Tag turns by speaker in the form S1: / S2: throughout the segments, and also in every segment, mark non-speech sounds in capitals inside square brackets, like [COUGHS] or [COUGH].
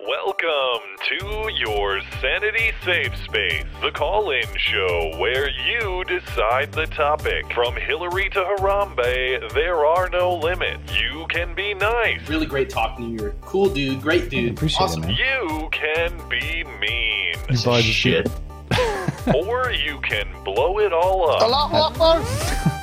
S1: Welcome to your Sanity Safe Space, the call in show where you decide the topic. From Hillary to Harambe, there are no limits. You can be nice.
S2: Really great talking. You're a cool dude, great dude.
S3: Appreciate
S2: awesome.
S3: it, man.
S1: You can be mean.
S3: Your vibe is
S2: Shit.
S3: good.
S1: or you can blow it all up.
S4: Allahu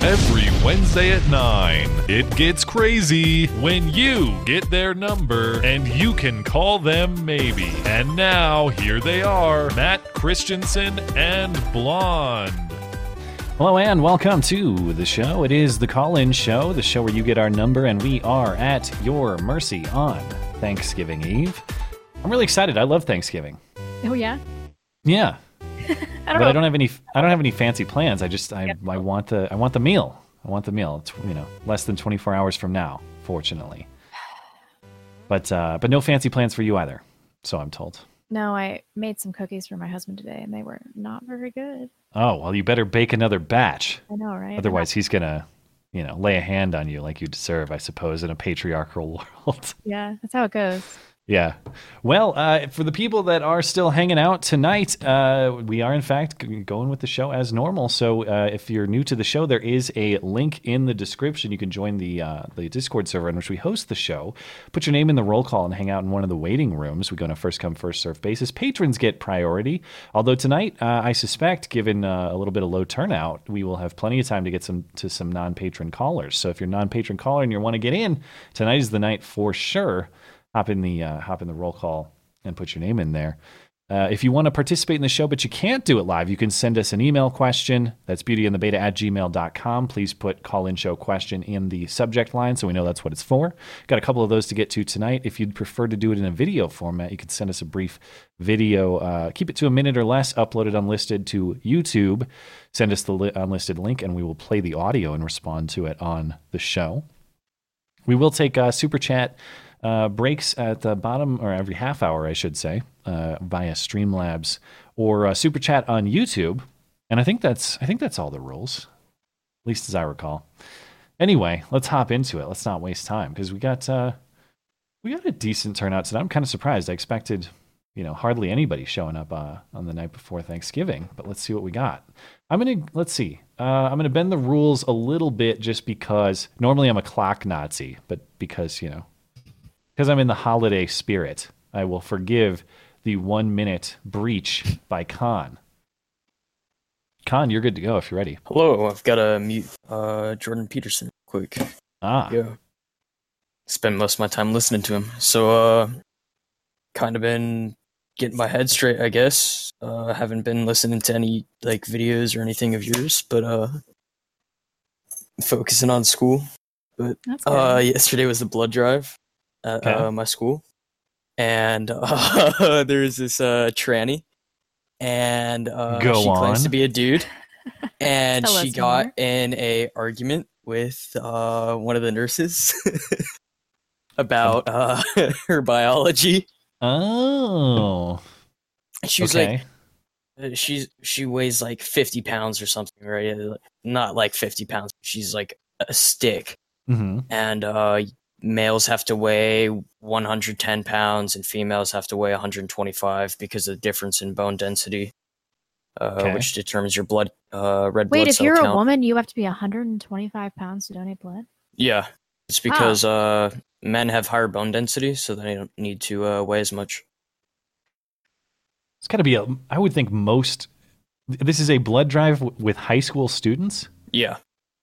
S1: Every Wednesday at 9, it gets crazy when you get their number and you can call them maybe. And now, here they are Matt Christensen and Blonde.
S3: Hello and welcome to the show. It is the call-in show, the show where you get our number, and we are at your mercy on Thanksgiving Eve. I'm really excited. I love Thanksgiving.
S5: Oh yeah.
S3: Yeah,
S5: I
S3: but
S5: don't know.
S3: I don't have any. I don't have any fancy plans. I just I, I want the I want the meal. I want the meal. It's you know less than 24 hours from now, fortunately. But uh, but no fancy plans for you either. So I'm told.
S5: no, I made some cookies for my husband today, and they were not very good.
S3: Oh well, you better bake another batch.
S5: I know, right?
S3: Otherwise, he's gonna, you know, lay a hand on you like you deserve, I suppose, in a patriarchal [LAUGHS] world.
S5: Yeah, that's how it goes.
S3: yeah. Well, uh, for the people that are still hanging out tonight, uh, we are in fact g- going with the show as normal. So, uh, if you're new to the show, there is a link in the description. You can join the uh, the Discord server in which we host the show. Put your name in the roll call and hang out in one of the waiting rooms. We go on a first come first serve basis. Patrons get priority. Although tonight, uh, I suspect, given uh, a little bit of low turnout, we will have plenty of time to get some to some non patron callers. So if you're a non patron caller and you want to get in, tonight is the night for sure. Hop in the uh, hop in the roll call and put your name in there. Uh, if you want to participate in the show but you can't do it live, you can send us an email question. That's beautyandthebeta at gmail.com. Please put call in show question in the subject line so we know that's what it's for. Got a couple of those to get to tonight. If you'd prefer to do it in a video format, you can send us a brief video. Uh, keep it to a minute or less, upload it unlisted to YouTube. Send us the li- unlisted link and we will play the audio and respond to it on the show. We will take uh, super chat uh, breaks at the bottom, or every half hour, I should say, uh, via Streamlabs or uh, super chat on YouTube. And I think that's I think that's all the rules, at least as I recall. Anyway, let's hop into it. Let's not waste time because we got uh, we got a decent turnout tonight. I'm kind of surprised. I expected you know hardly anybody showing up uh, on the night before Thanksgiving. But let's see what we got. I'm gonna let's see. Uh, I'm gonna bend the rules a little bit just because normally I'm a clock Nazi, but because you know because I'm in the holiday spirit, I will forgive the one minute breach by Khan. Khan, you're good to go if you're ready.
S4: Hello, I've got to mute uh, Jordan Peterson real quick.
S3: Ah,
S4: Yeah. Spend most of my time listening to him. So, uh, kind of been getting my head straight, I guess. Uh, haven't been listening to any, like, videos or anything of yours, but, uh, focusing on school.
S5: That's good.
S4: Uh, yesterday was the blood drive at
S3: Okay.
S4: uh, my school, and [LAUGHS] uh, there's this uh, tranny, and uh,
S3: Go
S4: she claims to
S3: on.
S4: be a
S5: [LAUGHS]
S4: dude, and
S5: Tell
S4: she
S5: us
S4: got
S5: more.
S4: in a argument with uh, one of the nurses [LAUGHS] about uh, [LAUGHS] her biology.
S3: oh,
S4: She was
S3: okay.
S4: like, she's she weighs like 50 pounds or something, right? Uh, Not like 50 pounds. She's like a stick.
S3: hmm
S4: and uh, males have to weigh 110 pounds and females have to weigh 125 because of the difference in bone density, uh,
S3: Okay.
S4: which determines your blood uh, red
S5: Wait,
S4: blood
S5: if
S4: cell
S5: you're
S4: count.
S5: a woman, you have to be 125 pounds to donate blood.
S4: yeah,
S5: Ah.
S4: it's because uh, men have higher bone density, so they don't need to uh, weigh as much.
S3: It's got to be a. I would think most. This is a blood drive w- with high school students.
S4: Yeah,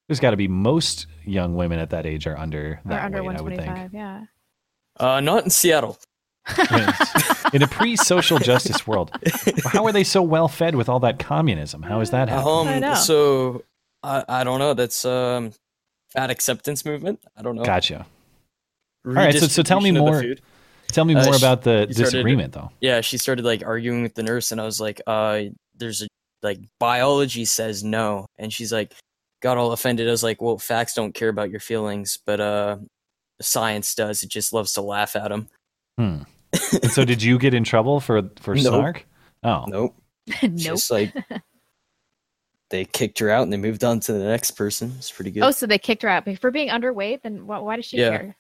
S3: There's got to be most young women at that age are under
S5: They're
S3: that
S5: under
S3: weight. I would think.
S5: 125. Yeah.
S4: uh, not in Seattle.
S3: [LAUGHS] In a pre-social justice world, how are they so well fed with all that communism? How is that happening?
S4: Um,
S5: I know.
S4: so I, I don't know. That's um, fat acceptance movement. I don't know.
S3: Gotcha. right, so- so tell me
S4: Redistribution of the
S3: more.
S4: food.
S3: Tell me
S4: Uh,
S3: more
S4: sh-
S3: about the
S4: you started-
S3: disagreement, though.
S4: yeah she started like arguing with the nurse and i was like uh there's a like biology says no and she's like got all offended i was like well facts don't care about your feelings but uh science does it just loves to laugh at them
S3: Hmm. And so, did you get in trouble for
S4: [LAUGHS]
S3: for
S4: Nope.
S3: snark? Oh,
S5: [LAUGHS]
S4: nope
S5: nope.
S4: just like
S5: [LAUGHS]
S4: they kicked her out and they moved on to the next person it's pretty good
S5: Oh, so they kicked her out be- for being underweight. Then wh- why does she
S4: Yeah.
S5: care?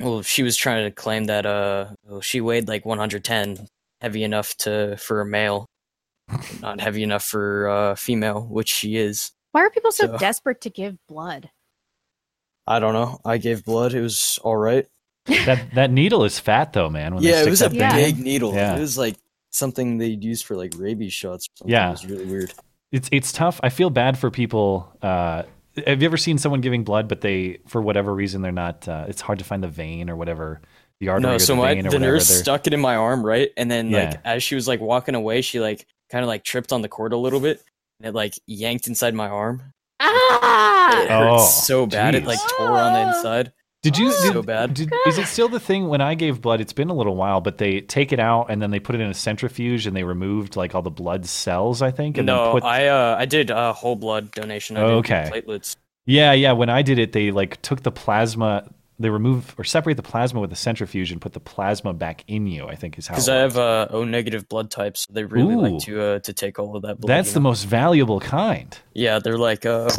S4: well, she was trying to claim that uh, well, she weighed like 110, heavy enough to for a male, but not heavy enough for uh, female, which she is.
S5: Why are people so
S4: So-
S5: desperate to give blood?
S4: I don't know. I gave blood. It was all right.
S3: That that needle is fat though, man. When they
S4: yeah, it
S3: stick
S4: was a
S3: that
S5: Yeah.
S3: thing in.
S4: big needle.
S3: Yeah.
S4: It was like something they'd use for like rabies shots. Or something.
S3: Yeah.
S4: it was really weird.
S3: It's it's tough. I feel bad for people. Uh, have you ever seen someone giving blood, but they for whatever reason they're not? Uh, it's hard to find the vein or whatever the artery
S4: no,
S3: or
S4: so
S3: the
S4: my
S3: vein or
S4: the
S3: whatever.
S4: nurse
S3: they're-
S4: stuck it in my arm, right? And then
S3: Yeah.
S4: like as she was like walking away, she like kind of like tripped on the cord a little bit, and it like yanked inside my arm. It
S5: Ah!
S4: hurt
S3: Oh,
S4: so bad,
S3: jeez.
S4: it like tore on the inside.
S3: Did you
S4: Ah. So
S3: did-
S4: bad.
S3: did- is it still the thing when I gave blood? It's been a little while, but they take it out and then they put it in a centrifuge and they removed like all the blood cells, I think. And
S4: No,
S3: then put,
S4: I uh, I did uh, whole blood donation. I
S3: Oh,
S4: did
S3: okay.
S4: platelets.
S3: yeah, yeah. When I did it, they like took the plasma, they remove or separate the plasma with a centrifuge and put the plasma back in you. I think is how.
S4: Because
S3: it
S4: I
S3: works.
S4: have uh, O negative blood types, so they really
S3: Ooh.
S4: like to uh, to take all of that blood.
S3: That's
S4: you
S3: the
S4: know?
S3: most valuable kind.
S4: yeah. They're like uh,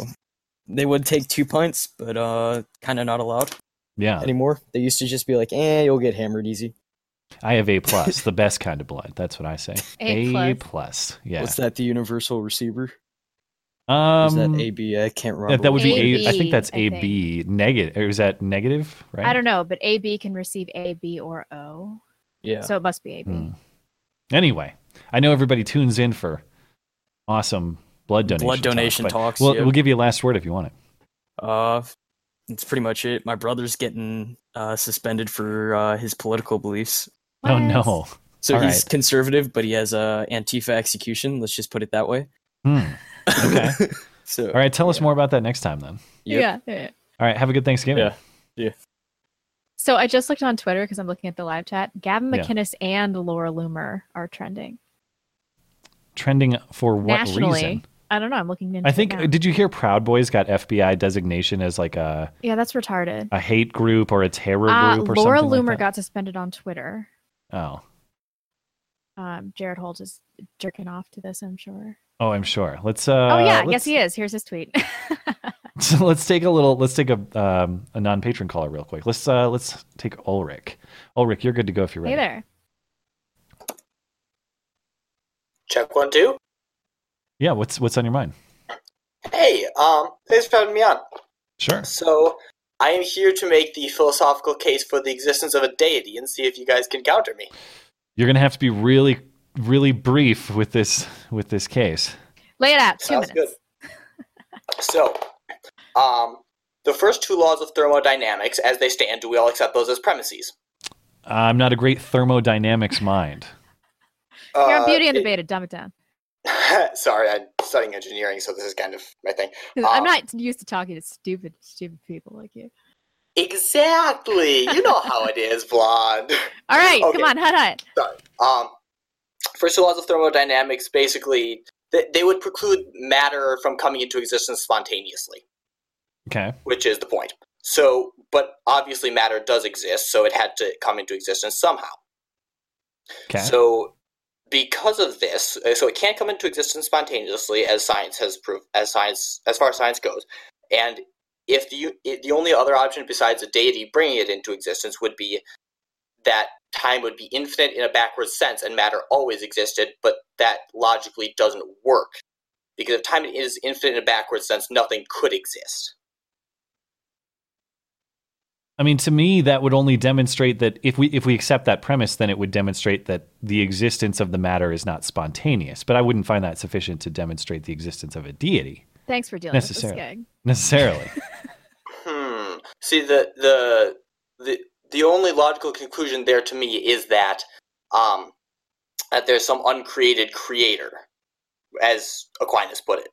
S4: they would take two pints, but uh, kind of not allowed
S3: Yeah,
S4: anymore. They used to just be like, eh, you'll get hammered easy.
S3: I
S4: [LAUGHS]
S3: have A plus, the best kind of blood. That's what I say.
S5: A
S3: plus. Yeah.
S4: What's that? The universal receiver? Is
S3: um,
S4: that AB? I can't remember.
S3: that, that would be A.
S5: AB,
S3: I think that's
S5: I think.
S3: AB negative. Or is that negative? Right.
S5: I don't know, but AB can receive AB or O,
S4: Yeah.
S5: so it must be AB.
S3: Hmm. Anyway, I know everybody tunes in for awesome blood donation.
S4: Blood donation
S3: talk, but
S4: talks.
S3: We'll,
S4: yeah.
S3: we'll give you a last word if you want it.
S4: uh, that's pretty much it. My brother's getting uh, suspended for uh, his political beliefs.
S3: Oh
S5: What?
S3: no.
S4: So
S3: All
S4: he's
S3: right.
S4: conservative, but he has uh, Antifa execution. Let's just put it that way.
S3: Hmm.
S4: [LAUGHS]
S3: Okay.
S4: So
S3: All right. Tell us
S4: Yeah.
S3: more about that next time then.
S4: Yep.
S5: Yeah, yeah, yeah.
S3: All right. Have a good Thanksgiving.
S4: Yeah.
S5: So I just looked on Twitter because I'm looking at the live chat. Gavin
S3: Yeah.
S5: McInnes and Laura Loomer are trending
S3: Trending for what
S5: nationally.
S3: reason?
S5: I don't know. I'm looking into.
S3: I
S5: it
S3: think. uh,
S5: now.
S3: Did you hear Proud Boys got FBI designation as like a
S5: yeah, that's retarded.
S3: a hate group or a terror
S5: Uh,
S3: group or
S5: Laura
S3: something
S5: Loomer
S3: like that?
S5: got suspended on Twitter.
S3: oh.
S5: Um, Jared Holt is jerking off to this, I'm sure.
S3: Oh, I'm sure. Let's. Uh,
S5: oh yeah,
S3: let's,
S5: yes he is. Here's his tweet. [LAUGHS]
S6: Uh,
S3: So [LAUGHS] let's take a little. Let's take a um, a non patron caller real quick. Let's uh, let's take Ulrich. Ulrich, you're good to go if you're ready.
S5: hey there.
S6: Check one, two.
S3: Yeah. What's what's on your mind?
S6: Hey, um, thanks for having me on.
S3: Sure.
S6: So, I am here to make the philosophical case for the existence of a deity and see if you guys can counter me.
S3: You're gonna have to be really really brief with this with this case.
S5: Lay it out. Two
S6: Sounds good.
S5: minutes.
S6: [LAUGHS] So, um, the first two laws of thermodynamics, as they stand, do we all accept those as premises?
S3: I'm not a great thermodynamics mind.
S5: You're
S6: Uh,
S5: on Beauty and the
S6: it-
S5: Beta. Dumb it down. [LAUGHS]
S6: [LAUGHS] Sorry, I'm studying engineering, so this is kind of my thing.
S5: 'Cause
S6: Uh,
S5: I'm not used to talking to stupid, stupid people like you.
S6: Exactly. You know how it is, blonde.
S5: [LAUGHS] All
S6: [LAUGHS]
S5: right,
S6: okay.
S5: come on, hut hut.
S6: Um, first two laws of thermodynamics basically they, they would preclude matter from coming into existence spontaneously,
S3: Okay.
S6: which is the point. So, but obviously matter does exist, so it had to come into existence somehow.
S3: Okay.
S6: So, because of this, uh, so it can't come into existence spontaneously, as science has proved, as science, as far as science goes. And if the if the only other option besides a deity bringing it into existence would be that time would be infinite in a backwards sense, and matter always existed, but that logically doesn't work because if time is infinite in a backwards sense, nothing could exist.
S3: I mean, to me, that would only demonstrate that if we if we accept that premise, then it would demonstrate that the existence of the matter is not spontaneous. But I wouldn't find that sufficient to demonstrate the existence of a deity
S5: Thanks for dealing with this
S3: Necessarily.
S5: gag.
S3: necessarily.
S6: Hmm. See, the the the the only logical conclusion there to me is that um that there's some uncreated creator, as Aquinas put it.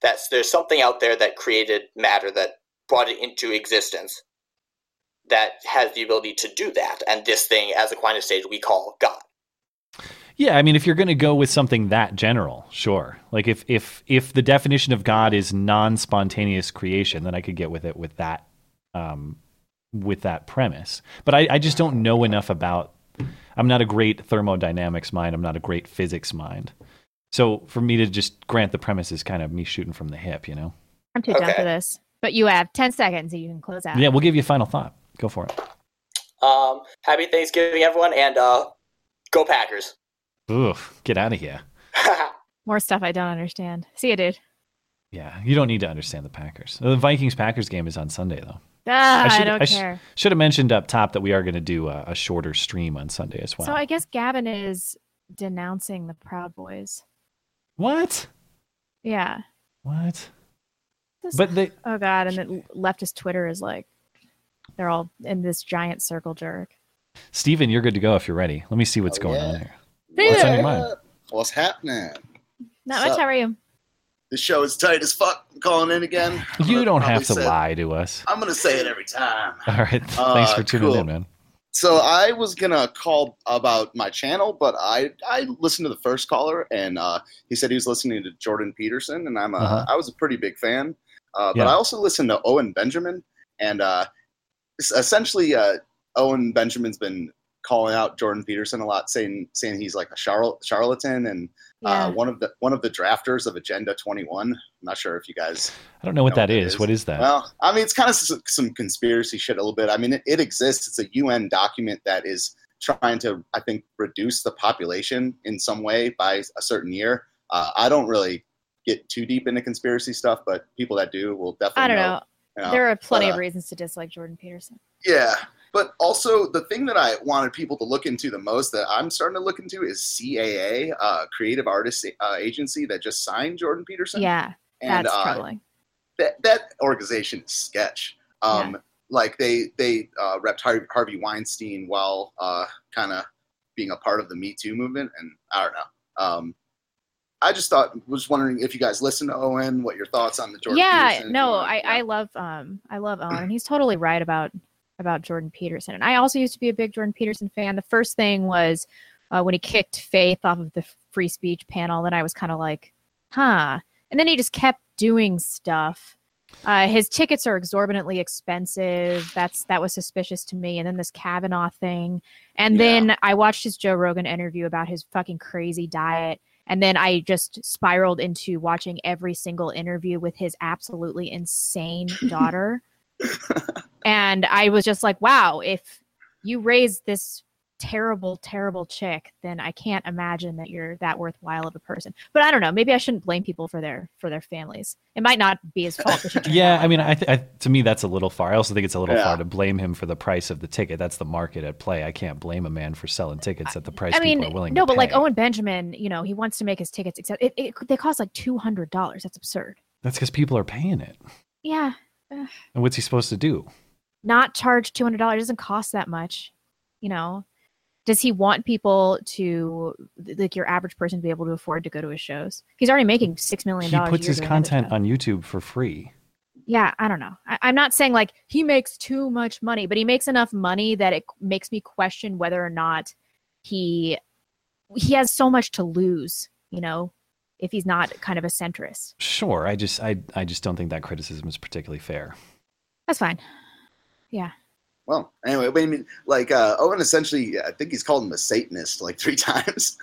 S6: That's there's something out there that created matter that brought it into existence that has the ability to do that, and this thing, as Aquinas stated, we call God.
S3: Yeah, I mean, if you're going to go with something that general, sure. Like if if if the definition of God is non-spontaneous creation, then I could get with it with that um, with that premise. But I, I just don't know enough about. I'm not a great thermodynamics mind. I'm not a great physics mind. So for me to just grant the premise is kind of me shooting from the hip, you know.
S5: I'm too dumb
S6: Okay.
S5: for this. But you have 10 seconds and you can close out.
S3: Yeah, we'll give you a final thought. Go for it.
S7: Um, happy Thanksgiving, everyone, and uh, go Packers.
S3: Oof, get out of here.
S5: More stuff I don't understand. See ya, dude.
S3: Yeah, you don't need to understand the Packers. The Vikings Packers game is on Sunday though.
S5: Ah,
S3: I
S5: I,
S3: should-
S5: don't
S3: I should-
S5: care.
S3: Should have mentioned up top that we are going to do a, a shorter stream on Sunday as well.
S5: So I guess Gavin is denouncing the Proud Boys.
S3: what?
S5: Yeah.
S3: What?
S5: This-
S3: But they
S5: oh god, and then leftist Twitter is like, they're all in this giant circle jerk.
S3: Stephen, you're good to go if you're ready. Let me see what's
S8: Oh,
S3: going
S8: yeah.
S3: on here. What's on your mind?
S8: What's happening?
S5: Not
S8: Sup?
S5: much. How are you?
S8: This show is tight as fuck. I'm calling in again. I'm [LAUGHS]
S3: You
S8: gonna
S3: don't
S8: probably
S3: have to
S8: say-
S3: lie to us.
S8: I'm gonna say it every time.
S3: All right. Thanks for tuning
S8: Uh, cool.
S3: in, man.
S8: So I was gonna call about my channel, but I I listened to the first caller, and uh, he said he was listening to Jordan Peterson, and I'm a,
S3: Uh-huh.
S8: I was a pretty big fan. Uh, but
S3: Yeah.
S8: I also listened to Owen Benjamin, and uh, es- essentially uh, Owen Benjamin's been calling out Jordan Peterson a lot, saying saying he's like a charl- charlatan and
S5: Yeah.
S8: uh, one of the one of the drafters of Agenda 21. I'm not sure if you guys
S3: I don't know what that is. What is that?
S8: well, I mean, it's kind of some, some conspiracy shit a little bit. I mean, it, it exists. It's a UN document that is trying to, I think, reduce the population in some way by a certain year. Uh, I don't really get too deep into conspiracy stuff, but people that do will definitely.
S5: I don't know.
S8: you know.
S5: There are plenty of
S8: uh,
S5: reasons to dislike Jordan Peterson.
S8: Yeah. But also, the thing that I wanted people to look into the most that I'm starting to look into is CAA, uh, Creative Artists uh, Agency, that just signed Jordan Peterson.
S5: Yeah,
S8: and,
S5: that's
S8: uh,
S5: troubling.
S8: that that organization is sketch. Um, Like they they uh, repped Harvey, Harvey Weinstein while uh, kind of being a part of the Me Too movement, and I don't know. Um, I just thought was wondering if you guys listened to Owen, what your thoughts on the Jordan?
S5: yeah,
S8: Peterson-
S5: no, I, I
S8: Yeah.
S5: love um I love Owen,
S8: [CLEARS THROAT]
S5: and he's totally right about about Jordan Peterson. And I also used to be a big Jordan Peterson fan. The first thing was uh, when he kicked Faith off of the free speech panel. Then I was kind of like, huh. And then he just kept doing stuff. Uh, his tickets are exorbitantly expensive. That's that was suspicious to me. And then this Kavanaugh thing. And
S8: Yeah.
S5: then I watched his Joe Rogan interview about his fucking crazy diet. And then I just spiraled into watching every single interview with his absolutely insane daughter. and I was just like, wow, if you raise this terrible, terrible chick, then I can't imagine that you're that worthwhile of a person. But I don't know. Maybe I shouldn't blame people for their for their families. It might not be his fault.
S3: [LAUGHS]
S5: that she turned
S3: Yeah,
S5: out
S3: I
S5: like
S3: mean,
S5: that.
S3: I, th- I to me that's a little far. I also think it's a little
S8: Yeah.
S3: far to blame him for the price of the ticket. That's the market at play. I can't blame a man for selling tickets at the price
S5: I mean,
S3: people are willing
S5: no,
S3: to
S5: but like
S3: pay.
S5: Owen Benjamin, you know, he wants to make his tickets. Except it, it they cost like two hundred dollars. That's absurd.
S3: that's because people are paying it.
S5: Yeah,
S3: And what's he supposed to do?
S5: not charge two hundred dollars doesn't cost that much. You know, does he want people to like your average person to be able to afford to go to his shows? He's already making six million
S3: He
S5: dollars.
S3: puts his content on YouTube for free.
S5: yeah i don't know I, i'm not saying like he makes too much money but he makes enough money that it makes me question whether or not he he has so much to lose you know if he's not kind of a centrist
S3: Sure, I just I I just don't think that criticism is particularly fair.
S5: that's fine
S8: Well, anyway, but I mean, like uh, Owen essentially, I think he's called him a Satanist like three [LAUGHS] times.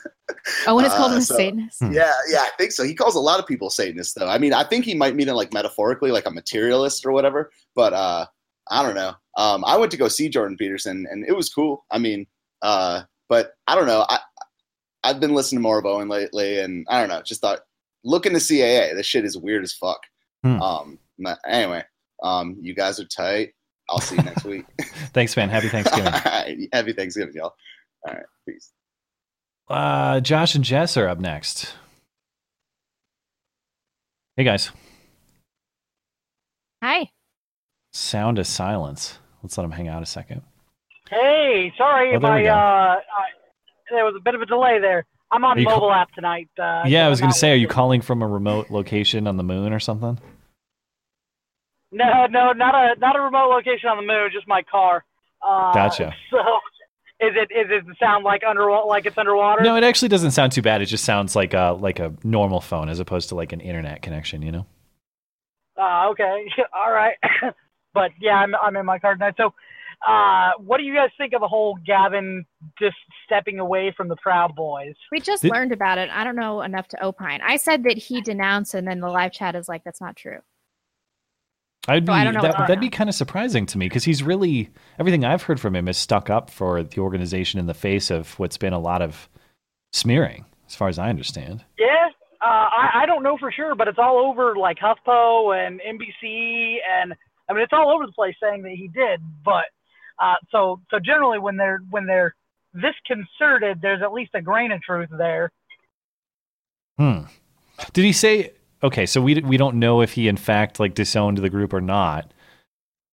S5: owen is Oh, called
S8: Uh,
S5: him a
S8: so-
S5: satanist
S3: Hmm.
S8: Yeah, yeah, I think so. He calls a lot of people Satanists, though. I mean, I think he might mean it like metaphorically, like a materialist or whatever. But uh, I don't know. Um, I went to go see Jordan Peterson, and it was cool. I mean, uh, but I don't know. I I've been listening to more of Owen lately, and I don't know. Just thought looking to CAA, this shit is weird as fuck.
S3: Hmm.
S8: Um, but anyway, um, you guys are tight. I'll see you next week.
S3: Thanks, man. Happy [LAUGHS] Thanksgiving.
S8: [LAUGHS] Happy Thanksgiving, y'all. All right, peace.
S3: uh, Josh and Jess are up next. Hey guys,
S5: hi
S3: sound of silence. Let's let them hang out a second.
S9: Hey, sorry,
S3: Oh, there we
S9: my
S3: go.
S9: uh, I, there was a bit of a delay there. I'm on
S3: Are you
S9: mobile
S3: call-
S9: app tonight. Uh,
S3: yeah, I
S9: so
S3: was
S9: I'm
S3: gonna
S9: not
S3: say, are you
S9: working.
S3: calling from a remote location on the moon or something?
S9: No, no, not a not a remote location on the moon, just my car. Uh,
S3: Gotcha.
S9: [LAUGHS] So, is it is it sound like under like it's underwater?
S3: No, it actually doesn't sound too bad. It just sounds like a like a normal phone as opposed to like an internet connection. You know.
S9: Uh, okay, [LAUGHS] all right. but yeah, I'm I'm in my car tonight. So, uh, what do you guys think of the whole Gavin just stepping away from the Proud Boys?
S5: we just
S3: Did-
S5: learned about it i don't know enough to opine i said that he denounced and then the live chat is like that's not true
S3: I'd be
S5: So I don't know
S3: that,
S5: what's going
S3: that'd be
S5: on.
S3: kind of surprising to me because he's really everything I've heard from him is stuck up for the organization in the face of what's been a lot of smearing, as far as I understand.
S9: Yeah, uh, I, I don't know for sure, but it's all over like HuffPo and NBC, and I mean it's all over the place saying that he did. But uh, so so generally when they're when they're this concerted, there's at least a grain of truth there.
S3: Hmm. Did he say? Okay, so we we don't know if he in fact like disowned the group or not.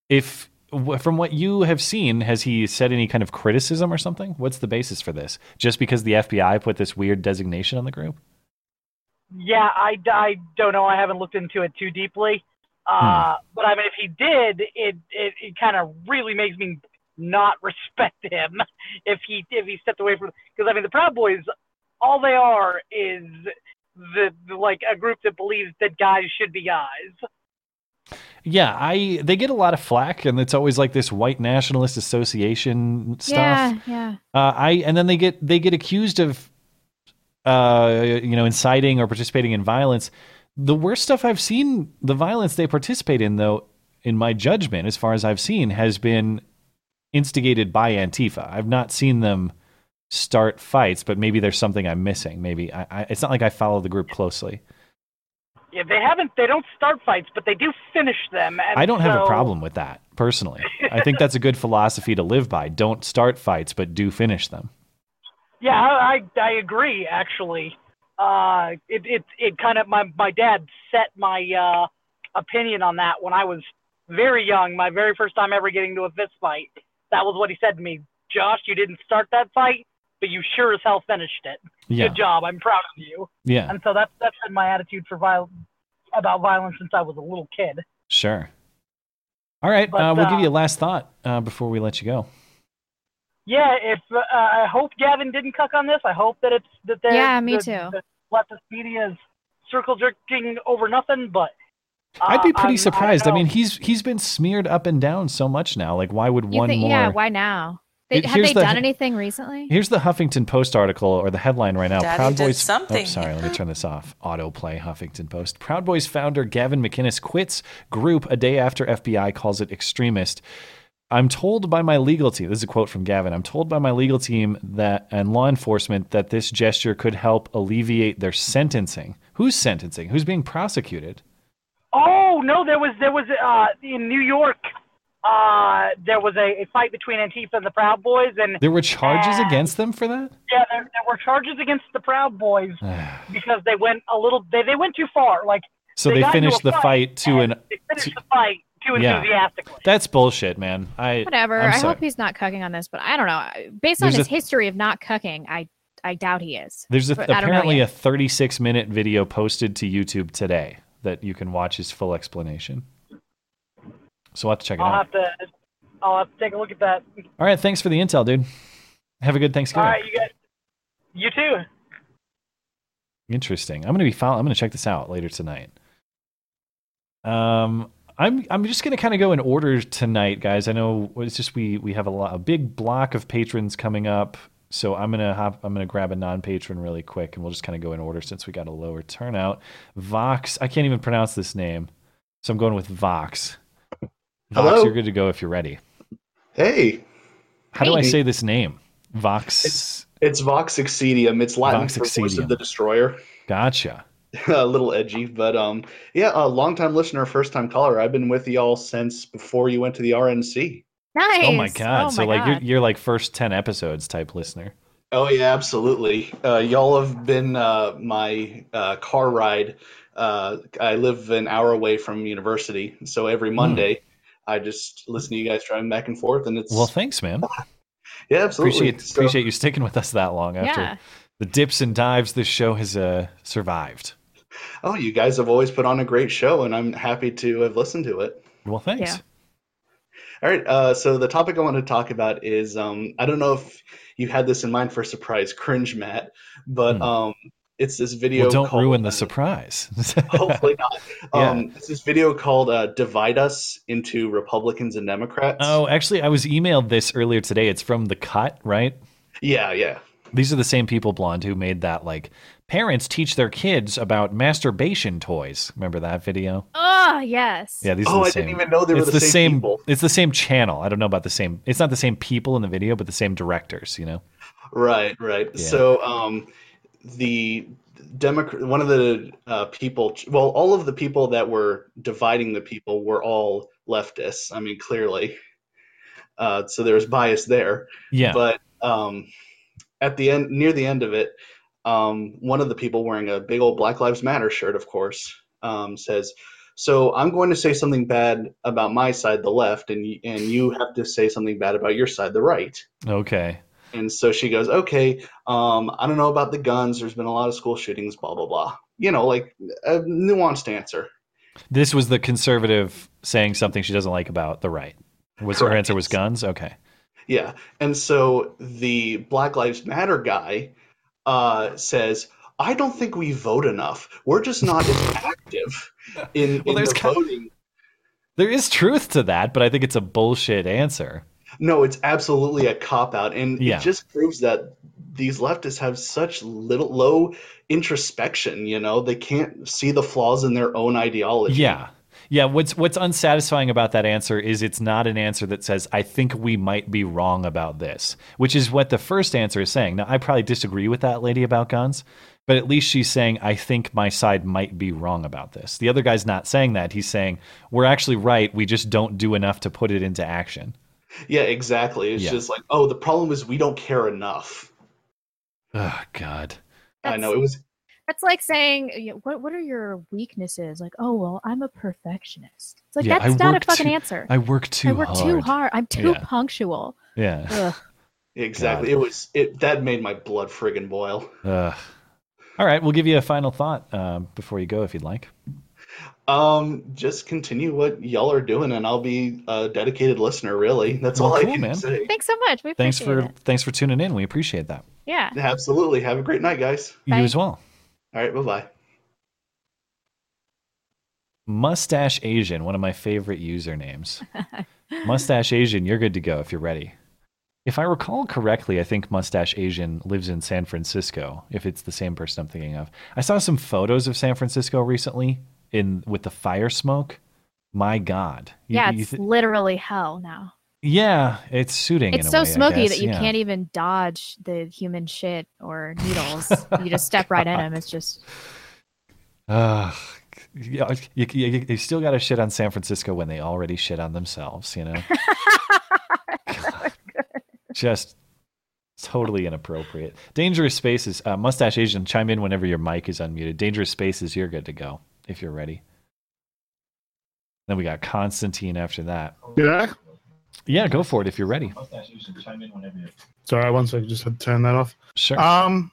S3: If wh- from what you have seen, has he said any kind of criticism or something? What's the basis for this? Just because the FBI put this weird designation on the group?
S9: Yeah, I, I don't know. I haven't looked into it too deeply. Uh,
S3: Hmm.
S9: But I mean, if he did, it it, it kind of really makes me not [LAUGHS] respect him if he if he stepped away from because I mean the Proud Boys, all they are is the, the like a group that believes that guys should be guys.
S3: Yeah, I they get a lot of flack, and it's always like this white nationalist association stuff.
S5: Yeah, yeah.
S3: Uh, I and then they get they get accused of, uh, you know, inciting or participating in violence. The worst stuff I've seen, the violence they participate in, though, in my judgment, as far as I've seen, has been instigated by Antifa. I've not seen them start fights, but maybe there's something I'm missing. Maybe I, I, it's not like I follow the group closely.
S9: Yeah, they haven't. They don't start fights, but they do finish them. And
S3: I don't have a
S9: so-
S3: problem with that personally. I think that's a good philosophy to live by. Don't start fights, but do finish them.
S9: Yeah, I I, I agree actually. Uh, it it it kind of my my dad set my uh, opinion on that when I was very young. My very first time ever getting to a fist fight. That was what he said to me. Josh, you didn't start that fight, but you sure as hell finished it.
S3: Yeah,
S9: Good job. I'm proud of you.
S3: yeah,
S9: And so that's that's been my attitude for viol- about violence since I was a little kid.
S3: sure. All right,
S9: But,
S3: uh, we'll give
S9: uh,
S3: you a last thought uh, before we let you go.
S9: Yeah, if uh, I hope Gavin didn't cuck on this. I hope that it's that they're
S5: Yeah, me
S9: that-
S5: too.
S9: that leftist media is circle jerking over nothing, but uh,
S3: I'd be pretty
S9: I'm-
S3: surprised. I,
S9: don't
S3: mean,
S9: know.
S3: he's he's been smeared up and down so much now. Like, why would
S5: You
S3: one
S5: think,
S3: more?
S5: yeah, why now? They,
S3: It-
S5: have
S3: here's
S5: they
S3: the-
S5: done anything recently?
S3: Here's the Huffington Post article or the headline right now.
S10: Daddy
S3: Proud
S10: did
S3: Boys.
S10: something.
S3: Oh, sorry, let me turn this off. Autoplay Huffington Post. Proud Boys founder Gavin McInnes quits group a day after FBI calls it extremist. I'm told by my legal team, this is a quote from Gavin. I'm told by my legal team that and law enforcement that this gesture could help alleviate their sentencing. Who's sentencing? Who's being prosecuted?
S9: Oh no, there was there was uh, in New York. Uh, there was a, a fight between Antifa and the Proud Boys, and
S3: There were charges
S9: Ah.
S3: against them for that?
S9: yeah, there, there were charges against the Proud
S3: [SIGHS]
S9: Boys because they went a little they, they went too far. Like
S3: So
S9: They
S3: they,
S9: got into a
S3: finished the
S9: fight
S3: fight to
S9: and
S3: an
S9: they finished the fight too
S3: Yeah.
S9: enthusiastically.
S3: That's bullshit, man. I
S5: Whatever.
S3: I'm
S5: I
S3: sorry.
S5: hope he's not cucking on this, but I don't know. I- Based on
S3: There's
S5: his
S3: a-
S5: history of not cucking, I I doubt he is.
S3: There's a,
S5: But I don't know
S3: apparently a
S5: yet.
S3: 36 minute video posted to YouTube today that you can watch his full explanation. So we'll have to check it
S9: I'll
S3: out.
S9: have to I'll have to take a look at that.
S3: All right, thanks for the intel, dude. Have a good
S9: All
S3: Thanksgiving.
S9: right, you guys. You too.
S3: Interesting. I'm gonna be following, I'm gonna check this out later tonight. Um, I'm I'm just gonna kind of go in order tonight, guys. I know it's just we we have a lot a big block of patrons coming up, so I'm gonna hop I'm gonna grab a non-patron really quick, and we'll just kind of go in order since we got a lower turnout. Vox, I can't even pronounce this name, so I'm going with Vox. Vox,
S11: Hello?
S3: you're good to go if you're ready.
S11: Hey,
S3: How do I
S11: Hey.
S3: say this name? Vox.
S11: it's Vox Exedium. It's Latin
S3: Vox
S11: for Voice
S3: Exedium.
S11: of the Destroyer.
S3: Gotcha.
S11: [LAUGHS] a little edgy, but um, yeah, a longtime listener, first time caller. I've been with y'all since before you went to the RNC.
S5: Nice.
S3: Oh my god. so like
S5: God.
S3: you're you're like first ten episodes type listener.
S11: Oh yeah, absolutely. Uh, y'all have been uh, my uh, car ride. Uh, I live an hour away from university, so
S3: Hmm.
S11: every Monday I just listen to you guys driving back and forth, and it's
S3: Well, thanks, man.
S11: yeah, absolutely.
S3: appreciate
S11: So-
S3: appreciate you sticking with us that long after
S5: Yeah.
S3: the dips and dives this show has uh, survived.
S11: oh, you guys have always put on a great show, and I'm happy to have listened to it.
S3: Well, thanks.
S5: Yeah.
S11: All right, uh, so the topic I want to talk about is um, I don't know if you had this in mind for surprise cringe, Matt, but
S3: Hmm.
S11: um, it's this video.
S3: Well, don't
S11: called,
S3: ruin
S11: uh,
S3: the surprise. [LAUGHS]
S11: Hopefully not.
S3: Yeah.
S11: Um, it's this video called uh, "Divide Us into Republicans and Democrats."
S3: oh, actually, I was emailed this earlier today. It's from the cut, right?
S11: yeah, yeah.
S3: These are the same people, Blonde, who made that like parents teach their kids about masturbation toys. Remember that video?
S5: Oh yes.
S3: Yeah, these
S11: oh,
S3: are the
S11: I
S3: same.
S11: didn't even know they were the, same, people.
S3: It's the same channel. I don't know about the same. It's not the same people in the video, but the same directors. You know.
S11: Right, right.
S3: Yeah.
S11: So um, the Democrat, one of the uh, people, well, all of the people that were dividing the people were all leftists. I mean, clearly. Uh, so there was bias there.
S3: Yeah.
S11: But um, at the end, near the end of it, um, one of the people wearing a big old Black Lives Matter shirt, of course, um, says, "So I'm going to say something bad about my side, the left, and y- and you have to say something bad about your side, the right."
S3: okay.
S11: And so she goes, "Okay, um, I don't know about the guns. There's been a lot of school shootings, blah blah blah." You know, like a nuanced answer.
S3: This was the conservative saying something she doesn't like about the right. Was her
S11: Correct.
S3: answer was guns? Okay.
S11: Yeah. And so the Black Lives Matter guy uh, says, I don't think we vote enough. We're just not
S3: [LAUGHS]
S11: as active in, in
S3: Well, there's
S11: the
S3: kind-
S11: voting.
S3: There is truth to that, but I think it's a bullshit answer.
S11: No, it's absolutely a cop out. And
S3: Yeah.
S11: it just proves that these leftists have such little low introspection, you know, they can't see the flaws in their own ideology.
S3: Yeah. Yeah, what's what's unsatisfying about that answer is it's not an answer that says I think we might be wrong about this, which is what the first answer is saying. Now I probably disagree with that lady about guns, but at least she's saying I think my side might be wrong about this. The other guy's not saying that. He's saying we're actually right, we just don't do enough to put it into action.
S11: Yeah, exactly. It's
S3: Yeah.
S11: just like, oh, the problem is we don't care enough.
S3: Oh god.
S11: I
S5: That's-
S11: know it was
S5: That's like saying, you know, what what are your weaknesses? Like, oh well, I'm a perfectionist. It's like
S3: Yeah,
S5: that's
S3: I
S5: not a
S3: work
S5: fucking
S3: too-
S5: answer.
S3: I work too
S5: I work
S3: hard.
S5: too hard. I'm too
S3: Yeah.
S5: punctual.
S3: Yeah.
S5: Ugh.
S11: exactly.
S3: God.
S11: It was it that made my blood friggin' boil.
S3: Ugh. All right, we'll give you a final thought um, before you go if you'd like.
S11: Um, just continue what y'all are doing, and I'll be a dedicated listener. Really, that's
S3: Well,
S11: all
S3: cool,
S11: I can
S3: man.
S11: say.
S5: Thanks so much. We
S3: Thanks
S5: appreciate
S3: for
S5: it.
S3: thanks for tuning in. We appreciate that.
S5: Yeah.
S11: Absolutely. Have a great night, guys.
S5: Bye.
S3: You as well.
S11: All right, bye bye.
S3: Mustache Asian, one of my favorite
S5: [LAUGHS]
S3: usernames. Mustache Asian, you're good to go if you're ready. If I recall correctly, I think Mustache Asian lives in San Francisco, if it's the same person I'm thinking of. I saw some photos of San Francisco recently in with the fire smoke. My God. You-
S5: Yeah,
S3: you
S5: it's
S3: thi-
S5: literally hell now.
S3: yeah, it's suiting. in
S5: It's
S3: a
S5: so
S3: way, I
S5: smoky
S3: guess,
S5: that you
S3: yeah.
S5: can't even dodge the human shit or needles. you just step right in them. It's just
S3: Ugh. Yeah, you, you, you, you still got to shit on San Francisco when they already shit on themselves, you
S5: [LAUGHS]
S3: know? God. [LAUGHS] Just totally inappropriate. Dangerous Spaces, uh, Mustache Asian, chime in whenever your mic is unmuted. Dangerous Spaces, you're good to go if you're ready. Then we got Constantine after that.
S10: Yeah.
S3: Yeah, go for it if you're ready.
S10: Sorry, one second. Just had to turn that off.
S3: Sure.
S10: Um,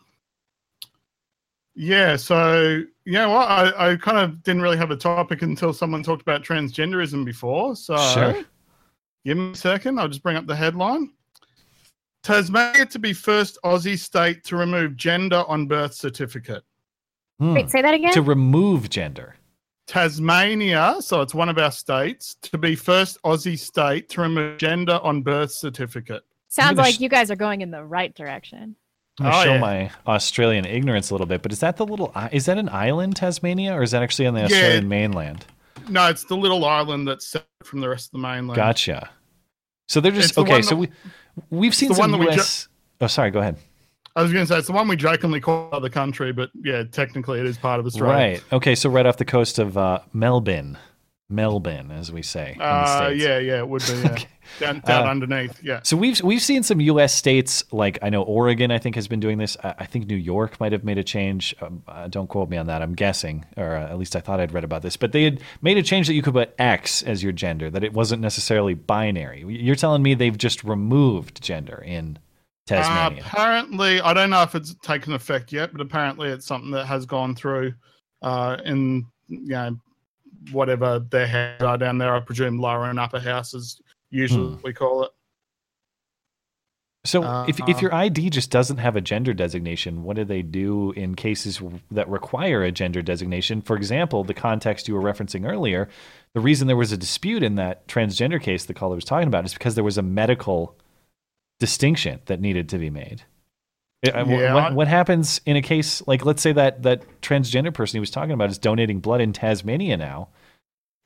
S10: yeah, so you know what? I, I kind of didn't really have a topic until someone talked about transgenderism before. So
S3: Sure.
S10: give me a second. I'll just bring up the headline. Tasmania to be first Aussie state to remove gender on birth certificate.
S3: Hmm.
S5: wait. Say that again.
S3: To remove gender.
S10: Tasmania, so it's one of our states, to be first Aussie state to remove gender on birth certificate.
S3: I'm
S5: Sounds
S3: gonna
S5: like
S3: sh-
S5: you guys are going in the right direction.
S3: I'm gonna
S10: Oh,
S3: show
S10: yeah.
S3: my Australian ignorance a little bit, but is that the little i- is that an island, Tasmania, or is that actually on the
S10: Yeah.
S3: Australian mainland?
S10: No, it's the little island that's separate from the rest of the mainland.
S3: Gotcha. So they're just
S10: It's the
S3: okay.
S10: one
S3: So
S10: that-
S3: we we've seen
S10: the
S3: some
S10: one that we ju-
S3: US. oh, sorry. Go ahead.
S10: I was going to say it's the one we jokingly call the country, but yeah, technically it is part of Australia.
S3: Right. Okay. So right off the coast of uh, Melbourne, Melbourne, as we say in the
S10: Uh,
S3: states.
S10: yeah, yeah, it would be. Yeah.
S3: [LAUGHS] Okay.
S10: Down, down
S3: Uh,
S10: underneath. Yeah.
S3: So we've we've seen some U.S. states like I know Oregon I think has been doing this. I, I think New York might have made a change. Um, uh, don't quote me on that. I'm guessing, or uh, at least I thought I'd read about this. But they had made a change that you could put X as your gender, that it wasn't necessarily binary. You're telling me they've just removed gender in
S10: Uh,
S3: Tasmania.
S10: apparently, I don't know if it's taken effect yet, but apparently it's something that has gone through uh, in you know whatever their heads are down there. I presume lower and upper houses usually
S3: Hmm.
S10: we call it.
S3: so if if
S10: uh,
S3: your ID just doesn't have a gender designation, what do they do in cases that require a gender designation? For example, the context you were referencing earlier, the reason there was a dispute in that transgender case the caller was talking about is because there was a medical distinction that needed to be made. It- I- wh-
S10: Yeah.
S3: what, what happens in a case like, let's say that that transgender person he was talking about is donating blood in Tasmania now,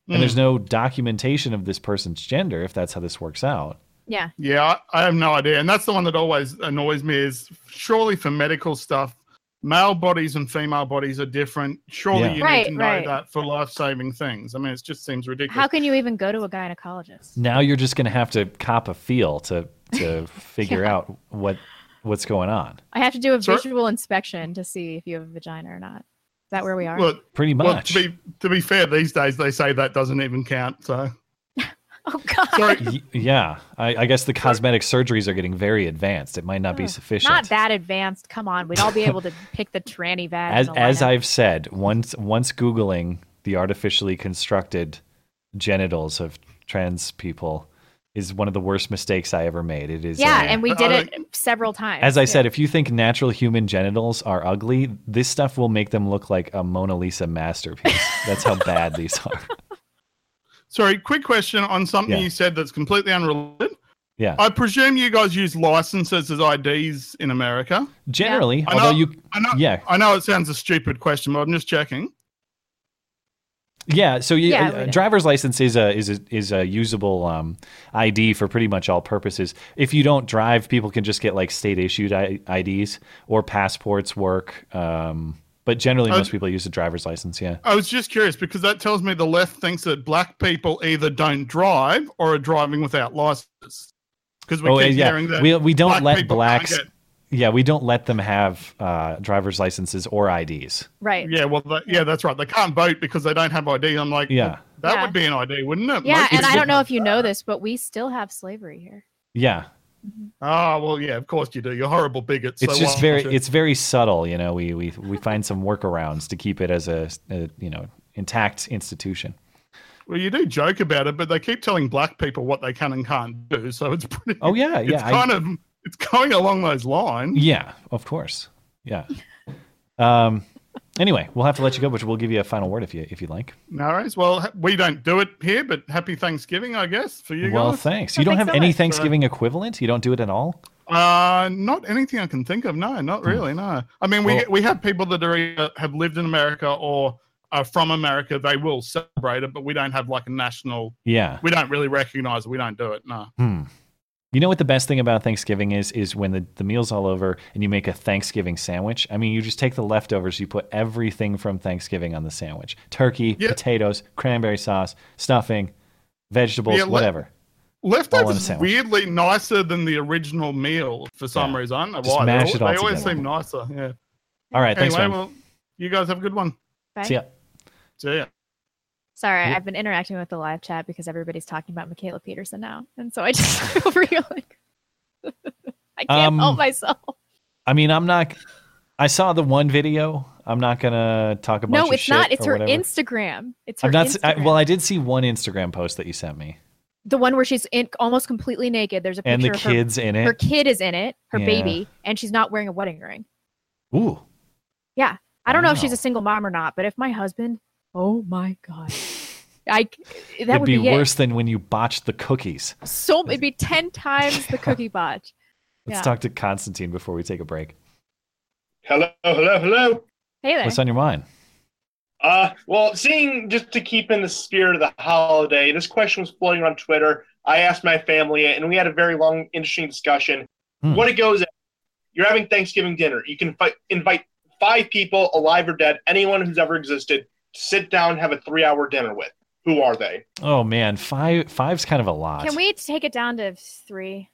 S3: and
S10: Mm.
S3: there's no documentation of this person's gender if that's how this works out.
S5: Yeah.
S10: Yeah, I- I have no idea. And that's the one that always annoys me is surely for medical stuff, male bodies and female bodies are different. Surely
S3: Yeah.
S10: you
S5: Right,
S10: need to know
S5: right.
S10: that for life saving things. I mean, it just seems ridiculous.
S5: How can you even go to a gynecologist?
S3: Now you're just going to have to cop a feel to to figure
S5: [LAUGHS] Yeah.
S3: out what what's going on.
S5: I have to do a
S10: Sir?
S5: visual inspection to see if you have a vagina or not. Is that where we are?
S10: Well,
S3: Pretty
S10: well,
S3: much.
S10: to be to be fair, these days they say that doesn't even count. So
S5: oh God!
S10: sorry,
S3: Y- yeah, I, I guess the cosmetic surgeries are getting very advanced. It might not be
S5: Ugh,
S3: sufficient.
S5: Not that advanced. Come on, we'd all be
S3: [LAUGHS]
S5: able to pick the tranny vag.
S3: as
S5: and align
S3: as
S5: it.
S3: I've said, once once googling the artificially constructed genitals of trans people is one of the worst mistakes I ever made. It is
S5: yeah,
S3: a-
S5: and we did it several times.
S3: as I
S5: yeah.
S3: said, if you think natural human genitals are ugly, this stuff will make them look like a Mona Lisa
S5: [LAUGHS]
S3: masterpiece. That's how bad these are.
S10: sorry. Quick question on something
S3: Yeah.
S10: you said that's completely unrelated.
S3: Yeah.
S10: I presume you guys use licenses as IDs in America.
S3: Generally,
S10: I know-
S3: although you
S10: I know.
S3: yeah,
S10: I know it sounds a stupid question, but I'm just checking.
S3: Yeah, so you,
S5: Yeah,
S3: uh,
S5: we do.
S3: driver's license is a is a, is a usable um, ID for pretty much all purposes. If you don't drive, people can just get like state issued I- IDs or passports work. Um, but generally,
S10: Uh,
S3: most people use a driver's license. Yeah,
S10: I was just curious because that tells me the left thinks that black people either don't drive or are driving without licenses. Because we
S3: Oh,
S10: keep
S3: yeah.
S10: hearing that
S3: We- we don't let
S10: people
S3: blacks-
S10: can't
S3: yeah, we don't let them have uh, driver's licenses or IDs.
S5: right.
S10: Get, yeah, well, that, yeah, that's right. They can't vote because they don't have ID. I'm like,
S3: Yeah.
S10: well, that
S5: Yeah.
S10: would be an ID, wouldn't it?
S5: Yeah,
S10: Most
S5: and I
S10: people-
S3: [LAUGHS]
S5: don't know if you know this, but we still have slavery here.
S3: Yeah,
S10: Oh well, yeah, of course you do. You're horrible bigots.
S3: it's
S10: so
S3: just
S10: why
S3: very
S10: don't you?
S3: it's very subtle. You know, we we we find some workarounds to keep it as a, a you know intact institution.
S10: well, you do joke about it, but they keep telling black people what they can and can't do. So it's pretty.
S3: Oh yeah, yeah.
S10: it's
S3: I-
S10: kind of it's going along those lines.
S3: Yeah, of course. Yeah. Um. Anyway, we'll have to let you go, but we'll give you a final word if you if you like.
S10: No worries. Well, ha- we don't do it here, but happy Thanksgiving, I guess, for you
S3: well,
S10: guys.
S3: thanks.
S5: Well,
S3: You don't
S5: thanks
S3: have
S5: so
S3: any
S5: much.
S3: Thanksgiving equivalent. You don't do it at all.
S10: Uh, not anything I can think of. No, not really. No. I mean, we
S3: Hmm. Well-
S10: we have people that are either have lived in America or are from America. They will celebrate it, but we don't have like a national.
S3: Yeah.
S10: We don't really recognize it. We don't do it. No.
S3: Hmm. You know what the best thing about Thanksgiving is? Is when the, the meal's all over and you make a Thanksgiving sandwich. I mean, you just take the leftovers, you put everything from Thanksgiving on the sandwich turkey,
S10: Yeah.
S3: potatoes, cranberry sauce, stuffing, vegetables,
S10: Yeah, le-
S3: whatever. All in a
S10: Leftovers is
S3: sandwich.
S10: weirdly nicer than the original meal for some
S3: Yeah.
S10: reason. I don't know
S3: Just
S10: why. They're
S3: mash
S10: al-
S3: it all
S10: they always
S3: together.
S10: seem nicer. Yeah.
S3: All right. Thanks,
S10: anyway,
S3: man.
S10: well, you guys have a good one.
S5: Right?
S3: See ya.
S10: See ya.
S5: Sorry,
S3: Yeah.
S5: I've been interacting with the live chat because everybody's talking about Michaela Peterson now, and so I [LAUGHS] just feel real like [LAUGHS] I can't
S3: Um,
S5: help myself.
S3: I mean, I'm not. I saw the one video. I'm not gonna talk about.
S5: No, it's not. It's her Instagram. It's her
S3: I'm not. s- I,
S5: Instagram.
S3: well, I did see one Instagram post that you sent me,
S5: the one where she's in, almost completely naked. There's a picture
S3: and the
S5: of her
S3: kids in it.
S5: her kid is in it, her
S3: Yeah.
S5: baby, and she's not wearing a wedding ring.
S3: Ooh,
S5: I don't know if she's
S3: Wow.
S5: a single mom or not, but if my husband, oh my
S3: [LAUGHS]
S5: god, I c- that
S3: it'd
S5: would
S3: be,
S5: be, it.
S3: worse than when you botched the cookies.
S5: So it'd be ten times
S3: [LAUGHS]
S5: the cookie botch.
S3: Let's
S5: Yeah.
S3: talk to Constantine before we take a break.
S12: Hello, hello, hello.
S5: Hey there.
S3: What's on your mind?
S12: Uh, well, seeing just to keep in the spirit of the holiday, this question was floating around Twitter. I asked my family, it, and we had a very long, interesting discussion.
S3: Hmm.
S12: What it goes, you're having Thanksgiving dinner. You can fi- invite five people, alive or dead, anyone who's ever existed, to sit down, and have a three-hour dinner with. Who are they?
S3: Oh man, five five's kind of a lot.
S5: Can we take it down to three?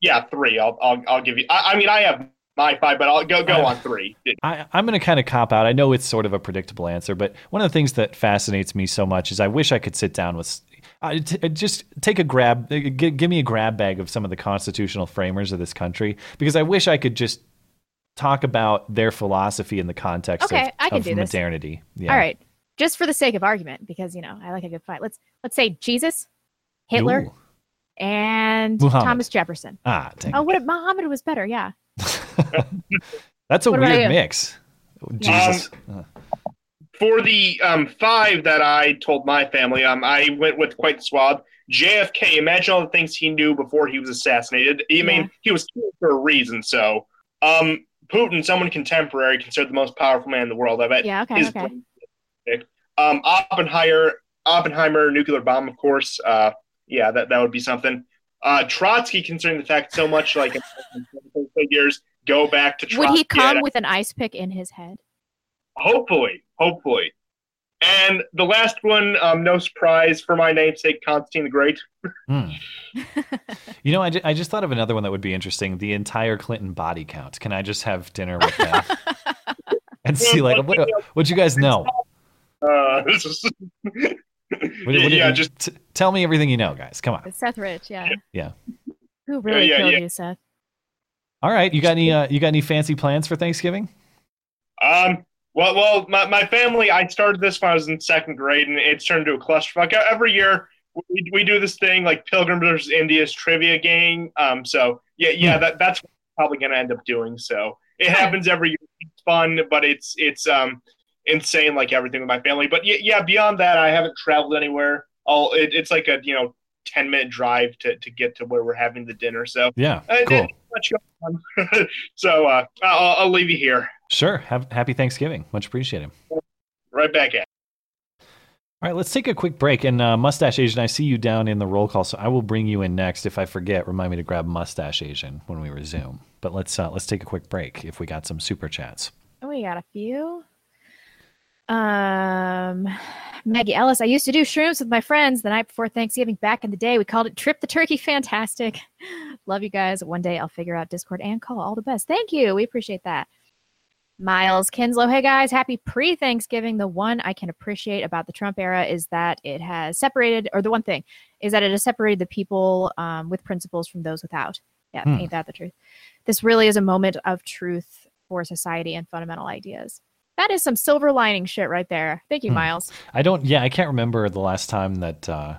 S12: Yeah, three. I'll, I'll, I'll give you. I, I mean, I have my five, but I'll go go on three.
S3: I, I'm going to kind of cop out. I know it's sort of a predictable answer, but one of the things that fascinates me so much is I wish I could sit down with. I t- I just take a grab, g- give me a grab bag of some of the constitutional framers of this country, because I wish I could just talk about their philosophy in the context of,
S5: Okay, I can
S3: of
S5: do this.
S3: modernity. Yeah.
S5: All right. Just for the sake of argument, because you know I like a good fight. Let's let's say Jesus, Hitler,
S3: Ooh.
S5: and
S3: Muhammad.
S5: Thomas Jefferson.
S3: Ah, dang.
S5: Oh, what if Muhammad was better? Yeah.
S3: That's a
S5: what about
S3: weird
S5: you?
S3: mix. Jesus.
S12: Um,
S3: Uh,
S12: For the um, five that I told my family, um, I went with quite the swab. JFK, imagine all the things he knew before he was assassinated. I mean,
S5: Yeah.
S12: he was killed for a reason, so Um, Putin, someone contemporary, considered the most powerful man in the world. I bet.
S5: Yeah, okay,
S12: his
S5: okay.
S12: brain- Um, Oppenheimer, Oppenheimer, nuclear bomb, of course. Uh, yeah, that that would be something. Uh, Trotsky, considering the fact so much like figures go back to Trotsky.
S5: Would he come
S12: and-
S5: with an ice pick in his head?
S12: Hopefully, hopefully. And the last one, um, no surprise for my namesake, Constantine the Great.
S3: Hmm. Uh, you know, I, ju- I just thought of another one that would be interesting. The entire Clinton body count. Can I just have dinner with that
S12: [LAUGHS]
S3: and see like what what you guys know?
S12: Uh, [LAUGHS] this is-
S3: What- what-
S12: yeah, just
S3: t- tell me everything you know, guys. Come on.
S5: Seth Rich, yeah.
S3: Yeah.
S5: Who really
S12: yeah,
S5: killed
S12: yeah.
S5: you, Seth?
S3: All right. You got any uh, you got any fancy plans for Thanksgiving?
S12: um. Well, well, my, my family. I started this when I was in second grade, and it's turned into a clusterfuck. Every year, we, we do this thing like Pilgrim versus India's trivia game. Um. So yeah, yeah.
S3: Hmm.
S12: That that's what I'm probably gonna end up doing. So it happens every year. It's fun, but it's it's um insane like everything with my family. But yeah, yeah beyond that, I haven't traveled anywhere. All it, it's like a you know ten minute drive to to get to where we're having the dinner. So
S3: Yeah.
S12: Uh,
S3: Cool.
S12: much going on. [LAUGHS] so uh, I'll, I'll leave you here.
S3: Sure. Have happy Thanksgiving. Much appreciated.
S12: Right back at.
S3: All right, let's take a quick break. And uh, Mustache Asian, I see you down in the roll call, so I will bring you in next. If I forget, remind me to grab Mustache Asian when we resume. But let's uh, let's take a quick break if we got some super chats.
S5: Oh, we got a few. Um, Maggie Ellis, I used to do shrooms with my friends the night before Thanksgiving back in the day. We called it Trip the Turkey Fantastic. [LAUGHS] Love you guys. One day I'll figure out Discord and call. All the best. Thank you. We appreciate that. Miles Kinslow, hey guys, happy pre Thanksgiving. The one I can appreciate about the Trump era is that it has separated, or the one thing is that it has separated the people um, with principles from those without. Yeah,
S3: Hmm.
S5: ain't that the truth? This really is a moment of truth for society and fundamental ideas. That is some silver lining shit right there. Thank you,
S3: Hmm.
S5: Miles.
S3: I don't. Yeah, I can't remember the last time that. Uh,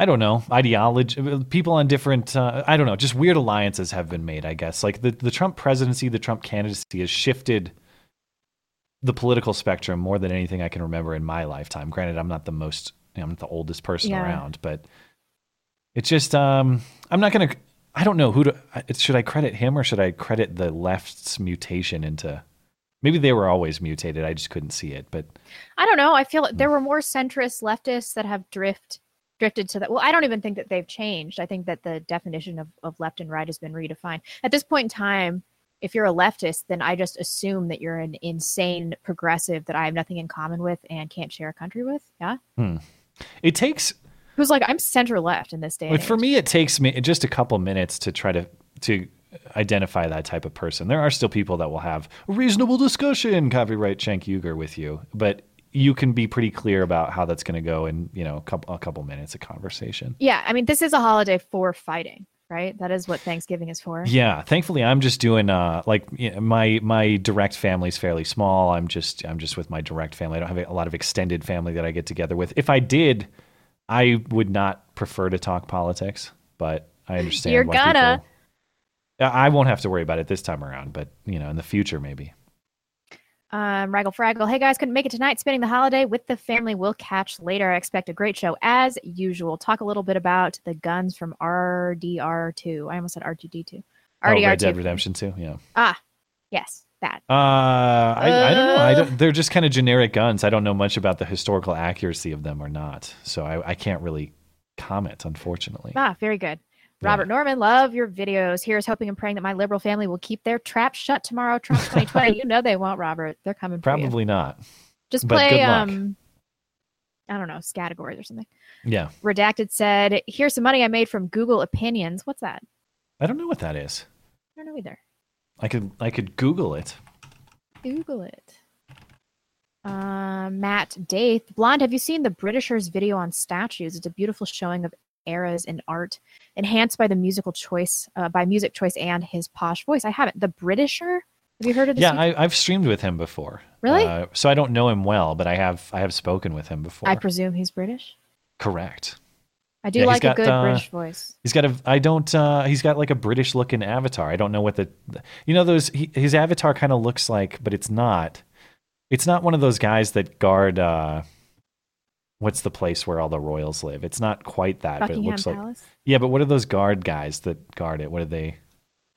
S3: I don't know ideology. People on different. Uh, I don't know. Just weird alliances have been made. I guess like the the Trump presidency, the Trump candidacy has shifted the political spectrum more than anything I can remember in my lifetime. Granted, I'm not the most. you know, I'm not the oldest person
S5: Yeah.
S3: around, but it's just. Um, I'm not gonna. I don't know who to. I- Should I credit him or should I credit the left's mutation into? Maybe they were always mutated. I just couldn't see it, but.
S5: I don't know. I feel
S3: Hmm.
S5: there were more centrist leftists that have drift drifted to that. Well, I don't even think that they've changed. I think that the definition of, of left and right has been redefined. At this point in time, if you're a leftist, then I just assume that you're an insane progressive that I have nothing in common with and can't share a country with. Yeah.
S3: Hmm. It takes
S5: Who's like, I'm center left in this day. and
S3: but for
S5: age."
S3: me. It takes me just a couple minutes to try to to identify that type of person. There are still people that will have a reasonable discussion, copyright Shank Uger with you, but you can be pretty clear about how that's going to go in you know a couple a couple minutes of conversation.
S5: Yeah. I mean, this is a holiday for fighting, right? That is what Thanksgiving is for.
S3: Yeah, thankfully I'm just doing uh like you know, my my direct family's fairly small. I'm just I'm just with my direct family. I don't have a lot of extended family that I get together with. If I did, I would not prefer to talk politics, but I understand
S5: You're
S3: why
S5: gonna.
S3: people- I I won't have to worry about it this time around, but you know, in the future maybe.
S5: Um, Raggle Fraggle. Hey guys, couldn't make it tonight. Spending the holiday with the family. We'll catch later. I expect a great show as usual. Talk a little bit about the guns from RDR2. I almost said R2D2.
S3: oh, Red Dead
S5: RDR2.
S3: Redemption 2, yeah.
S5: ah, yes, that.
S3: Uh, I, I don't know. I
S5: Uh.
S3: don't, they're just kind of generic guns. I don't know much about the historical accuracy of them or not, so I, I can't really comment, unfortunately.
S5: Ah, very good. Robert Norman, love your videos. Here's hoping and praying that my liberal family will keep their trap shut tomorrow, Trump
S3: [LAUGHS]
S5: 2020. you know they won't, Robert. They're coming for you.
S3: Probably not.
S5: Just
S3: but good
S5: play,
S3: luck.
S5: um, I don't know, categories or something.
S3: Yeah.
S5: Redacted said, "Here's some money I made from Google Opinions. What's that?
S3: I don't know what that is.
S5: I don't know either.
S3: I could I could Google it.
S5: Google it." Uh, Matt Daith, blonde. Have you seen the Britishers video on statues? It's a beautiful showing of eras in art, enhanced by the musical choice, uh, by music choice and his posh voice. I haven't. The Britisher. Have you heard of this?
S3: Yeah,
S5: YouTube-
S3: I, I've streamed with him before.
S5: Really?
S3: Uh, so I don't know him well, but I have I have spoken with him before.
S5: I presume he's British.
S3: Correct.
S5: I do
S3: Yeah, he's
S5: like
S3: got,
S5: a good
S3: uh,
S5: British voice.
S3: He's got a I don't uh, he's got like a British looking avatar. I don't know what the you know those he, his avatar kind of looks like, but it's not. It's not one of those guys that guard. Uh, what's the place where all the royals live? It's not quite that, but it
S5: Buckingham
S3: looks like
S5: Palace?
S3: yeah. But what are those guard guys that guard it? What are they?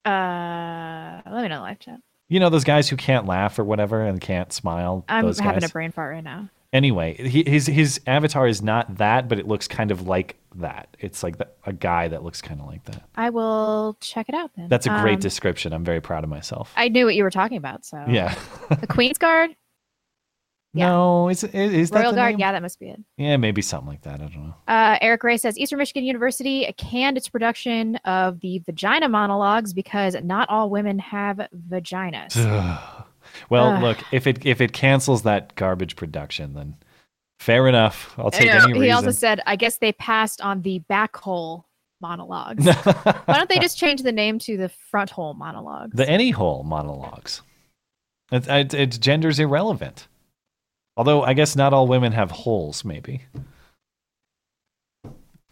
S5: Uh, let me know live chat.
S3: You know those guys who can't laugh or whatever and can't smile.
S5: I'm
S3: those
S5: having
S3: guys.
S5: a brain fart right now.
S3: Anyway, he, his his avatar is not that, but it looks kind of like that. It's like the, a guy that looks kind of like that.
S5: I will check it out then.
S3: That's a great
S5: Um, oh.
S3: description. I'm very proud of myself.
S5: I knew what you were talking about. So
S3: yeah.
S5: the Queen's Guard,
S3: [LAUGHS] No, is is, is that
S5: Royal
S3: the
S5: Guard.
S3: name?
S5: Yeah, that must be it.
S3: Yeah, maybe something like that. I don't know.
S5: Uh, Eric Ray says Eastern Michigan University canned its production of the vagina monologues because not all women have vaginas.
S3: [SIGHS] well,
S5: Ugh.
S3: look, if it if it cancels that garbage production, then fair enough. [LAUGHS] I'll take
S5: And uh,
S3: any
S5: he also
S3: reason.
S5: said, I guess they passed on the back hole
S3: [LAUGHS]
S5: monologues. Why don't they just change the name to the front hole monologue? [LAUGHS]
S3: the any hole monologues. It's it, it's gender's irrelevant. Although I guess not all women have holes. Maybe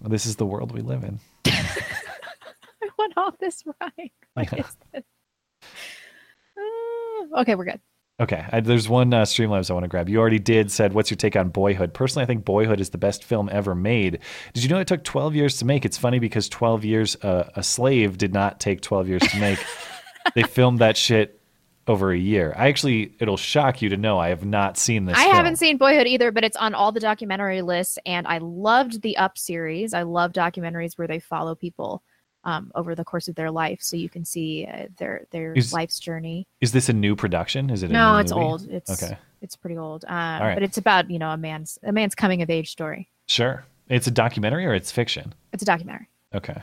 S3: this is the world we live in.
S5: I want all this right. What
S3: [LAUGHS] Yeah.
S5: is this? Uh, Okay, we're good.
S3: Okay, I, there's one uh, Streamlabs I want to grab. You already did said, "What's your take on Boyhood?" Personally, I think Boyhood is the best film ever made. Did you know it took 12 years to make? It's funny because 12 years uh, a slave did not take 12 years to
S5: [LAUGHS]
S3: make. they filmed that shit over a year. I actually, it'll shock you to know I have not seen this.
S5: I
S3: film.
S5: haven't seen Boyhood either, but it's on all the documentary lists, and I loved the Up series. I love documentaries where they follow people um, over the course of their life, so you can see uh, their their
S3: Is-
S5: life's journey.
S3: Is this a new production? Is it? A
S5: No,
S3: new
S5: it's
S3: movie?
S5: old. It's
S3: okay.
S5: it's pretty old, um,
S3: right.
S5: but it's about you know a man's a man's coming of age story.
S3: Sure, it's a documentary or it's fiction.
S5: It's a documentary.
S3: Okay.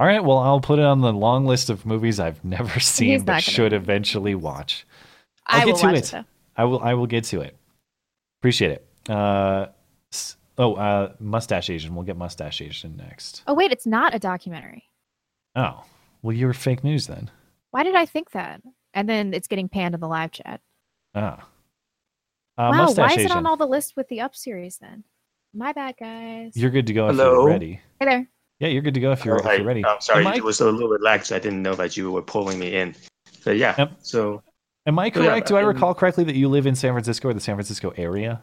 S3: All right. Well, I'll put it on the long list of movies I've [LAUGHS] never
S5: He's
S3: seen
S5: not gonna
S3: but should eventually watch.
S5: I
S3: I'll get
S5: will
S3: to
S5: watch it,
S3: it.
S5: though.
S3: I will. I will get to it. Appreciate it. Uh, s- oh, uh, mustache Asian. We'll get mustache Asian next.
S5: Oh wait, it's not a documentary.
S3: Oh, well, you're fake news then.
S5: Why did I think that? And then it's getting panned in the live chat.
S3: Ah. Uh,
S5: wow,
S3: mustache
S5: why is
S3: Asian.
S5: it on all the lists with the Up series then? My bad, guys.
S3: You're good to go if
S13: Hello?
S3: you're ready.
S5: Hey there.
S3: Yeah, you're good to go if you're, if
S13: Alright,
S3: you're ready.
S13: I'm sorry,
S3: Am I,
S13: it was a little relaxed. I didn't know that you were pulling me in. So yeah, so
S3: am I
S13: so, yeah,
S3: correct? Do I
S13: mean,
S3: recall correctly that you live in San Francisco or the San Francisco area?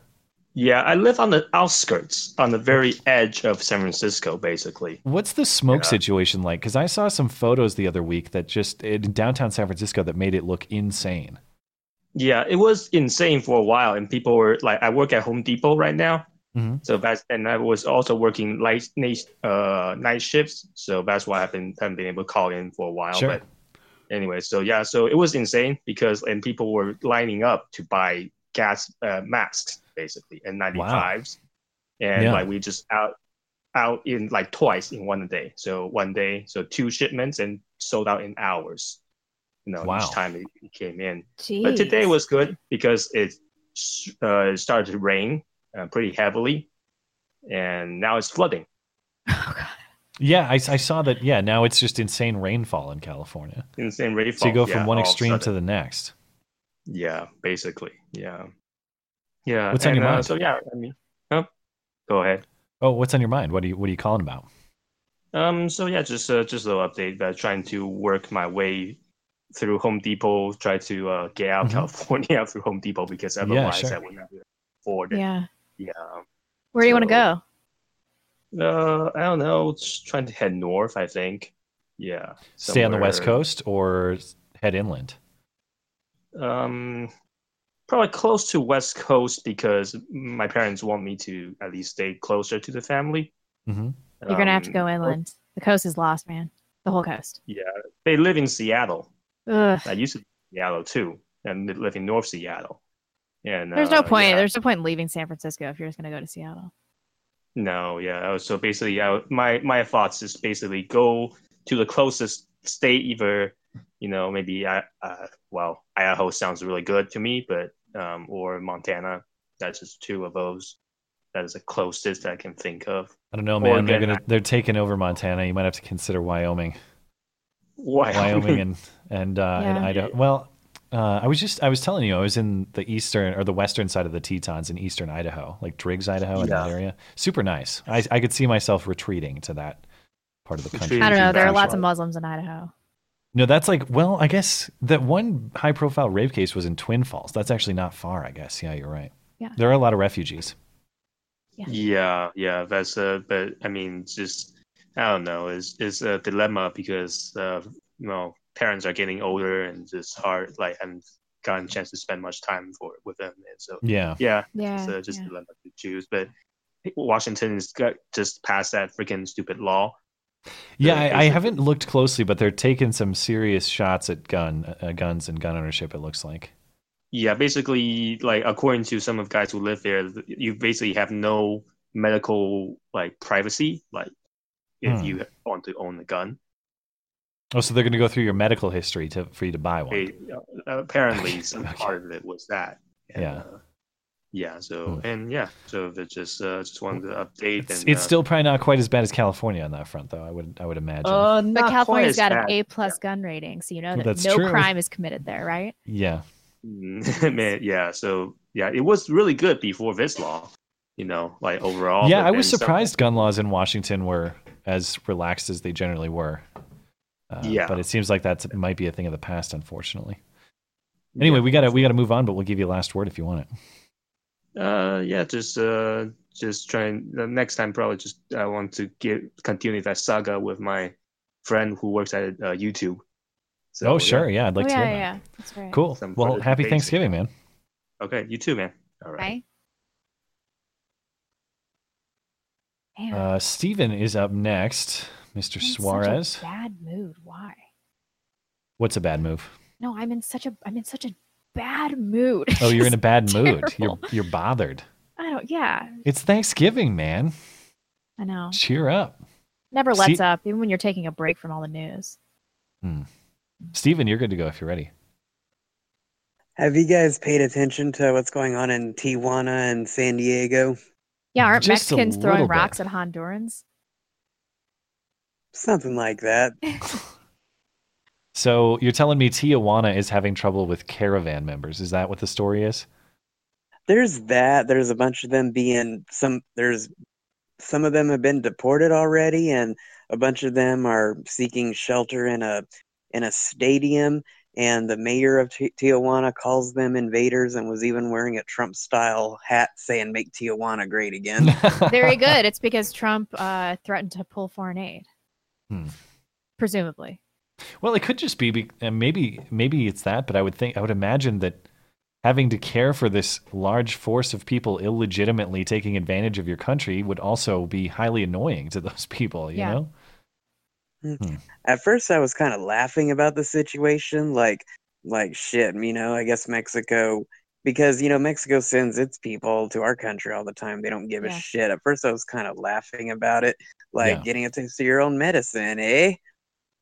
S13: Yeah, I live on the outskirts, on the very edge of San Francisco, basically.
S3: What's the smoke
S13: Yeah.
S3: situation like? Because I saw some photos the other week that just in downtown San Francisco that made it look insane.
S13: Yeah, it was insane for a while, and people were like, I work at Home Depot right now,
S3: Mhm.
S13: so that's and I was also working light night uh night shifts, so that's why I've been haven't been able to call in for a while.
S3: Sure.
S13: But anyway, so yeah, so it was insane because and people were lining up to buy gas uh, masks basically and 95s, and
S3: Yeah.
S13: like we just out out in like twice in one day, so one day, so two shipments and sold out in hours. You know,
S3: Wow.
S13: each time it, it came in. But today
S5: Jeez.
S13: was good because it s- uh, started to rain uh, pretty heavily, and now it's flooding.
S3: Yeah, I, I saw that. Yeah, now it's just insane rainfall in California.
S13: Insane rainfall.
S3: So you go from
S13: yeah,
S3: one
S13: all of a
S3: extreme to
S13: sudden.
S3: the next.
S13: yeah, basically, yeah, yeah.
S3: What's on
S13: and,
S3: your
S13: uh,
S3: mind?
S13: so yeah, I mean, huh? go ahead.
S3: Oh, what's on your mind? What are you What are you calling about?
S13: Um. So yeah, just uh, just a little update. But trying to work my way through Home Depot. Try to uh, get out of
S3: Mhm.
S13: California [LAUGHS] through Home Depot because otherwise
S3: sure.
S13: I would not be able to afford it.
S5: Yeah.
S13: Yeah.
S5: Where do you want to go?
S13: Uh, I don't know. Just trying to head north, I think. Yeah.
S3: Stay on the West
S13: somewhere-
S3: Coast or head inland?
S13: Um, probably close to West Coast because my parents want me to at least stay closer to the family.
S3: Mm-hmm.
S5: You're gonna have to
S13: Um, oh,
S5: go inland. The coast is lost, man. The whole coast.
S13: Yeah, they live in Seattle.
S5: Ugh.
S13: I used to live in Seattle too, and they live in North Seattle. And
S5: There's no
S13: uh,
S5: point.
S13: yeah.
S5: There's no point in leaving San Francisco if you're just gonna go to Seattle.
S13: No, yeah. So basically, I, my my thoughts is basically go to the closest state, either you know maybe I uh, well Idaho sounds really good to me, but um, or Montana. That's just two of those. That is the closest I can think of.
S3: I don't know,
S13: Or
S3: man. they're
S13: again,
S3: gonna they're taking over Montana. You might have to consider Wyoming,
S13: Wyoming.
S3: Wyoming, and and uh, and
S13: Yeah.
S3: Idaho. Well, uh, I was just I was telling you I was in the eastern or the western side of the Tetons in eastern Idaho, like Driggs, Idaho, in that
S13: Yeah.
S3: area. Super nice. I I could see myself retreating to that part of the country.
S5: I don't know. There are
S13: That's
S5: lots of
S13: right.
S5: Muslims in Idaho.
S3: No, that's like well, I guess that one high-profile rape case was in Twin Falls. That's actually not far, I guess. Yeah, you're right.
S5: Yeah.
S3: There are a lot of refugees.
S13: Yeah, yeah, that's uh, but I mean, just I don't know, it's it's a dilemma because uh, you know, parents are getting older and it's hard like and gotten a chance to spend much time for with them and so
S3: Yeah.
S13: yeah
S5: Yeah,
S13: so just dilemma to choose but washington's got just passed that freaking stupid law
S3: Yeah, I, I haven't looked closely, but they're taking some serious shots at gun uh, guns and gun ownership. It looks like.
S13: yeah basically like according to some of guys who live there you basically have no medical like privacy like if
S3: Hmm.
S13: you want to own a gun
S3: Oh, so they're going to go through your medical history to for you to buy one.
S13: They- uh,
S3: [LAUGHS]
S13: apparently some part of it was that
S3: yeah.
S13: yeah so and yeah so it's just uh just wanted to update
S3: Hmm. It's,
S13: and
S3: it's
S13: uh,
S3: still probably not quite as bad as California on that front, though. I would I would imagine.
S5: but
S13: California's
S5: California's got an
S13: bad.
S5: A plus gun rating, so you know
S3: Well,
S5: that
S3: that's
S5: no
S3: true.
S5: crime is committed there, right?
S3: yeah
S13: Mm, [LAUGHS] man, yeah so yeah it was really good before this law you know like overall
S3: yeah,
S13: but
S3: I was
S13: then some-
S3: surprised gun laws in Washington were as relaxed as they generally were. Uh,
S13: Yeah.
S3: but it seems like that might be a thing of the past, unfortunately. Anyway, we gotta we gotta move on, but we'll give you a last word if you want it.
S13: Uh, yeah, just uh, just trying. The next time, probably just I want to get continue that saga with my friend who works at uh, YouTube.
S3: oh sure, yeah, I'd like
S5: oh,
S3: to
S5: yeah,
S3: hear
S5: yeah,
S3: that.
S5: yeah. That's right.
S3: Cool.
S13: Some
S3: Well,
S13: further
S3: happy
S13: debates.
S3: Thanksgiving, man.
S13: Okay, you too, man. All right.
S5: Okay. Damn,
S3: Uh, Steven is up next, Mr.
S5: I'm in such a
S3: Suarez.
S5: bad mood. Why?
S3: What's a bad move?
S5: No, I'm in such a I'm in such a bad mood.
S3: Oh, you're
S5: [LAUGHS]
S3: in a
S5: It's
S3: bad mood. You're
S5: terrible.
S3: you're bothered.
S5: I don't. Yeah,
S3: It's Thanksgiving, man.
S5: I know.
S3: Cheer up,
S5: Never lets
S3: See-
S5: up, even when you're taking a break from all the news.
S3: Steven, You're good to go if you're ready.
S14: Have you guys paid attention to what's going on in Tijuana and San Diego?
S5: Yeah, aren't
S14: Just a
S5: Mexicans throwing
S14: little bit.
S5: rocks at Hondurans?
S14: Something like that.
S3: So you're telling me Tijuana is having trouble with caravan members? Is that what the story is?
S14: There's that. There's a bunch of them being some. There's some of them have been deported already, and a bunch of them are seeking shelter in a in a stadium. And the mayor of Ti- Tijuana calls them invaders, and was even wearing a Trump style hat saying "Make Tijuana Great Again."
S5: Very good. It's because Trump uh, threatened to pull foreign aid,
S3: Hmm.
S5: presumably.
S3: Well, it could just be, be and maybe maybe it's that, but I would think I would imagine that having to care for this large force of people illegitimately taking advantage of your country would also be highly annoying to those [LAUGHS] people. You
S14: Yeah.
S3: know? Hmm.
S14: at first I was kind of laughing about the situation, like like shit, you know, I guess Mexico because you know Mexico sends its people to our country all the time. They don't give
S5: Yeah.
S14: a shit. At first I was kind of laughing about it, like
S5: Yeah.
S14: getting a taste of your own medicine, eh?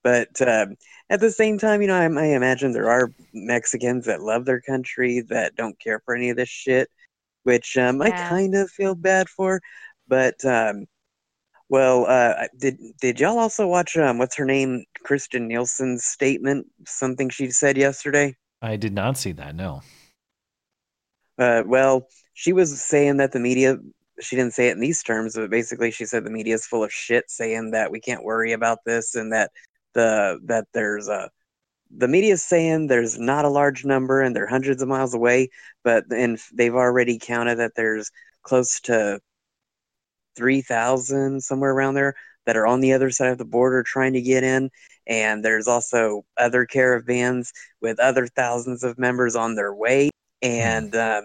S14: But um, at the same time, you know, I, I imagine there are Mexicans that love their country that don't care for any of this shit, which um, I
S15: Yeah.
S14: kind of feel bad for. But um, well, uh, I- did did y'all also watch um, what's her name, Kristen Nielsen's statement? Something she said yesterday.
S3: I did not see that. No.
S14: Uh, well, she was saying that the media. She didn't say it in these terms, but basically, she said the media is full of shit, saying that we can't worry about this and that the that there's a the media's saying there's not a large number and they're hundreds of miles away, but and they've already counted that there's close to three thousand somewhere around there that are on the other side of the border trying to get in, and there's also other caravans with other thousands of members on their way.
S3: Hmm.
S14: And um,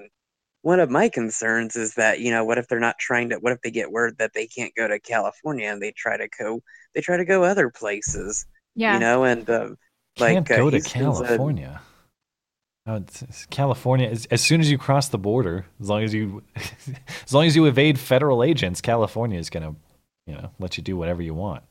S14: one of my concerns is that you know what if they're not trying to what if they get word that they can't go to California and they try to go they try to go other places.
S5: Yeah.
S14: You know, and um,
S3: Can't
S14: like uh,
S3: go to
S14: Houston's a-
S3: California. Oh, it's, it's California. As, as soon as you cross the border, as long as you, [LAUGHS] as long as you evade federal agents, California is gonna, you know, let you do whatever you want.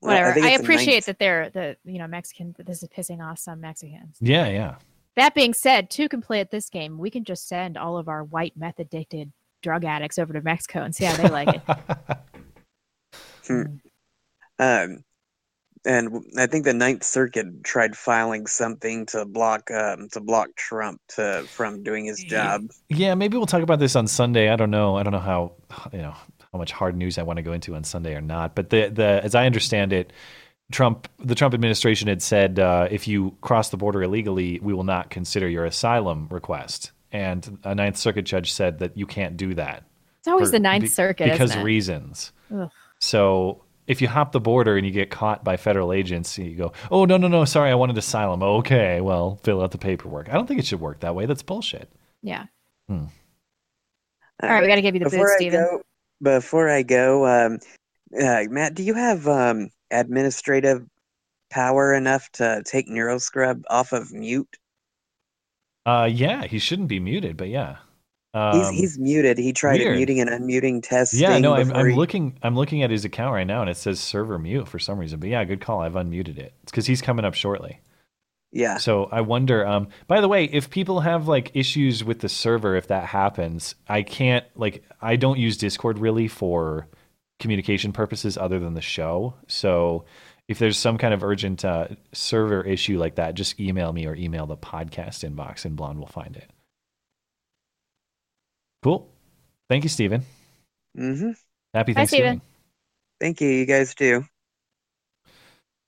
S14: Well, I
S5: Whatever.
S14: think
S5: I,
S14: it's a
S5: appreciate
S14: nice-
S5: that they're the you know Mexican. That this is pissing off some Mexicans.
S3: Yeah, yeah.
S5: That being said, two can play at this game. We can just send all of our white meth addicted drug addicts over to Mexico and see how they like it.
S14: Hmm. Um, and w- I think the Ninth Circuit tried filing something to block um, to block Trump to from doing his job.
S3: Yeah, maybe we'll talk about this on Sunday. I don't know. I don't know how you know how much hard news I want to go into on Sunday or not. But the the as I understand it, Trump the Trump administration had said uh, if you cross the border illegally, we will not consider your asylum request. And a Ninth Circuit judge said that you can't do that.
S5: It's always
S3: for-
S5: the Ninth Circuit,
S3: because
S5: isn't it?
S3: reasons.
S5: Ugh.
S3: So if you hop the border and you get caught by federal agents, you go, oh no no no, sorry, I wanted asylum. Okay, well, fill out the paperwork. I don't think it should work that way. That's bullshit.
S5: Yeah.
S3: Hmm.
S5: All right, we got to give you the
S14: Before
S5: bid,
S14: I
S5: Steven.
S14: go- Before I go, um, uh, Matt, do you have um, administrative power enough to take Neuroscrub off of mute?
S3: Uh, yeah, he shouldn't be muted, but yeah. Um,
S14: he's he's muted. He tried
S3: weird.
S14: muting and unmuting testing.
S3: yeah, no, I'm,
S14: before
S3: I'm
S14: he-
S3: looking. I'm looking at his account right now, and it says server mute for some reason. But yeah, good call. I've unmuted it because he's coming up shortly.
S14: Yeah.
S3: So I wonder. Um, by the way, if people have like issues with the server, if that happens, I can't like I don't use Discord really for communication purposes other than the show. So if there's some kind of urgent uh, server issue like that, just email me or email the podcast inbox, and Blonde will find it. Cool. Thank you, Steven.
S14: Mm-hmm.
S3: Happy
S14: Bye,
S3: Thanksgiving.
S14: Steven. Thank you. You guys too.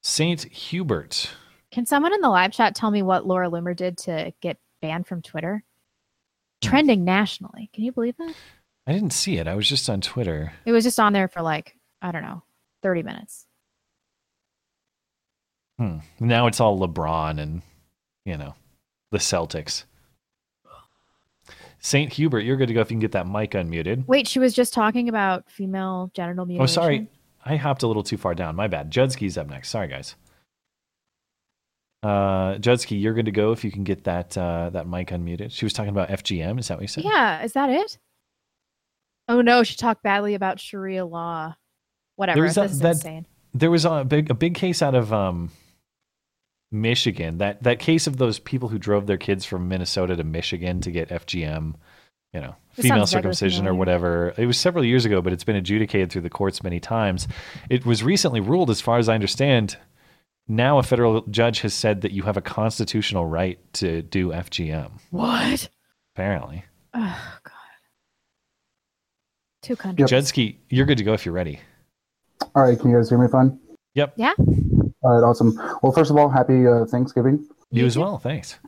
S3: Saint Hubert.
S5: Can someone in the live chat tell me what Laura Loomer did to get banned from Twitter?
S3: Hmm.
S5: Trending nationally. Can you believe that?
S3: I didn't see it. I was just on Twitter.
S5: It was just on there for like, I don't know, 30 minutes.
S3: Hmm. Now it's all LeBron and you know the Celtics. Saint Hubert, you're good to go if you can get that mic unmuted.
S5: Wait, she was just talking about female genital mutilation.
S3: Oh, sorry, I hopped a little too far down. My bad. Judski's up next. Sorry, guys. Uh, Judski, you're good to go if you can get that uh, that mic unmuted. She was talking about FGM. Is that what you said?
S5: Yeah, is that it? Oh no, she talked badly about Sharia law. Whatever. This is insane.
S3: There was a big a big case out of um, Michigan. That that case of those people who drove their kids from Minnesota to Michigan to get FGM, you know,
S1: This
S3: female
S1: sounds vaguely
S3: circumcision or
S1: familiar.
S3: whatever. It was several years ago, but it's been adjudicated through the courts many times. It was recently ruled, as far as I understand. Now a federal judge has said that you have a constitutional right to do FGM.
S5: What?
S3: Apparently,
S5: Oh god. Two countries.
S3: Judski, you're good to go if you're ready.
S15: All right, can you guys hear me fine?
S3: Yep.
S5: Yeah.
S15: All right, awesome. Well, first of all, happy uh, Thanksgiving.
S3: You as well. Thanks.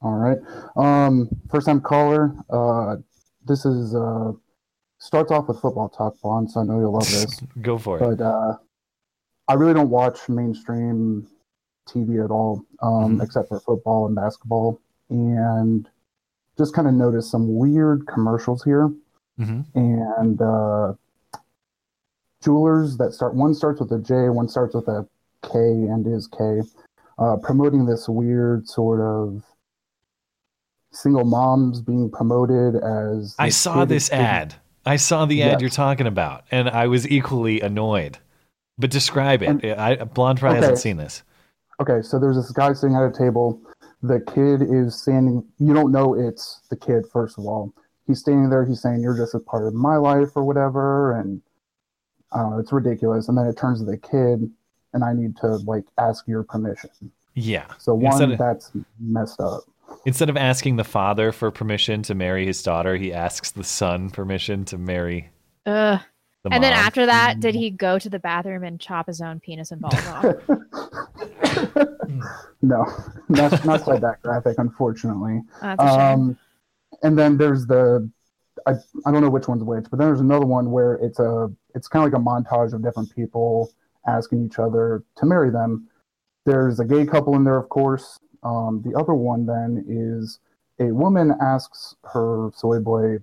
S15: All right. Um, first time caller. Uh, this is uh, starts off with football talk, Bond. So I
S3: [LAUGHS]
S15: know you'll love this.
S3: Go for it.
S15: but uh, I really don't watch mainstream TV at all,
S3: Mm-hmm.
S15: um, except for football and basketball, and just kind of noticed some weird commercials here
S3: Mhm.
S15: and uh, jewelers that start one starts with a J, one starts with a K, and is K, uh, promoting this weird sort of single moms being promoted as
S3: I
S15: this
S3: saw this
S15: creative-
S3: ad. I saw the ad
S15: Yes.
S3: you're talking about, and I was equally annoyed. But describe it. I, Blonde probably
S15: Okay.
S3: hasn't seen this.
S15: Okay, so there's this guy sitting at a table. The kid is standing. You don't know it's the kid, first of all. He's standing there. He's saying, You're just a part of my life or whatever. And I don't know, it's ridiculous. And then it turns to the kid, and I need to like ask your permission.
S3: Yeah.
S15: So,
S3: instead
S15: one,
S3: of,
S15: that's messed up.
S3: instead of asking the father for permission to marry his daughter, he asks the son permission to marry.
S5: Ugh.
S3: The Mm-hmm.
S5: and then
S3: mom.
S5: after that, did he go to the bathroom and chop his own penis
S3: [LAUGHS]
S5: and balls off?
S15: No, [LAUGHS] not, not quite that graphic, unfortunately.
S5: Oh,
S15: Um,
S5: That's a shame.
S15: and then there's the I, I don't know which one's which, but then there's another one where it's a it's kind of like a montage of different people asking each other to marry them. There's a gay couple in there, of course. Um, the other one then is a woman asks her soy boy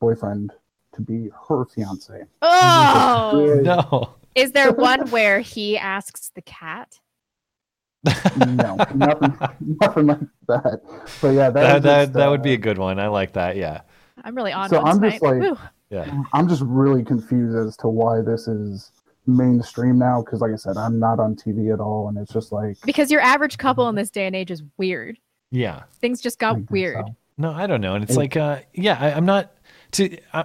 S15: boyfriend to be her fiance.
S5: Oh
S3: no,
S5: Is there one where he asks the cat?
S15: no, nothing, [LAUGHS] nothing like that. But yeah, that
S3: That,
S15: was
S3: that,
S15: just,
S3: that
S15: uh,
S3: would be a good one. I like that. Yeah.
S5: I'm really on
S15: so
S5: one
S15: I'm
S5: tonight.
S15: just like,
S5: Woo.
S3: Yeah.
S15: I'm just really confused as to why this is mainstream now. Because, like I said, I'm not on TV at all, and it's just like,
S5: because your average couple
S15: Mm-hmm.
S5: in this day and age is weird.
S3: Yeah.
S5: Things just got weird.
S3: No, I don't know. And it's like, uh, yeah, I, I'm not to uh,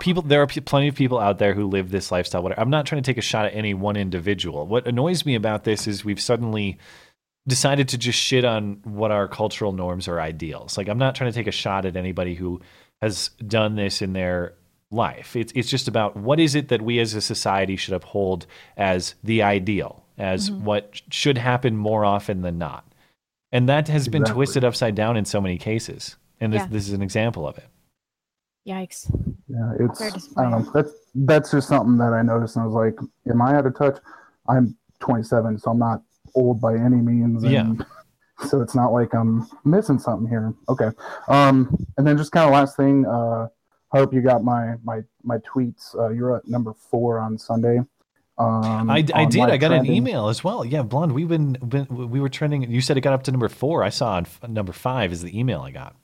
S3: people. There are p- plenty of people out there who live this lifestyle. Whatever. I'm not trying to take a shot at any one individual. What annoys me about this is we've suddenly decided to just shit on what our cultural norms or ideals. Like, I'm not trying to take a shot at anybody who has done this in their life. It's it's just about what is it that we as a society should uphold as the ideal, as
S1: Mhm.
S3: what should happen more often than not. And that has been
S1: Exactly.
S3: twisted upside down in so many cases. And this,
S5: Yeah.
S3: this is an example of it.
S5: Yikes.
S15: Yeah,
S5: Fair
S15: it's I
S5: display.
S15: don't know. That's that's just something that I noticed, and I was like, "Am I out of touch?" I'm 27, so I'm not old by any means. And
S3: Yeah.
S15: [LAUGHS] So it's not like I'm missing something here. Okay. Um, and then just kind of last thing. Uh, I hope you got my my my tweets. Uh, you're at number four on Sunday. Um,
S3: I, I
S15: on
S3: did.
S15: live
S3: I got an
S15: trending.
S3: email as well. Yeah, blonde. We've been, been we were trending. You said it got up to number four. I saw on f- number five is the email I got.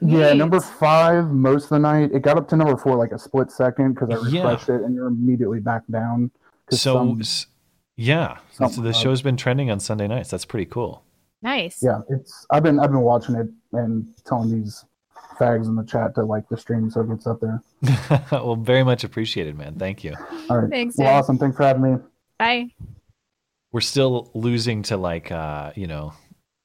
S15: Yeah, number five most of the night. It got up to number four like a split second because I
S3: Yeah.
S15: refreshed it, and you're immediately back down. 'Cause
S3: So
S15: some-
S3: s- yeah,
S15: some-
S3: so the show's been trending on Sunday nights. That's pretty cool. [LAUGHS]
S5: Nice.
S15: Yeah, it's I've been I've been watching it and telling these fags in the chat to like the stream so it gets up there.
S3: well, very much appreciated, man. Thank you.
S15: All right.
S5: Thanks,
S15: Well,
S5: Ed.
S15: awesome. Thanks for having me.
S5: Bye.
S3: We're still losing to like uh, you know,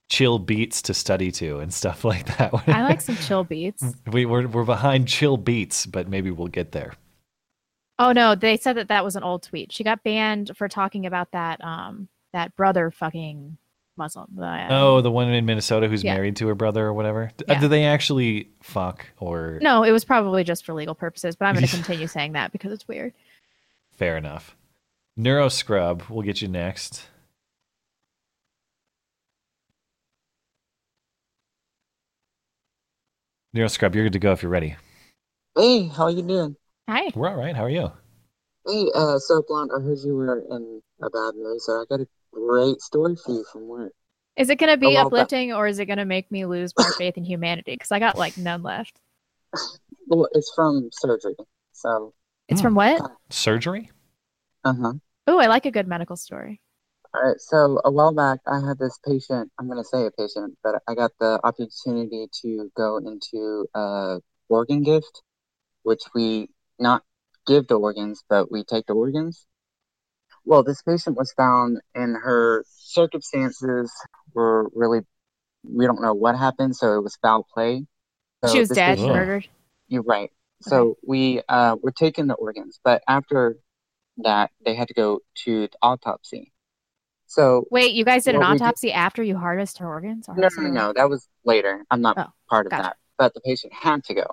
S3: chill beats to study to and stuff [LAUGHS] like that.
S5: I like some chill beats.
S15: Mm.
S3: we we're, we're behind chill beats, but maybe we'll get there.
S5: Oh no, they said that that was an old tweet. She got banned for talking about that um that brother fucking Muslim. The-
S3: Oh, the one in Minnesota who's
S5: Um, Yeah.
S3: married to her brother or whatever. D- uh,
S5: Yeah.
S3: Do they actually fuck or
S5: No, it was probably just for legal purposes, but I'm going to continue saying that because it's weird.
S3: Fair enough. Neuroscrub, we'll get you next. Neuroscrub, you're good to go if you're ready.
S16: Hey, how you doing?
S5: Hi.
S3: We're all right. How are you?
S16: Hey, uh, so blonde, I heard you were in a bad mood, so I got a great story for you from work.
S5: Is it going to
S16: Oh,
S5: be
S16: well, that-
S5: uplifting or is it going to make me lose my faith in humanity? Because I got like none left.
S16: Well, it's from surgery, so
S5: It's from
S15: [GASPS]
S5: what?
S3: Surgery?
S16: Uh huh.
S5: Oh, I like a good medical story.
S16: All right, so a while back, I had this patient. I'm going to say a patient, but I got the opportunity to go into uh, organ gift, which we not give the organs, but we take the organs. Well, this patient was found, and her circumstances were really, we don't know what happened, so it was foul play. So
S15: Oh,
S5: she was
S16: this
S5: dead,
S16: patient-
S5: murdered.
S16: You're right. So we uh, were taking the organs, but after that, they had to go to the autopsy. So
S5: Wait, you guys did an
S16: what we did-
S5: autopsy after you harvest her organs? Or
S16: no,
S5: harvest
S16: no,
S5: her-
S16: no, that was later. I'm not part of that. But the patient had to go.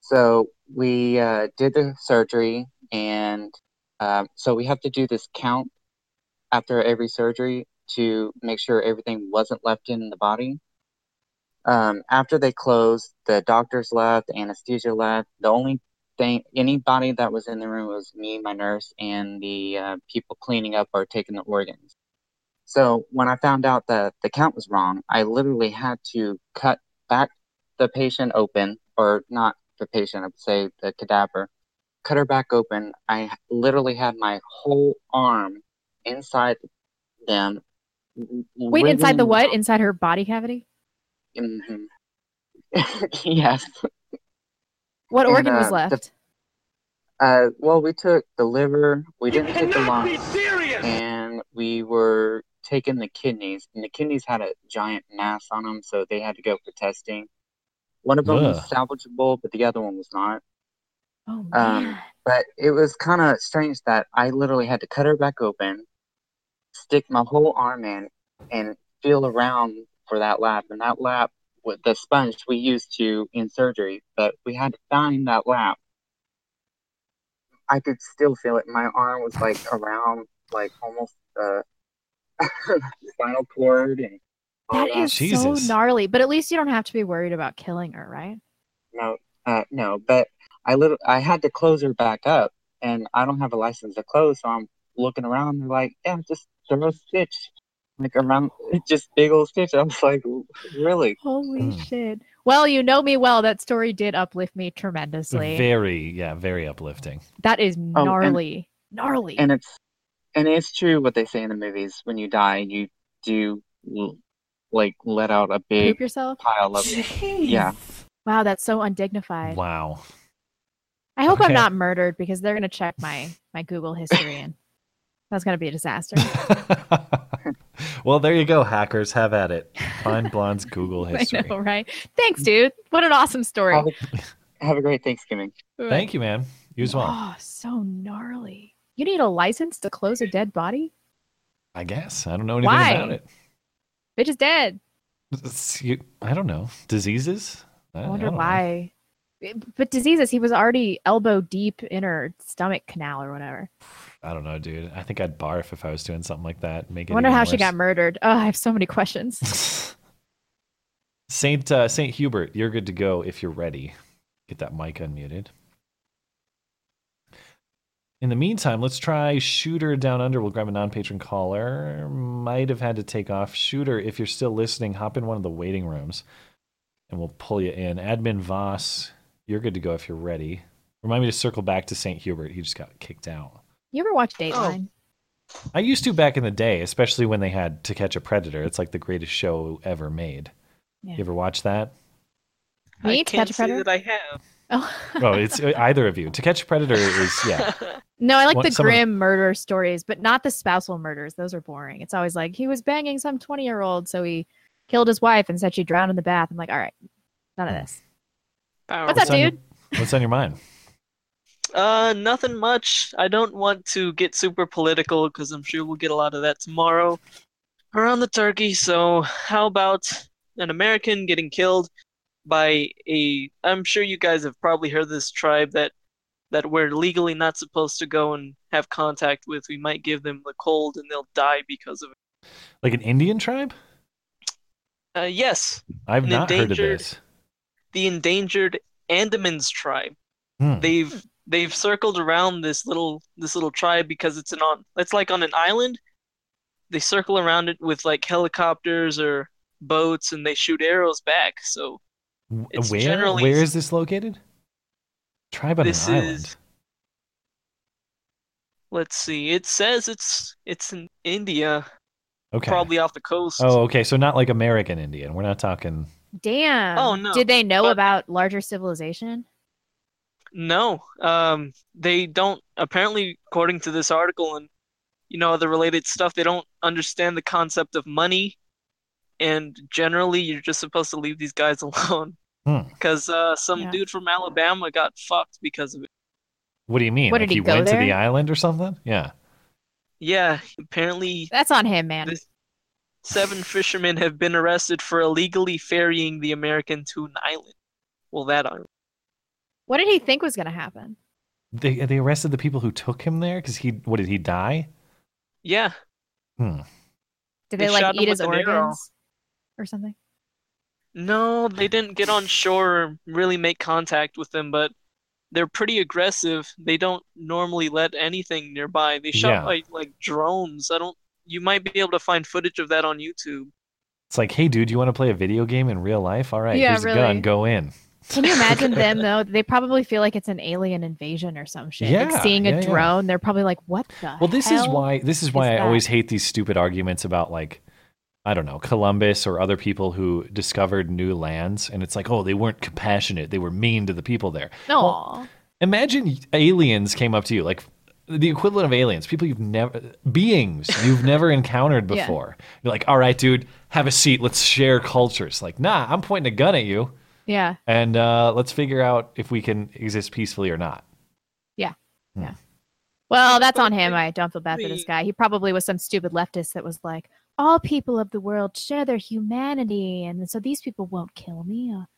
S16: So we uh, did the surgery, and um, so we have to do this count after every surgery to make sure everything wasn't left in the body. Um, after they closed, the doctors left, the anesthesia left. The only thing, anybody that was in the room was me, my nurse, and the uh, people cleaning up or taking the organs. So when I found out that the count was wrong, I literally had to cut back the patient open, or not the patient, I would say the cadaver, cut her back open. I literally had my whole arm inside them.
S5: Wait, inside the what? Inside her body cavity?
S16: Mhm. [LAUGHS] yes.
S5: What
S16: And,
S5: organ was
S16: uh, the-
S5: left?
S16: uh, well, we took the liver, we didn't take the lungs, and we were taking the kidneys, and the kidneys had a giant mass on them, so they had to go for testing. One of them was salvageable, but the other one was not.
S5: Oh,
S16: Um, but it was kind of strange that I literally had to cut her back open, stick my whole arm in, and feel around for that lap. And that lap, with the sponge we used to in surgery, but we had to find that lap. I could still feel it. My arm was like around, like almost the [LAUGHS] spinal cord, and all
S5: that is so gnarly. But at least you don't have to be worried about killing her, right?
S16: No, uh, no, but I little I had to close her back up, and I don't have a license to close, so I'm looking around. And they're like, "Yeah, just throw a stitch, like around, [LAUGHS] just big old stitch." I was like, "Really?"
S5: Holy shit. Well, you know me well. That story did uplift me tremendously.
S3: Very, yeah, very uplifting.
S5: that is
S16: Oh, and-
S5: gnarly. gnarly.
S16: And it's and it's true what they say in the movies: when you die, you do l- like let out a big
S5: Poop yourself?
S16: pile of yeah.
S5: Wow, that's so undignified.
S3: Wow.
S5: I hope I'm
S16: Okay.
S5: not murdered because they're gonna check my my Google history and that's gonna be a disaster.
S3: Well, there you go, hackers. Have at it. Find
S5: [LAUGHS]
S3: Blonde's Google
S5: I
S3: history.
S5: know, right? Thanks, dude. What an awesome story.
S16: Have a great Thanksgiving.
S3: Thank you, man. You as
S5: [GASPS]
S3: well.
S5: Oh, so gnarly. You need a license to close a dead body?
S3: I guess. I don't know anything
S5: Why?
S3: about it.
S5: Bitch is dead.
S3: It's- you- I don't know. Diseases? I,
S5: I wonder
S3: don't know.
S5: why. But diseases, he was already elbow deep in her stomach canal or whatever.
S3: I don't know, dude. I think I'd barf if I was doing something like that. Make it
S5: I wonder
S3: even
S5: how she
S3: worse.
S5: got murdered. Oh, I have so many
S3: [LAUGHS]
S5: questions.
S3: Saint uh, Saint Hubert, you're good to go if you're ready. Get that mic unmuted. In the meantime, let's try Shooter Down Under. We'll grab a non-patron caller. Might have had to take off. Shooter, if you're still listening, hop in one of the waiting rooms, and we'll pull you in. Admin Voss, you're good to go if you're ready. Remind me to circle back to Saint Hubert. He just got kicked out.
S5: you ever watch Dateline?
S3: I used to back in the day, especially when they had To Catch a Predator. It's like the greatest show ever made.
S5: Yeah.
S3: You ever watch that?
S5: We need to
S17: can't
S5: catch a
S17: say
S5: predator.
S17: that Oh, I have.
S5: Oh.
S3: Oh, it's either of you. To Catch a Predator is yeah.
S5: [LAUGHS] No, I like
S3: What-
S5: the
S3: some of-
S5: grim murder stories, but not the spousal murders. Those are boring. It's always like he was banging some 20 year old, so he killed his wife and said she drowned in the bath. I'm like, all right, none of
S3: Hmm.
S5: this. What's up,
S3: on your-
S5: dude?
S3: what's on your mind?
S17: Uh, nothing much. I don't want to get super political because I'm sure we'll get a lot of that tomorrow around the turkey. So, how about an American getting killed by a? I'm sure you guys have probably heard this tribe that that we're legally not supposed to go and have contact with. We might give them the cold and they'll die because of it.
S3: Like an Indian tribe?
S17: Uh, yes,
S3: I've
S17: an
S3: not heard of
S17: endangered-
S3: this.
S17: the endangered Andamans tribe.
S3: Hmm.
S17: They've they've circled around this little this little tribe because it's an on it's like on an island. They circle around it with like helicopters or boats and they shoot arrows back. So
S3: W-
S17: It's
S3: where
S17: generally-
S3: where is this located? Tribe on
S17: This
S3: an
S17: is-
S3: island.
S17: let's see. It says it's it's in India,
S3: Okay.
S17: probably off the coast.
S3: Oh, okay. So not like American Indian. We're not talking.
S5: Damn.
S17: Oh, no,
S5: Did they know about larger civilization?
S17: No, um, they don't. Apparently, according to this article and you know other related stuff, they don't understand the concept of money, and generally, you're just supposed to leave these guys [LAUGHS] alone
S3: Hmm.
S17: because uh, some
S5: Yeah.
S17: dude from Alabama got fucked because of it.
S3: What do you mean?
S17: What,
S3: like
S17: did he go
S3: went to the
S17: there?
S3: island or something? Yeah.
S17: Yeah, apparently,
S5: that's on him, man.
S17: Seven fishermen have been arrested for illegally ferrying the American to an island. Well, that island.
S5: What did he think was going to happen?
S3: They they arrested the people who took him there because he what did he die?
S17: Yeah.
S3: Hmm.
S5: Did
S17: They
S5: they, like
S17: shot him
S5: eat his
S17: with an arrow.
S5: organs or something?
S17: No, they didn't get on shore or really make contact with them, but they're pretty aggressive. They don't normally let anything nearby. They shot
S3: Yeah.
S17: like like drones. I don't. You might be able to find footage of that on YouTube.
S3: It's like, hey, dude, you want to play a video game in real life? All right,
S5: Yeah,
S3: here's a
S5: really.
S3: gun. Go in.
S5: Can you
S3: [LAUGHS]
S5: imagine them though? They probably feel like it's an alien invasion or some shit.
S3: Yeah,
S5: like seeing a
S3: yeah, yeah.
S5: drone, they're probably like, "What the?"
S3: Well, this is
S5: hell?"
S3: why this is why I
S5: that?
S3: always hate these stupid arguments about like I don't know, Columbus or other people who discovered new lands and it's like, "Oh, they weren't compassionate. They were mean to the people there."
S5: No.
S3: Imagine aliens came up to you, like the equivalent of aliens, people you've never beings you've never encountered
S5: [LAUGHS] Yeah.
S3: before. You're like, "All right, dude, have a seat. Let's share cultures." Like, "Nah, I'm pointing a gun at you."
S5: yeah,
S3: And uh, let's figure out if we can exist peacefully or not.
S5: yeah,
S3: Hmm.
S5: yeah. Well, that's on him. I don't feel bad for this guy. He probably was some stupid leftist that was like, "All people of the world share their humanity, and so these people won't kill me." I'll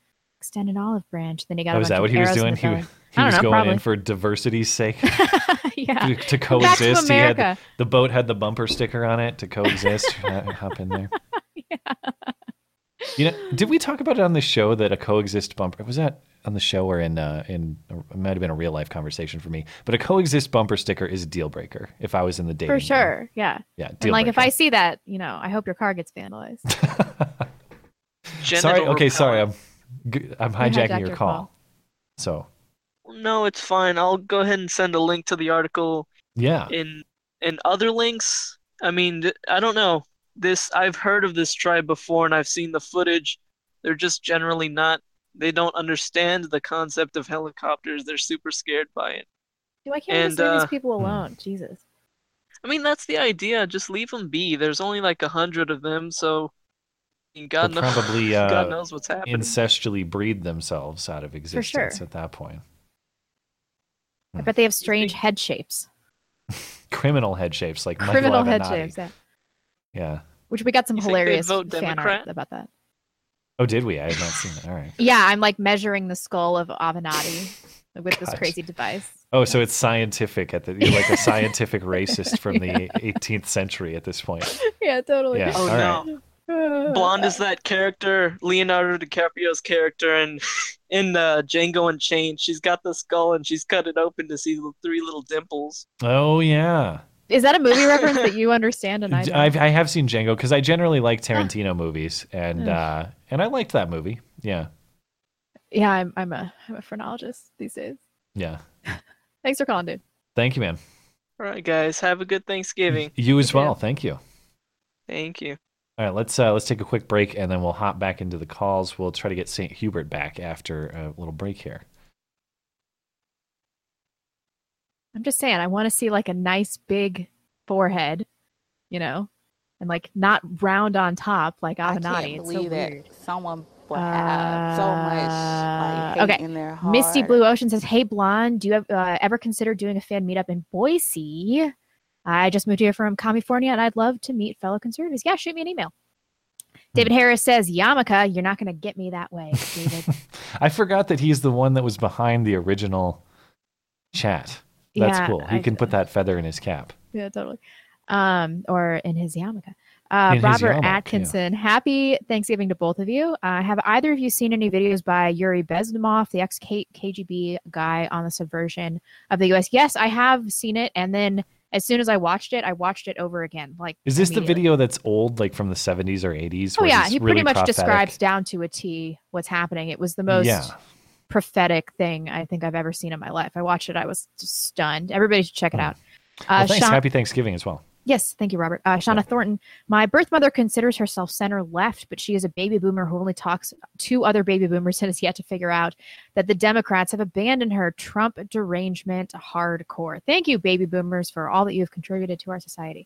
S5: extend an olive branch. Then he got.
S3: Oh,
S5: a
S3: is
S5: bunch
S3: that
S5: of
S3: what he was
S5: arrows in
S3: doing?
S5: the
S3: He,
S5: belly.
S3: was- he
S5: I don't
S3: was
S5: know,
S3: going
S5: probably.
S3: in for diversity's sake
S5: [LAUGHS] yeah.
S3: to, to
S5: Go back to
S3: coexist. He had-
S5: America.
S3: the boat had the bumper sticker on it to
S5: [LAUGHS]
S3: coexist. Uh, Hop in there. You know, did we talk about it on the show that a coexist bumper was that on the show or in uh, in it might have been a real life conversation for me, but a coexist bumper sticker is a deal breaker if I was in the dating.
S5: For sure. Yeah.
S3: Yeah,
S5: And
S3: deal
S5: like if
S3: breaker.
S5: I see that, you know, I hope your car gets vandalized.
S3: [LAUGHS] sorry.
S17: Genital
S3: Okay. Sorry. I'm g- I'm
S5: You
S3: hijacking
S5: hijacked
S3: your
S5: your
S3: call.
S5: call.
S3: So
S17: No, it's fine. I'll go ahead and send a link to the article.
S3: Yeah.
S17: In in other links, I mean, th- I don't know. This I've heard of this tribe before, and I've seen the footage. They're just generally not. They don't understand the concept of helicopters. They're super scared by it.
S5: Do I can't we
S17: And,
S5: just leave
S17: uh,
S5: these people
S3: Hmm.
S5: alone? Jesus.
S17: I mean, that's the idea. Just leave them be. There's only like a hundred of them, so I mean, God
S3: they'll
S17: knows.
S3: probably
S17: [LAUGHS]
S3: uh,
S17: God knows what's happening.
S3: incestually breed themselves out of existence
S5: sure.
S3: at that point. Hmm.
S5: I bet they have strange head shapes.
S3: Criminal head shapes like Michael
S5: Criminal head
S3: Avenatti.
S5: shapes, yeah.
S3: Yeah.
S5: Which we got some
S17: think they'd
S5: hilarious
S17: vote
S5: fan art
S17: Democrat?
S5: about that.
S3: Oh, did we? I had not seen it. All
S5: [LAUGHS]
S3: right.
S5: Yeah, I'm like measuring the skull of Avenatti with this
S3: God.
S5: crazy device.
S3: Oh, so it's scientific at the you're like a
S5: [LAUGHS]
S3: scientific racist from the 18th century at this point.
S5: Yeah, totally.
S3: Yeah,
S17: oh
S3: all right.
S17: no. Blonde is that character, Leonardo DiCaprio's character, and in [LAUGHS] uh, Django Unchained, she's got the skull and she's cut it open to see the three little dimples.
S3: Oh yeah.
S5: Is that a movie reference that you understand and I Ah.
S3: D-
S5: don't?
S3: [LAUGHS] I've, I have seen Django because I generally like Tarantino movies, and
S5: Oh.
S3: uh, and I liked that movie. Yeah,
S5: Yeah, I'm I'm a I'm a phrenologist these days.
S3: yeah.
S5: Thanks for calling, dude.
S3: Thank you, man.
S17: All right, guys, have a good
S3: [LAUGHS]
S17: Thanksgiving.
S3: You as well. Thank you.
S17: Thank you.
S3: All right, let's uh, let's take a quick break, and then we'll hop back into the calls. We'll try to get Saint Hubert back after a little break here.
S5: I'm just saying I want to see like a nice big forehead, you know, and like not round on top like Avenatti.
S18: I can't
S5: it's so
S18: believe it.
S5: weird.
S18: Someone would have so much
S5: Uh,
S18: like, hate in their heart.
S5: Misty Blue Ocean says, "Hey, blonde, do you have, uh, ever consider doing a fan meetup in Boise? I just moved here from California, and I'd love to meet fellow conservatives. Yeah, shoot me an email." David Harris says, "Yamaka, you're not going to get me that way, David."
S3: I forgot that he's the one that was behind the original chat. That's
S5: Yeah,
S3: cool. He
S5: I-
S3: can put that feather in his cap.
S5: yeah, totally. Um, or in his yarmulke. Uh,
S3: In his
S5: Robert
S3: yarmulke, yeah.
S5: Atkinson, happy Thanksgiving to both of you. Uh, have either of you seen any videos by Yuri Bezdomov, the ex KGB guy on the subversion of the U.S.? Yes, I have seen it, and then as soon as I watched it, I watched it over again. Like,
S3: Is this the
S5: immediately.
S3: video that's old, like from the 70s or 80s?
S5: Oh
S3: where
S5: yeah,
S3: he's
S5: he
S3: really
S5: pretty much
S3: prophetic?
S5: describes down to a T what's happening. It was the most
S3: Yeah.
S5: prophetic thing I think I've ever seen in my life. I watched it, I was just stunned. Everybody should check it out.
S3: Well, thanks.
S5: uh, Sean-
S3: Happy Thanksgiving as well.
S5: Yes, thank you, Robert. Uh, Shauna Thornton. My birth mother considers herself center left, but she is a baby boomer who only talks to other baby boomers and has yet to figure out that the Democrats have abandoned her Trump derangement hardcore. Thank you, baby boomers, for all that you have contributed to our society.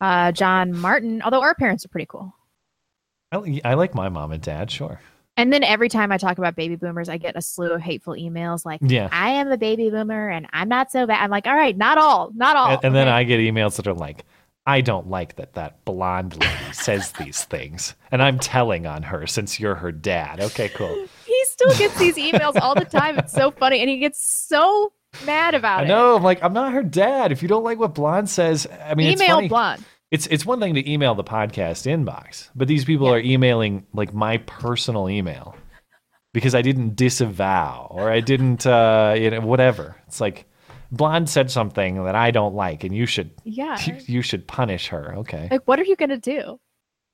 S5: uh, John Martin. Although our parents are pretty cool.
S3: I, li- I like my mom and dad, sure.
S5: And then every time I talk about baby boomers, I get a slew of hateful emails like,
S3: Yeah.
S5: I am a baby boomer and I'm not so bad. I'm like, all right, not all, not all.
S3: and, and then I get emails that are like, I don't like that that blonde lady says these things, and I'm telling on her since you're her dad. Okay, cool.
S5: he still gets these emails all the time. It's so funny, and he gets so mad
S3: I
S5: about it.
S3: know. I'm like, I'm not her dad. If you don't like what blonde says, I mean, it's
S5: Email
S3: funny.
S5: blonde.
S3: It's it's one thing to email the podcast inbox, but these people are emailing like my personal email because I didn't disavow or I didn't, uh, you know, whatever. It's like blonde said something that I don't like, and you should,
S5: Yeah.
S3: you, you should punish her. Okay,
S5: Like, what are you gonna do?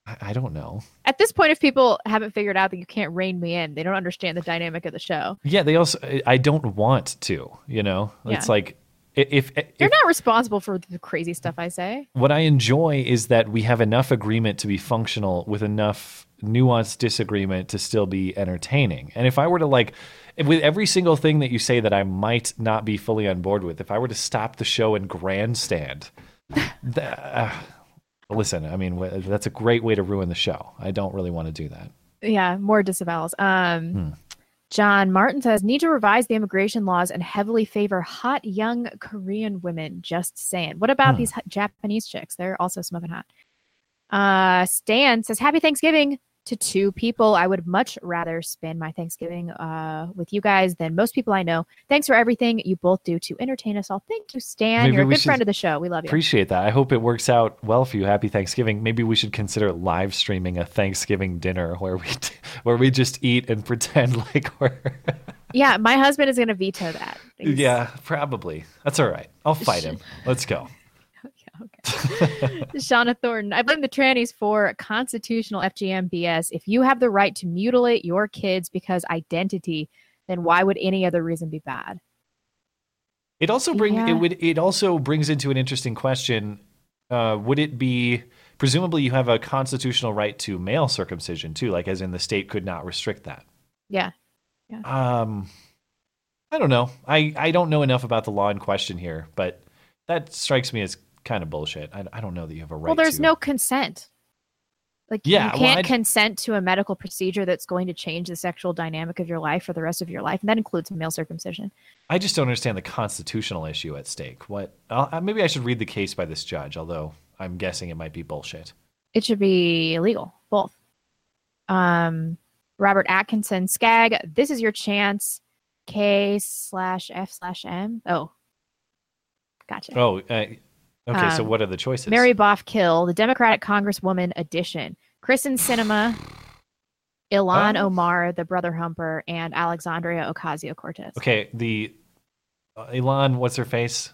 S3: I, I don't know.
S5: At this point, if people haven't figured out that you can't rein me in, they don't understand the dynamic of the show.
S3: Yeah, they also. I- I don't want to. You know, it's
S5: Yeah.
S3: like i- if, if
S5: You're not responsible for the crazy stuff I say.
S3: what I enjoy is that we have enough agreement to be functional with enough nuanced disagreement to still be entertaining. And if I were to like if- with every single thing that you say that I might not be fully on board with, if I were to stop the show and grandstand, [LAUGHS] th- uh, listen, I mean wh- that's a great way to ruin the show. I don't really want to do that.
S5: Yeah, more disavowals. Um,
S3: Hmm.
S5: John Martin says need to revise the immigration laws and heavily favor hot young Korean women. Just saying. What
S3: Hmm.
S5: about these hot Japanese chicks? They're also smoking hot. Uh, Stan says happy Thanksgiving to two people. I would much rather spend my Thanksgiving uh, with you guys than most people I know. Thanks for everything you both do to entertain us all. Thank you, Stan.
S3: Maybe
S5: You're a
S3: we
S5: good
S3: should
S5: friend of the show. We love you.
S3: Appreciate that. I hope it works out well for you. Happy Thanksgiving. Maybe we should consider live streaming a Thanksgiving dinner where we [LAUGHS] where we just eat and pretend [LAUGHS] like we're
S5: yeah, my husband is going to veto that.
S3: Yeah, probably. That's all right. I'll fight
S5: [LAUGHS]
S3: him. Let's go.
S5: Shauna Thornton, I blame the trannies for constitutional FGM BS. If you have the right to mutilate your kids because identity, then why would any other reason be bad?
S3: It also bring
S5: Yeah.
S3: it would it also brings into an interesting question. Uh, would it be presumably you have a constitutional right to male circumcision too, like as in the state could not restrict that.
S5: Yeah.
S3: Um, I don't know. I, I don't know enough about the law in question here, but that strikes me as kind of bullshit. I, I don't know that you have a right.
S5: well, there's
S3: to.
S5: no consent. Like
S3: Yeah, well,
S5: you can't
S3: I'd-
S5: consent to a medical procedure that's going to change the sexual dynamic of your life for the rest of your life, and that includes male circumcision.
S3: I just don't understand the constitutional issue at stake. What? I'll, I- maybe I should read the case by this judge, although I'm guessing it might be bullshit.
S5: It should be illegal, both. Um, Robert Atkinson, Skag, this is your chance. K slash F slash M. Oh, gotcha.
S3: Oh, uh, okay. so
S5: Um,
S3: what are the choices?
S5: Mary Boff Kill, the Democratic Congresswoman edition. Kristen Cinema, Ilan
S3: Oh.
S5: Omar, the Brother Humper, and Alexandria Ocasio Cortez.
S3: Okay, the uh, Elon, what's her face?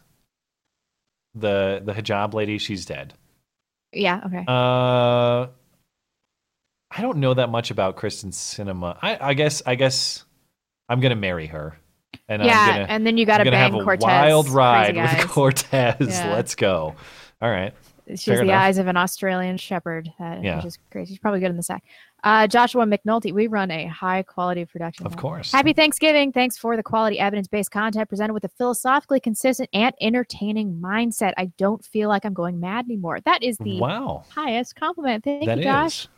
S3: The the hijab lady, she's dead.
S5: Yeah, okay.
S3: Uh, I don't know that much about Kristen Cinema. I, I guess I guess I'm gonna marry her, and
S5: Yeah,
S3: I'm gonna,
S5: and then you gotta
S3: I'm gonna have
S5: bang
S3: a
S5: Cortez,
S3: wild
S5: crazy
S3: ride
S5: guys.
S3: with Cortez. [LAUGHS]
S5: Yeah.
S3: Let's go. All right.
S5: She's
S3: Fair
S5: the
S3: enough.
S5: eyes of an Australian shepherd, uh,
S3: Yeah.
S5: which is crazy. She's probably good in the sack. Uh, Joshua McNulty, we run a high quality production.
S3: Of
S5: now.
S3: course.
S5: Happy Thanksgiving. Thanks for the quality evidence based content presented with a philosophically consistent and entertaining mindset. I don't feel like I'm going mad anymore. That is the
S3: Wow.
S5: highest compliment. Thank
S3: That
S5: you,
S3: is
S5: Josh.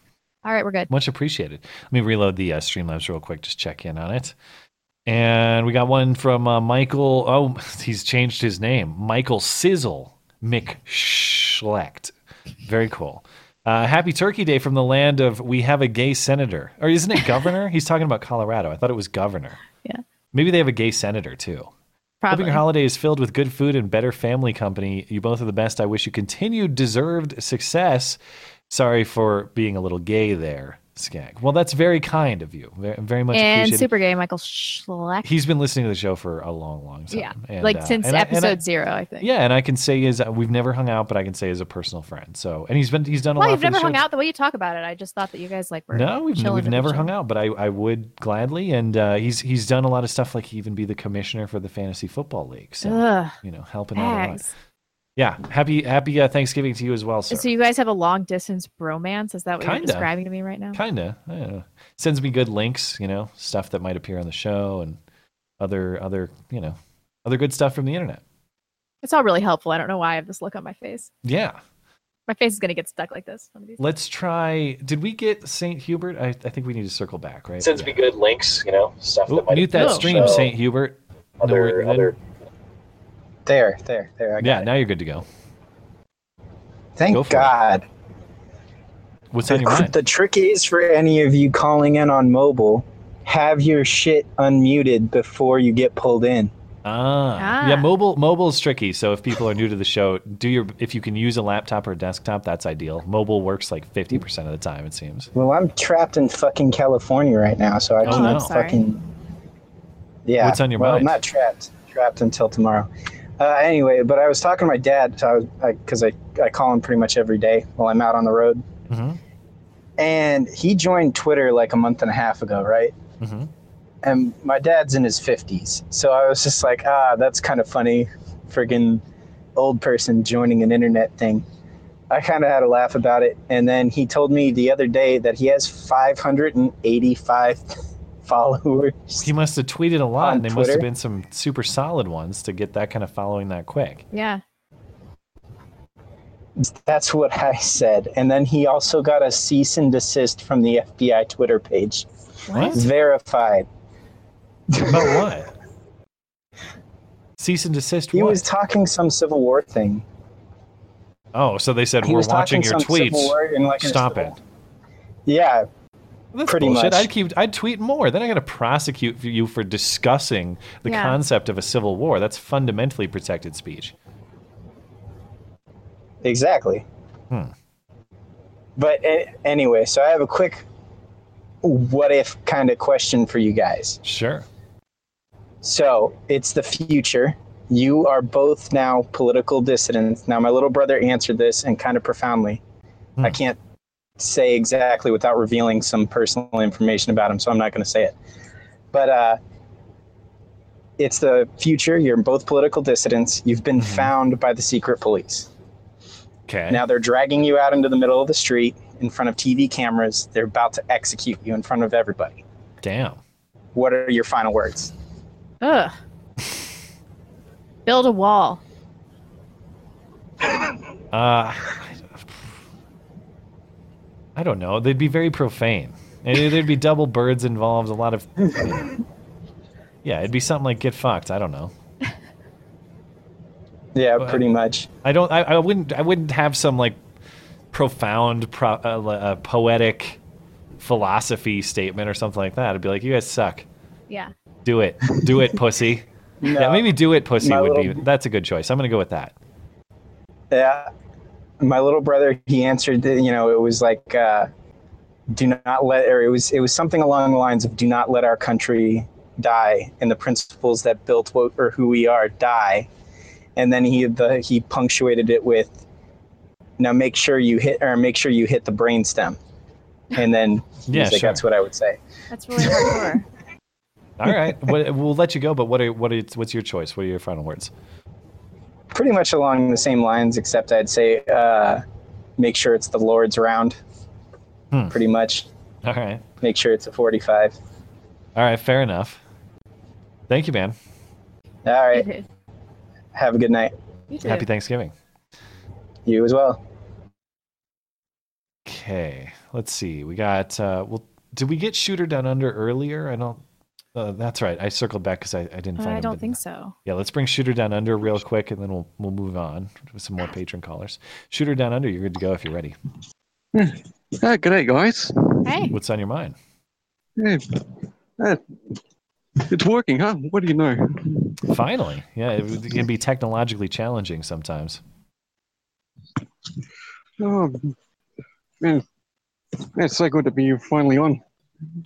S5: All right, we're good.
S3: Much appreciated. Let me reload the uh, Streamlabs real quick, just check in on it. And we got one from uh, Michael. Oh, [LAUGHS] he's changed his name. Michael Sizzle McSchlecht. Very cool. Uh, happy Turkey Day from the land of we have a gay senator. Or isn't it governor? he's talking about Colorado. I thought it was governor.
S5: Yeah.
S3: Maybe they have a gay senator too.
S5: Probably.
S3: Hoping your holiday is filled with good food and better family company. You both are the best. I wish you continued deserved success. Sorry for being a little gay there, Skag. Well, that's very kind of you. Very, very much
S5: and
S3: appreciated.
S5: super gay Michael Schleck.
S3: He's been listening to the show for a long, long time.
S5: yeah,
S3: And,
S5: like
S3: uh,
S5: since
S3: and I- and I-
S5: episode zero, I think.
S3: Yeah, and I can say is we've never hung out, but I can say is a personal friend. So, and he's been he's done a
S5: Well,
S3: lot.
S5: you've
S3: for the
S5: never
S3: show.
S5: hung out the way you talk about it. I just thought that you guys like were
S3: No, we've,
S5: chilling
S3: we've
S5: with
S3: never
S5: each
S3: hung out, but I, I would gladly. And uh, he's he's done a lot of stuff, like he even be the commissioner for the fantasy football league. So
S5: Ugh,
S3: you know, helping out a lot.
S5: bags.
S3: Yeah, happy happy uh, Thanksgiving to you as well, sir.
S5: So you guys have a long distance bromance? Is that what
S3: Kinda.
S5: you're describing to me right now?
S3: Kinda I don't know. sends me good links, you know, stuff that might appear on the show and other other you know other good stuff from the internet.
S5: It's all really helpful. I don't know why I have this look on my face.
S3: Yeah,
S5: My face is gonna get stuck like this. one of these-
S3: let's try. Did we get Saint Hubert? I, I think we need to circle back, right?
S19: Sends me good links, you know, stuff
S3: Ooh,
S19: that might
S3: mute that
S19: Oh.
S3: stream,
S19: So,
S3: Saint Hubert. No, we're-
S19: There, there, there. I got
S3: yeah,
S19: it.
S3: now you're good to go.
S19: Thank
S3: Go for it.
S19: God.
S3: What's
S19: the,
S3: on your mind?
S19: The trick is for any of you calling in on mobile, have your shit unmuted before you get pulled in.
S3: Ah, yeah. Mobile mobile is tricky. So if people are new to the show, do your if you can use a laptop or a desktop, that's ideal. Mobile works like fifty percent of the time, it seems.
S19: Well, I'm trapped in fucking California right now, so I
S3: Oh,
S19: can't
S3: no. Sorry.
S19: fucking. Yeah.
S3: What's on your
S19: well,
S3: mind?
S19: not trapped. Trapped until tomorrow. Uh, anyway, but I was talking to my dad, so I was because I, I, call him pretty much every day while I'm out on the road,
S3: Mhm.
S19: and he joined Twitter like a month and a half ago, right?
S3: Mhm.
S19: And my dad's in his fifties, so I was just like, ah, that's kind of funny, friggin' old person joining an internet thing. I kind of had a laugh about it. And then he told me the other day that he has 585 [LAUGHS] followers.
S3: He must have tweeted a lot,
S19: On
S3: and they must have
S19: Twitter?
S3: been some super solid ones to get that kind of following that quick.
S5: Yeah.
S19: That's what [LAUGHS] I said. And then he also got a cease and desist from the FBI Twitter page.
S3: What?
S19: Verified.
S3: About
S19: [LAUGHS]
S3: what? Cease and desist.
S19: He was talking some Civil War thing.
S3: Oh, so they said
S19: He
S3: we're
S19: was talking
S3: watching your
S19: some Civil
S3: tweets.
S19: War in, like, a
S3: Stop
S19: civil-
S3: it.
S19: Yeah. pretty
S3: Bullshit.
S19: much.
S3: I'd keep. I'd tweet more. Then I got to prosecute you for discussing the
S19: Yeah.
S3: concept of a civil war. That's fundamentally protected speech.
S19: Exactly.
S3: Hmm.
S19: But a- anyway, so I have a quick what if kind of question for you guys.
S3: Sure.
S19: So it's the future. You are both now political dissidents. Now, my little brother answered this and kind of profoundly.
S3: Hmm.
S19: I can't say exactly without revealing some personal information about him, so I'm not going to say it. But uh, it's the future. You're both political dissidents. You've been
S3: Mm-hmm.
S19: found by the secret police.
S3: Okay.
S19: Now they're dragging you out into the middle of the street in front of TV cameras. They're about to execute you in front of everybody.
S3: Damn.
S19: What are your final words?
S3: [LAUGHS]
S5: Ugh. Build a wall.
S3: Uh, I don't know. They'd be very profane. And there'd be double birds involved. A lot of. Yeah, it'd be something like "get fucked." I don't know.
S19: Yeah,
S3: But-
S19: pretty much.
S3: I don't. I, I wouldn't. I wouldn't have some like profound, pro, uh, uh, poetic philosophy statement or something like that. I'd be like, you guys suck.
S5: Yeah.
S3: Do it. Do
S19: [LAUGHS]
S3: it, pussy. yeah, maybe do it, pussy
S19: My
S3: would be.
S19: little-
S3: That's a good choice. I'm going to go with that.
S19: Yeah. My little brother, he answered, that, you know, it was like, uh, do not let, or it was, it was something along the lines of do not let our country die and the principles that built what, or who we are die. And then he, the, he punctuated it with, now make sure you hit, or make sure you hit the brainstem. And then he
S3: Yeah,
S19: was like,
S3: sure.
S19: that's what I would say.
S5: That's really hardcore.
S3: All right. what, we'll let you go, but what are, what are, what's your choice? What are your final words?
S19: Pretty much along the same lines, except I'd say, uh, make sure it's the Lord's round.
S3: Hmm.
S19: Pretty much.
S3: All right.
S19: Make sure it's a 45.
S3: All right. Fair enough. Thank you, man.
S19: All right. Have a good night.
S3: Happy Thanksgiving.
S19: You as well.
S3: Okay, let's see. We got. Uh, well, did we get Shooter Down Under earlier? I don't. Uh, that's right. I circled back because I, I didn't find.
S5: Uh, I
S3: him,
S5: don't
S3: but-
S5: think so.
S3: Yeah, let's bring Shooter Down Under real quick, and then we'll we'll move on with some more patron callers. Shooter Down Under, you're good to go if you're ready.
S20: Hmm. Yeah, good day, guys.
S5: Hey.
S3: What's on your mind?
S20: Yeah. Yeah. It's working, huh? What do you know?
S3: Finally, yeah, it, it can be technologically challenging sometimes.
S20: Oh, man. It's so good to be finally on.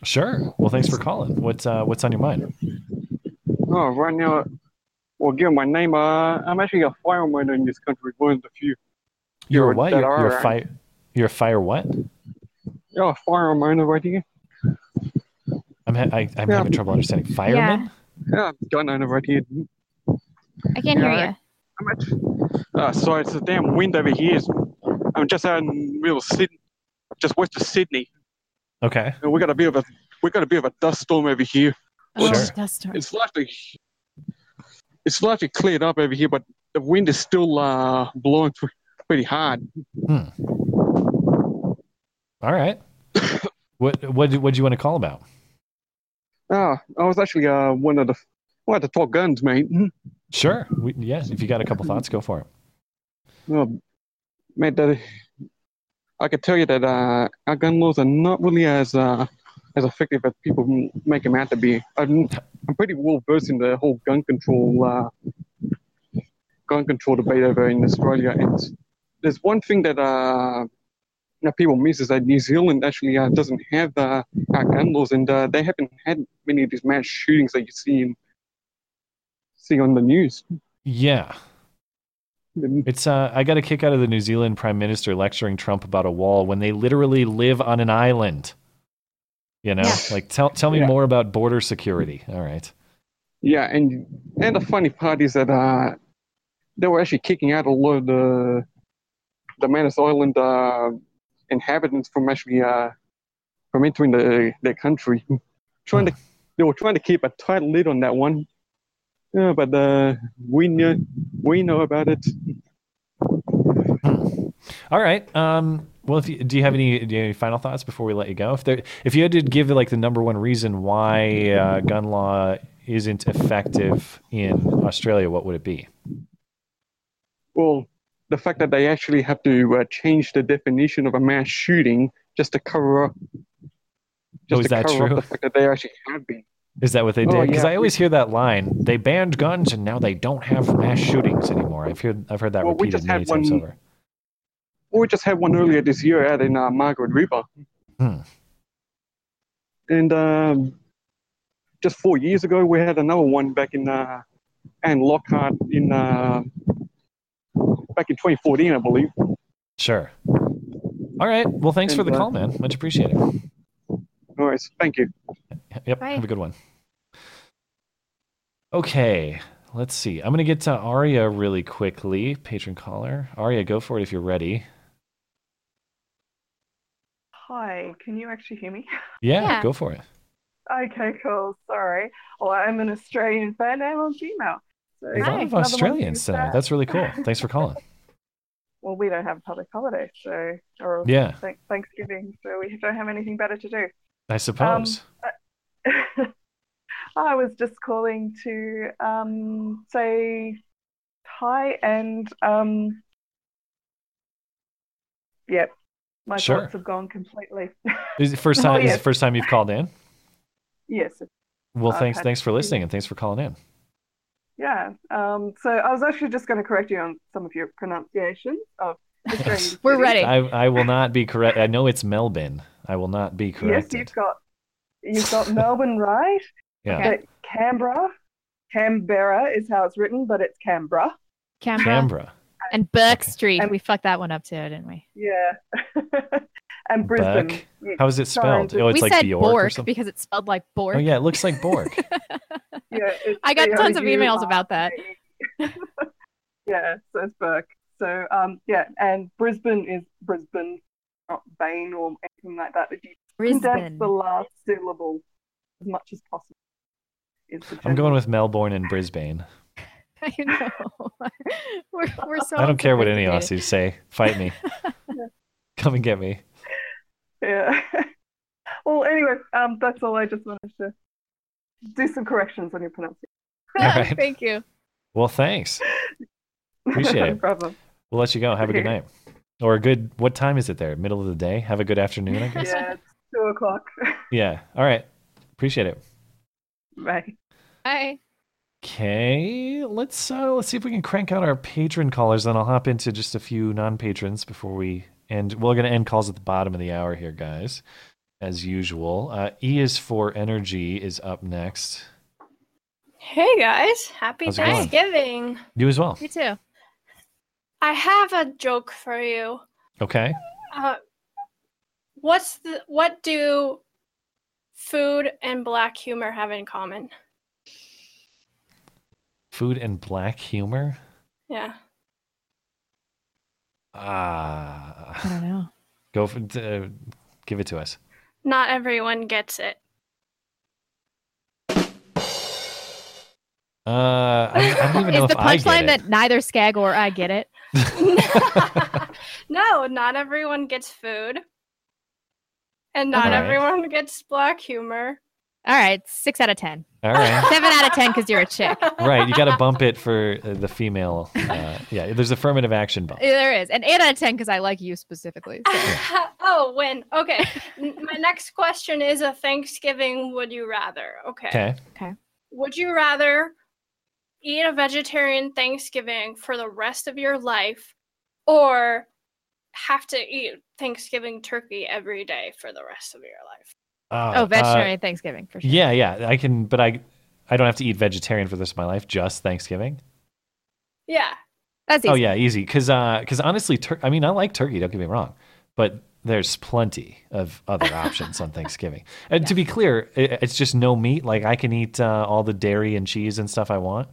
S3: Sure. Well, thanks for calling. What's uh, what's on your mind?
S20: Oh, right now, well, given my name, uh, I'm actually a fireman in this country, one of the few.
S3: You're what?
S20: that
S3: You're, you're
S20: are-
S3: fire. You're a fire what?
S20: Yeah, a fireman over here.
S3: I'm ha- I, I'm having trouble understanding. Fireman.
S20: Yeah, gun owner right here.
S5: I can't hear you.
S20: Uh, so it's a damn wind over here. I'm just out in middle of Sydney, just west of Sydney.
S3: Okay.
S20: And we got a bit of a we got a bit of a dust storm over here.
S5: Oh,
S20: It's-
S5: dust storm.
S20: It's largely it's largely cleared up over here, but the wind is still uh, blowing pre- pretty hard.
S3: All
S20: [COUGHS]
S3: right. what what what do you want to call about?
S20: Ah, I was actually uh, one of the one of the top guns, mate. Mm.
S3: Sure. We, yeah. If you got a couple thoughts, go for it.
S20: Oh, mate, that, I can tell you that uh, our gun laws are not really as uh, as effective as people m- make them out to be. I'm, I'm pretty well versed in the whole gun control uh, gun control debate over in Australia. And there's one thing that uh, that people miss is that New Zealand actually uh, doesn't have uh, our gun laws, and uh, they haven't had many of these mass shootings that you see in, see on the news.
S3: Yeah. It's uh, I got a kick out of the New Zealand Prime Minister lecturing Trump about a wall when they literally live on an island. You know, like tell tell me more about border security. All right.
S20: Yeah, and and the funny part is that uh, they were actually kicking out a lot of the the Manus Island uh, inhabitants from actually uh, from entering the their country. [LAUGHS] Trying to they were trying to keep a tight lid on that one. Yeah, but uh, we knew we know about it.
S3: All right. Um. Well, if you, do you have any do you have any final thoughts before we let you go? If there, if you had to give like the number one reason why uh, gun law isn't effective in Australia, what would it be?
S20: Well, the fact that they actually have to uh, change the definition of a mass shooting just to cover up. Just
S3: Oh, is
S20: to
S3: that
S20: cover
S3: true?
S20: Up the fact that they actually have been.
S3: Is that what they
S20: Oh,
S3: did? Because
S20: yeah.
S3: I always hear that line: they banned guns and now they don't have mass shootings anymore. I've heard I've heard that
S20: Well, we
S3: repeated
S20: just had
S3: many times
S20: one-
S3: over.
S20: Well, we just had one earlier this year out in uh, Margaret River.
S3: Hmm.
S20: And um, just four years ago, we had another one back in uh, Anne Lockhart in uh, back in 2014, I believe.
S3: Sure. All right. Well, thanks for the
S20: And, uh,
S3: call, man. Much appreciated.
S20: All right, thank you.
S3: Yep. Have a good one. Okay. Let's see. I'm gonna get to Aria really quickly, patron caller. Aria, go for it if you're ready.
S21: Hi, can you actually hear me?
S3: Yeah, go for it.
S21: Okay, cool. Sorry. Well, I'm an Australian fan. I'm on Gmail. So
S3: A lot of
S21: another one
S3: Australians
S21: who's
S3: tonight.
S21: sad.
S3: That's really
S21: [LAUGHS]
S3: cool. Thanks for calling.
S21: Well, we don't have a public holiday, so or
S3: Yeah.
S21: thank- Thanksgiving, so we don't have anything better to do.
S3: I suppose.
S21: Um, [LAUGHS] I was just calling to um, say hi and um, yep, My
S3: Sure.
S21: thoughts have gone completely.
S3: [LAUGHS] Is it first
S21: Oh,
S3: time? Is
S21: yes.
S3: it first time you've called in?
S21: Yes.
S3: Well,
S21: I've
S3: thanks,
S21: had
S3: thanks for
S21: to-
S3: listening and thanks for calling in.
S21: Yeah. Um, so I was actually just going to correct you on some of your pronunciations
S3: [LAUGHS]
S21: of Australian.
S5: We're ready.
S3: I, I will not be correct. I know it's Melbourne. I will not be correct.
S21: Yes, you've got you've
S3: [LAUGHS]
S21: got Melbourne right.
S3: Yeah.
S21: But Canberra, Canberra is how it's written, but it's Canberra.
S5: Canberra. And Burke Street. we fucked that one up too, didn't we?
S21: Yeah. [LAUGHS] and Brisbane.
S3: Burke?
S21: you-
S3: How is it
S21: sorry,
S3: spelled? Oh, it's
S5: we
S3: like
S5: said
S3: Bjork or
S5: Bork
S3: something?
S5: because it's spelled like Bork.
S3: Oh yeah, it looks like
S21: [LAUGHS]
S3: Bork.
S5: I got
S21: [LAUGHS] Yeah,
S5: tons of
S21: you
S5: emails
S21: are-
S5: about that.
S21: E. [LAUGHS] Yeah, so it's Burke. So um, yeah, and Brisbane is Brisbane, not Bane or anything like that. But you
S5: Brisbane.
S21: condense the last syllable as much as possible. Is the
S3: I'm
S21: general-
S3: going with Melbourne and Brisbane.
S5: [LAUGHS] I know. we're, we're so
S3: I don't care
S5: [LAUGHS]
S3: what any
S5: unsophisticated.
S3: Aussies say. Fight
S21: [LAUGHS]
S3: me. Come and get me.
S21: Yeah. [LAUGHS] well, anyway, um, that's all. I just wanted to do some corrections on your pronunciation.
S3: [LAUGHS] All right.
S5: Thank you.
S3: Well, thanks. Appreciate
S21: no
S3: it.
S21: problem.
S3: We'll let you go.
S21: [LAUGHS]
S3: Have a good
S21: Okay.
S3: night. Or a good, what time is it there? Middle of the day? Have a good afternoon, I guess.
S21: Yeah, it's two o'clock. [LAUGHS]
S3: yeah. All right. Appreciate it.
S21: Bye.
S5: Bye.
S3: Okay, let's uh, let's see if we can crank out our patron callers. Then I'll hop into just a few non-patrons before we end. We're going to end calls at the bottom of the hour here, guys, as usual. Uh, e is for energy is up next.
S22: Hey guys, happy
S3: How's it going?
S22: Thanksgiving.
S3: You as well.
S5: You too.
S22: I have a joke for you.
S3: Okay.
S22: Uh, what's the what do food and black humor have in common?
S3: Food and black humor.
S22: Yeah.
S3: Ah,
S5: I don't know.
S3: Go for uh, give it to us.
S22: Not everyone gets it.
S3: Uh, I, I don't even know
S5: [LAUGHS] Is
S3: if
S5: the
S3: I get
S5: punchline
S3: it.
S5: that neither Skag or I
S3: [LAUGHS]
S5: get it? [LAUGHS]
S22: No, not everyone gets food. And not
S5: All right.
S22: everyone gets black humor.
S5: All right, six out of ten.
S3: All right.
S5: Seven out of ten because you're a chick.
S3: right, you got to bump it for uh, the female. Uh, yeah, there's affirmative action bump.
S5: Yeah, There is. And eight out of ten because I like you specifically. so.
S22: [LAUGHS] oh, win. Okay. N- My next question is a Thanksgiving would you rather? Okay.
S3: Okay.
S5: Okay.
S22: Would you rather eat a vegetarian Thanksgiving for the rest of your life or have to eat Thanksgiving turkey every day for the rest of your life?
S3: Uh,
S5: oh, veterinary
S3: uh,
S5: Thanksgiving for sure.
S3: Yeah, yeah, I can, but I, I don't have to eat vegetarian for the rest of my life. Just Thanksgiving.
S22: Yeah.
S5: That's
S3: Oh yeah, easy. Because because honestly, tur- I mean, I like turkey. Don't get me wrong, but there's plenty of
S5: [LAUGHS]
S3: other options on Thanksgiving. And to be clear, i it's just no meat. Like I can eat uh, all the dairy and cheese and stuff I want.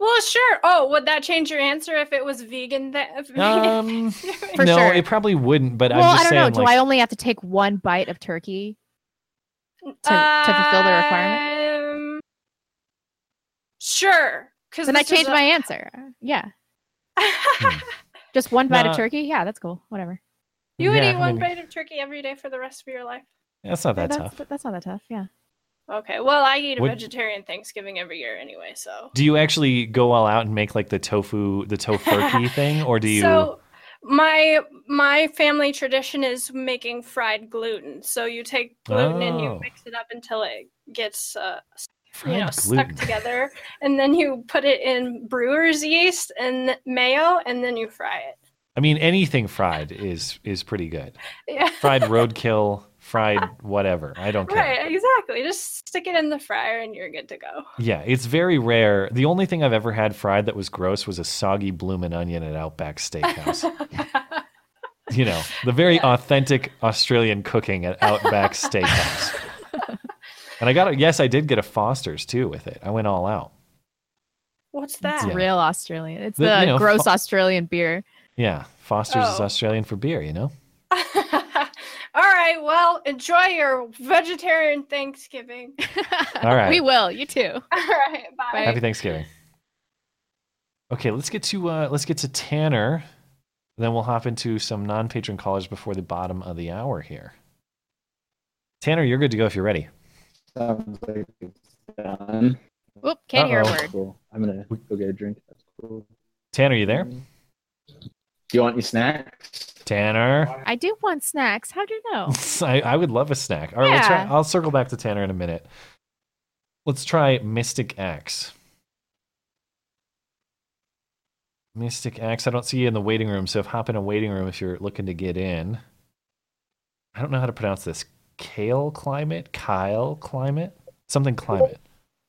S22: Well, sure. Oh, would that change your answer if it was vegan? Th- [LAUGHS] vegan
S3: Um,
S22: For
S3: no,
S22: sure.
S3: it probably wouldn't. But
S5: well,
S3: I'm
S5: I
S3: just
S5: don't know.
S3: saying,
S5: Do
S3: like,
S5: I only have to take one bite of turkey to, to fulfill
S22: Uh,
S5: the requirement?
S22: Um, sure. Because
S5: Then I changed my answer. Yeah.
S22: [LAUGHS]
S5: Just one bite
S3: Nah.
S5: of turkey? Yeah, that's cool. Whatever.
S22: You would
S3: Yeah,
S22: eat
S3: I
S22: one
S3: mean-
S22: bite of turkey every day for the rest of your life.
S3: that's not that
S5: that's,
S3: tough.
S5: That's not that tough. Yeah.
S22: Okay. Well, I eat a
S3: Would-
S22: vegetarian Thanksgiving every year anyway, so.
S3: Do you actually go all out and make like the tofu,
S22: [LAUGHS]
S3: the
S5: [LAUGHS]
S3: tofurkey Oh, thing, or do you?
S22: So my my family tradition is making fried gluten. So you take gluten and
S3: Oh.
S22: you mix it up until it gets uh, s-
S3: Fried
S22: you know stuck
S3: gluten.
S22: together, and then you put it in brewer's yeast and mayo, and then you fry it.
S3: I mean, anything fried is is pretty good.
S22: Yeah. [LAUGHS]
S3: Fried roadkill, fried whatever. I don't care.
S22: Right, exactly. Just stick it in the fryer and you're good to go. [LAUGHS]
S3: Yeah, it's very rare. The only thing I've ever had fried that was gross was a soggy bloomin' onion at
S22: [LAUGHS]
S3: Outback Steakhouse. you know, the very authentic Australian cooking at Outback Steakhouse. and I got a, yes, I did get a Foster's too with it. I went all out.
S22: What's that?
S5: It's
S3: Yeah.
S5: real Australian. It's
S3: The-
S5: the,
S3: you know,
S5: gross
S3: fu-
S5: Australian beer.
S3: Yeah, Foster's is
S22: Oh.
S3: Australian for beer, you know?
S22: All right, well, enjoy your vegetarian
S5: [LAUGHS]
S22: Thanksgiving.
S3: All right.
S5: We will.
S22: [LAUGHS]
S5: You too. All
S22: right. Bye.
S3: Happy Thanksgiving. Okay, let's get to uh, let's get to Tanner. Then we'll hop into some non-patron callers before the bottom of the hour here. Tanner, you're good to go if you're ready.
S23: Sounds like it's done.
S5: Oop, can't hear a
S23: Uh-oh.
S5: word.
S23: Cool. I'm gonna go get a drink. That's cool.
S3: Tanner, you there?
S23: Do you want your snacks?
S3: Tanner.
S5: I do want snacks. How'd you
S3: [LAUGHS]
S5: know?
S3: I, I would love a snack. All right, we'll try,
S5: Oh. Yeah.
S3: I'll circle back to Tanner in a minute. Let's try Mystic Axe. Mystic Axe. I don't see you in the waiting room, so if hop in a waiting room if you're looking to get in. I don't know how to pronounce this. Kale climate, Kyle climate, something climate.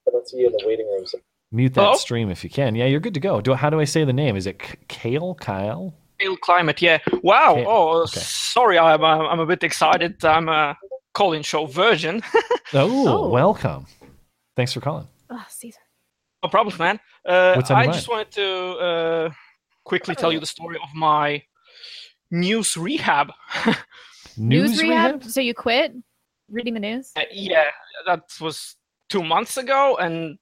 S2: I don't see you in the waiting room. So
S3: Mute that
S2: Hello?
S3: stream if you can. Yeah, you're good to go. Do how do I say the name? Is it K- Kale, Kyle?
S2: Real climate, yeah. Wow.
S3: Okay,
S2: Oh, sorry. I'm I'm I'm a bit excited. I'm a Colin Show virgin. [LAUGHS]
S3: Oh, welcome. Thanks for calling.
S5: Oh, Caesar.
S2: No problem, man. Uh,
S3: What's on
S2: I
S3: your
S2: just wanted to uh, quickly tell you the story of my news rehab. [LAUGHS]
S5: News, rehab? So you quit reading
S3: [LAUGHS]
S5: the news?
S2: Uh, yeah, that was two months ago, and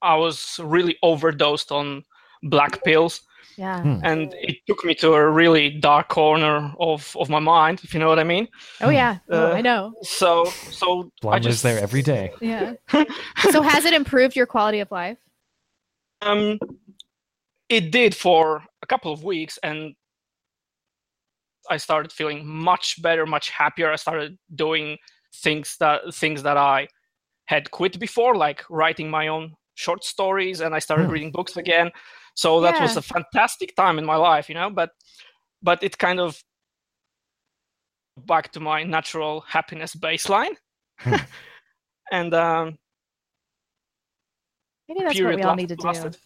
S2: I was really overdosed on black pills.
S5: Yeah.
S3: Hmm.
S2: And it took me to a really dark corner of, of my mind, if you know what I mean.
S5: Oh yeah. Oh,
S2: Uh,
S5: I know.
S2: So, so I
S3: Blonde
S2: just
S3: lives there every
S2: [LAUGHS]
S3: day.
S5: Yeah. so has it improved your quality of life?
S2: um, it did for a couple of weeks, and I started feeling much better, much happier. I started doing things that things that I had quit before, like writing my own short stories, and I started
S4: Hmm.
S2: reading books again. So that was
S4: Yeah.
S2: a fantastic time in my life, you know. But but it kind of back to my natural happiness baseline, and um,
S5: Maybe that's
S2: Period
S5: what we all
S2: last-
S5: need to do.
S2: lasted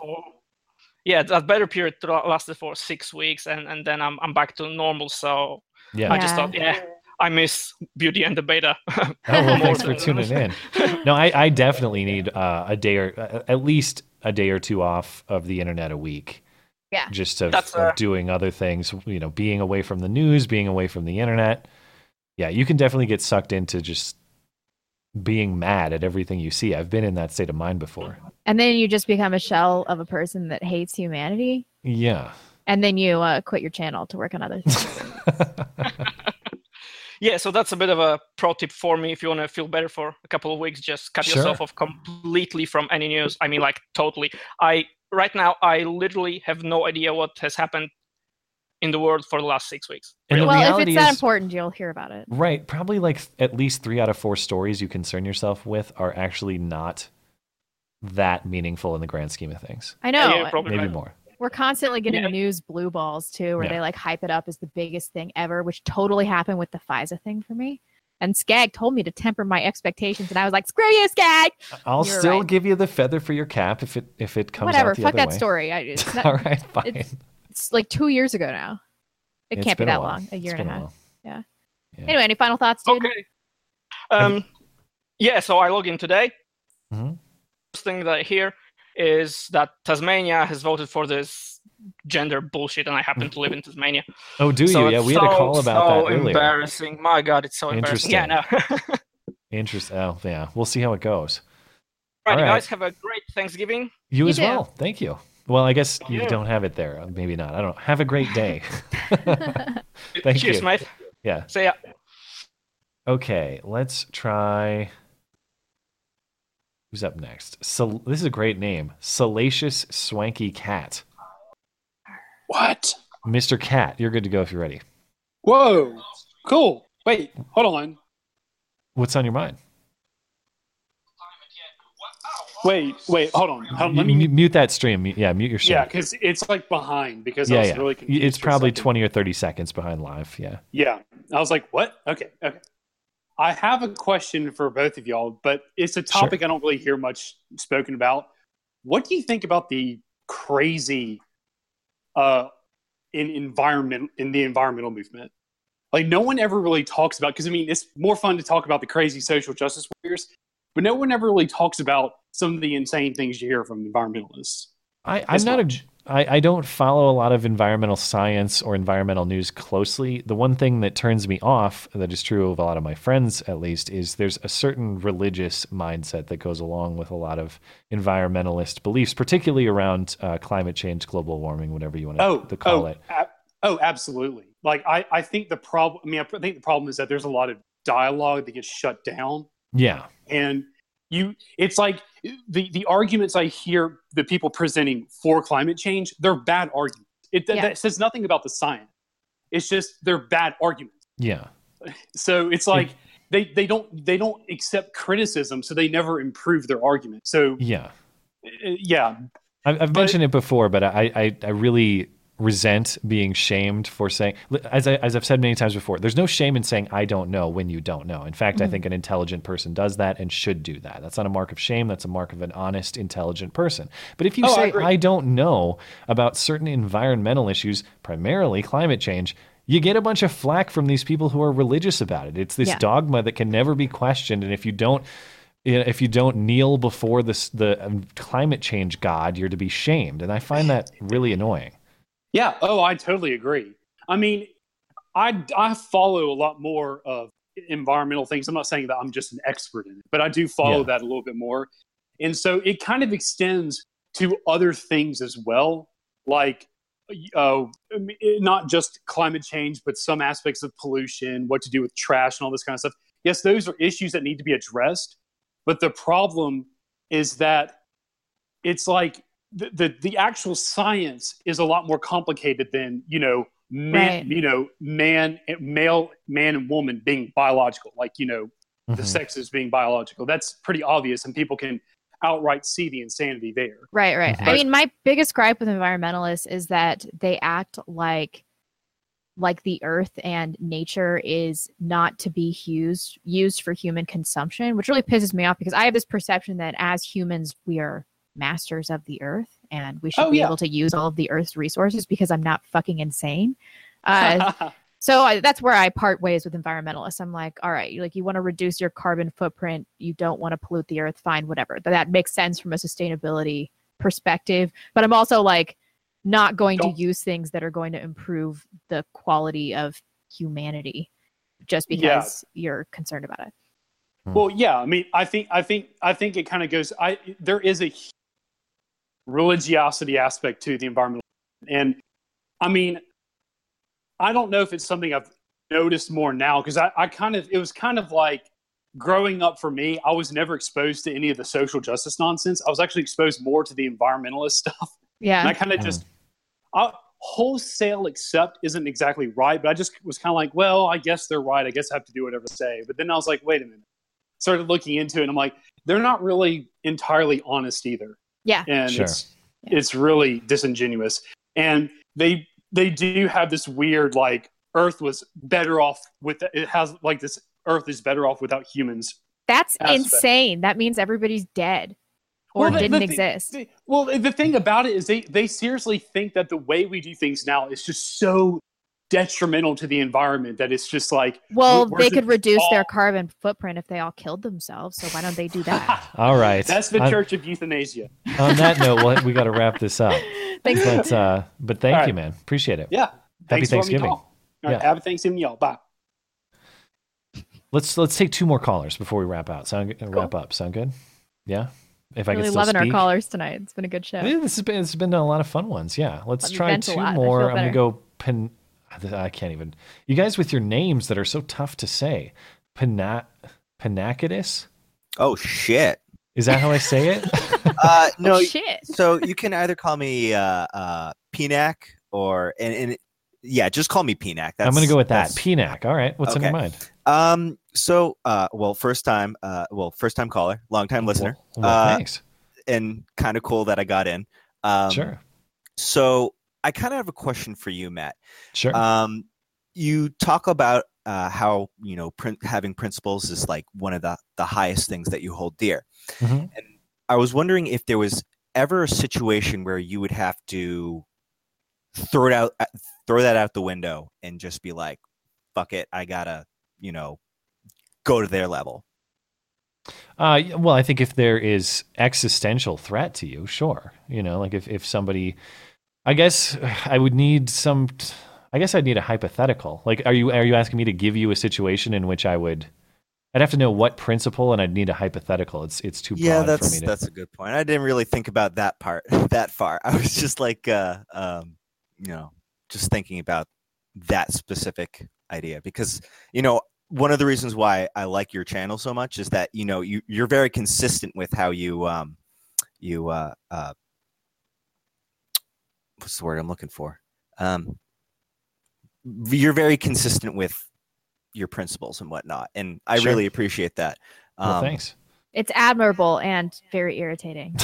S2: yeah, that better period tra- lasted for six weeks, and, and then I'm I'm back to normal. So
S3: Yeah.
S2: I just
S3: Yeah.
S2: thought, yeah, I miss Beauty and the Beta. [LAUGHS] oh,
S3: Oh, well, thanks for tuning in. No, I, I definitely need uh, a day or uh, at least a day or two off of the internet a week.
S5: Yeah.
S3: Just of,
S2: That's,
S3: of
S2: uh,
S3: doing other things, you know, being away from the news, being away from the internet. Yeah, you can definitely get sucked into just being mad at everything you see. I've been in that state of mind before.
S5: And then you just become a shell of a person that hates humanity.
S3: Yeah.
S5: And then you uh, quit your channel to work on
S3: [LAUGHS]
S5: other things.
S2: Yeah, so that's a bit of a pro tip for me. If you want to feel better for a couple of weeks, just cut
S3: Sure.
S2: yourself off completely from any news. I mean, like totally. I right now I literally have no idea what has happened in the world for the last six weeks.
S3: And the
S5: well, if
S3: reality
S5: it's that
S3: is-
S5: important, you'll hear about it.
S3: Right. Probably like th- at least three out of four stories you concern yourself with are actually not that meaningful in the grand scheme of things.
S5: I know. Yeah, you're probably
S3: Maybe
S5: right.
S3: more.
S5: We're constantly getting news blue balls too, where
S3: Yeah.
S5: they like hype it up as the biggest thing ever, which totally happened with the FISA thing for me. And Skag told me to temper my expectations, and I was like, "Screw you, Skag."
S3: I'll
S5: You're
S3: still
S5: right.
S3: give you the feather for your cap if it if it comes
S5: whatever.
S3: out the
S5: Fuck
S3: other
S5: that
S3: way.
S5: story.
S3: [LAUGHS]
S5: I, it's not,
S3: All right, fine.
S5: It's, it's like two years ago now. It
S3: It's
S5: can't be
S3: been a
S5: that
S3: while.
S5: long. A
S3: It's
S5: year and
S3: been
S5: a
S3: a
S5: half.
S3: while.
S5: Yeah. Anyway, any final thoughts, dude? Okay.
S2: Um, yeah, so I log in today.
S3: Mhm.
S2: First thing that I hear is that Tasmania has voted for this gender bullshit, and I happen to live in Tasmania.
S3: Oh, do
S2: So
S3: you? Yeah,
S2: it's
S3: we had a
S2: so,
S3: call about
S2: so
S3: that earlier.
S2: Embarrassing. My God, it's so embarrassing. Yeah, no. [LAUGHS]
S3: Interesting. Oh, yeah. We'll see how it goes.
S2: Right,
S3: All
S2: you
S3: right.
S2: guys have a great Thanksgiving.
S3: You, as well. Thank you. Well, I guess you
S2: Yeah.
S3: don't have it there. Maybe not. I don't. know. Have a great
S24: [LAUGHS]
S3: day. [LAUGHS] Thank
S2: Cheers,
S3: you.
S2: mate.
S3: Yeah.
S2: So yeah,
S3: Okay, let's try. Who's up next? So this is a great name, Salacious Swanky Cat.
S24: What?
S3: Mr. Cat, you're good to go if you're ready.
S24: Whoa. Cool. Wait, hold on.
S3: What's on your mind?
S24: Wait, wait, hold on. Hold on. Oh, Let
S3: You-
S24: me.
S3: mu- mute that stream. Mu- Yeah, mute your stream.
S24: Yeah, because it's like behind because I
S3: yeah,
S24: was
S3: yeah.
S24: really
S3: Y-
S24: confused.
S3: it's
S24: for a
S3: probably
S24: second.
S3: 20 or 30 seconds behind live. Yeah.
S24: Yeah. I was like, what? Okay. Okay. I have a question for both of y'all, but it's a topic I don't really hear much spoken about. What do you think about the crazy uh in environment in the environmental movement? Like no one ever really talks about because I mean it's more fun to talk about the crazy social justice warriors, but no one ever really talks about some of the insane things you hear from environmentalists.
S3: I, I'm not a. I, I don't follow a lot of environmental science or environmental news closely. The one thing that turns me off, that is true of a lot of my friends at least, is there's a certain religious mindset that goes along with a lot of environmentalist beliefs, particularly around uh, climate change, global warming, whatever you want to, to call
S24: oh,
S3: it.
S24: ab- oh, absolutely. Like I, I think the problem. I mean, I pr- think the problem is that there's a lot of dialogue that gets shut down,
S3: Yeah.
S24: and you, it's like the the arguments I hear the people presenting for climate change, they're bad arguments. It that-
S5: Yeah.
S24: that says nothing about the science. It's just they're bad arguments.
S3: Yeah.
S24: So it's like they, they don't they don't accept criticism, so they never improve their argument. So
S3: Yeah.
S24: uh, yeah,
S3: I- I've mentioned it before, but I, I, I really resent being shamed for saying, as, I, as I've said many times before, there's no shame in saying, I don't know when you don't know. In fact, I
S4: Mhm.
S3: think an intelligent person does that and should do that. That's not a mark of shame. That's a mark of an honest, intelligent person. But if you
S4: Oh, I
S3: say,
S4: agree.
S3: I, don't know about certain environmental issues, primarily climate change, you get a bunch of flack from these people who are religious about it. It's this
S4: Yeah.
S3: dogma that can never be questioned. And if you don't, you know, if you don't kneel before this, the um, climate change god, you're to be shamed. And I find that really annoying.
S24: Yeah. Oh, I totally agree. I mean, I, I follow a lot more of environmental things. I'm not saying that I'm just an expert in it, but I do follow
S7: Yeah.
S24: that a little bit more. And so it kind of extends to other things as well, like uh, I mean, it- not just climate change, but some aspects of pollution, what to do with trash, and all this kind of stuff. Yes, those are issues that need to be addressed. But the problem is that it's like the, the the actual science is a lot more complicated than you know man
S4: Right.
S24: you know man male man and woman being biological like you know the
S4: Mhm.
S24: sexes being biological that's pretty obvious and people can outright see the insanity there
S5: Right, right.
S8: Mm-hmm.
S5: I
S24: But-
S5: mean, my biggest gripe with environmentalists is that they act like like the earth and nature is not to be used used for human consumption, which really pisses me off because I have this perception that as humans we are masters of the earth and we should
S8: Oh,
S5: be
S8: yeah.
S5: able to use all of the earth's resources because I'm not fucking insane. Uh,
S24: [LAUGHS]
S5: so I, that's where I part ways with environmentalists. I'm like, all right, you- like you want to reduce your carbon footprint, you don't want to pollute the earth, fine, whatever. That, that makes sense from a sustainability perspective. But I'm also like not going to use things that are going to improve the quality of humanity just
S24: Yeah.
S5: because you're concerned about it.
S24: Well, yeah. I mean, I think, I think, I think it kind of goes. I there is a hu- religiosity aspect to the environmental, and I mean, I don't know if it's something I've noticed more now because I, I kind of it was kind of like growing up for me. I was never exposed to any of the social justice nonsense. I was actually exposed more to the environmentalist [LAUGHS] stuff.
S5: Yeah.
S24: And I kind of just I, wholesale accept isn't exactly right, but I just was kind of like, well, I guess they're right. I guess I have to do whatever they say. But then I was like, wait a minute. Started looking into it, and I'm like, they're not really entirely honest either.
S5: Yeah.
S24: And it's it's really disingenuous. And they they do have this weird like Earth was better off with it has like this Earth is better off without humans.
S5: That's
S24: aspect.
S5: insane. That means everybody's dead or
S24: Well, the-
S5: didn't
S24: the thing-
S5: exist.
S24: the- well, the thing about it is they they seriously think that the way we do things now is just so detrimental to the environment that it's just like
S5: well,
S24: we're- we're
S5: they
S24: just
S5: could reduce
S24: all-
S5: their carbon footprint if they all killed themselves. So why don't they do
S24: [LAUGHS]
S5: that?
S3: All right. Oh,
S24: That's the
S3: On-
S24: Church of Euthanasia.
S3: On that note, we'll, we got to wrap this up.
S24: Thanks.
S3: But, uh, but thank
S24: All right.
S3: you, man. Appreciate it.
S24: [LAUGHS] Yeah.
S3: Happy
S24: Thanks for letting me
S3: Thanksgiving.
S24: talk. All right,
S3: Yeah.
S24: Happy Thanksgiving, y'all. Bye.
S3: Let's let's take two more callers before we wrap out. Sound good? wrap up. Sound good? Yeah. If I
S5: really
S3: can still
S5: loving
S3: speak.
S5: our callers tonight. It's been a good show.
S3: Yeah, this has been it's been a lot of fun ones. Yeah, let's
S5: Let me
S3: try
S5: vent a
S3: two
S5: lot. I
S3: more.
S5: feel
S3: I'm gonna
S5: better.
S3: go. Pen, I can't even. You guys with your names that are so tough to say. Pana, Panakidis.
S25: Oh shit!
S3: Is that how I
S25: [LAUGHS]
S3: say it?
S25: Uh, no.
S5: Oh, shit.
S25: So you can either call me uh, uh, Pinac or and, and it- yeah, just call me Pinac. That's,
S3: I'm gonna go with that.
S25: that's-
S3: Pinac. All right. What's on your
S25: Okay.
S3: mind?
S25: Um. So, uh, well, first time, uh, well, first time caller, long time listener.
S3: well,
S25: uh,
S3: thanks.
S25: And kind of cool that I got in. Um,
S3: Sure.
S25: So I kind of have a question for you, Matt.
S3: Sure.
S25: Um, you talk about uh, how you know prin- having principles is like one of the the highest things that you hold dear.
S3: Mhm.
S25: And I was wondering if there was ever a situation where you would have to throw it out uh, throw that out the window and just be like fuck it i gotta you know go to their level
S3: Uh, y- well, I think if there is existential threat to you, sure. You know, like if, if somebody, I guess [SIGHS] I would need some, I guess I'd need a hypothetical. Like, are you, are you asking me to give you a situation in which I would, I'd have to know what principle and I'd need a hypothetical. It's, it's too
S25: yeah
S3: broad
S25: that's
S3: for me to,
S25: that's a good point i didn't really think about that part [LAUGHS] that far i was just like uh um you know just thinking about that specific idea because you know one of the reasons why i like your channel so much is that you know you you're very consistent with how you um you uh uh what's the word i'm looking for um you're very consistent with your principles and whatnot, and I
S3: Sure.
S25: really appreciate that. Um,
S3: Well, thanks.
S5: It's admirable and
S3: [LAUGHS]
S5: very irritating.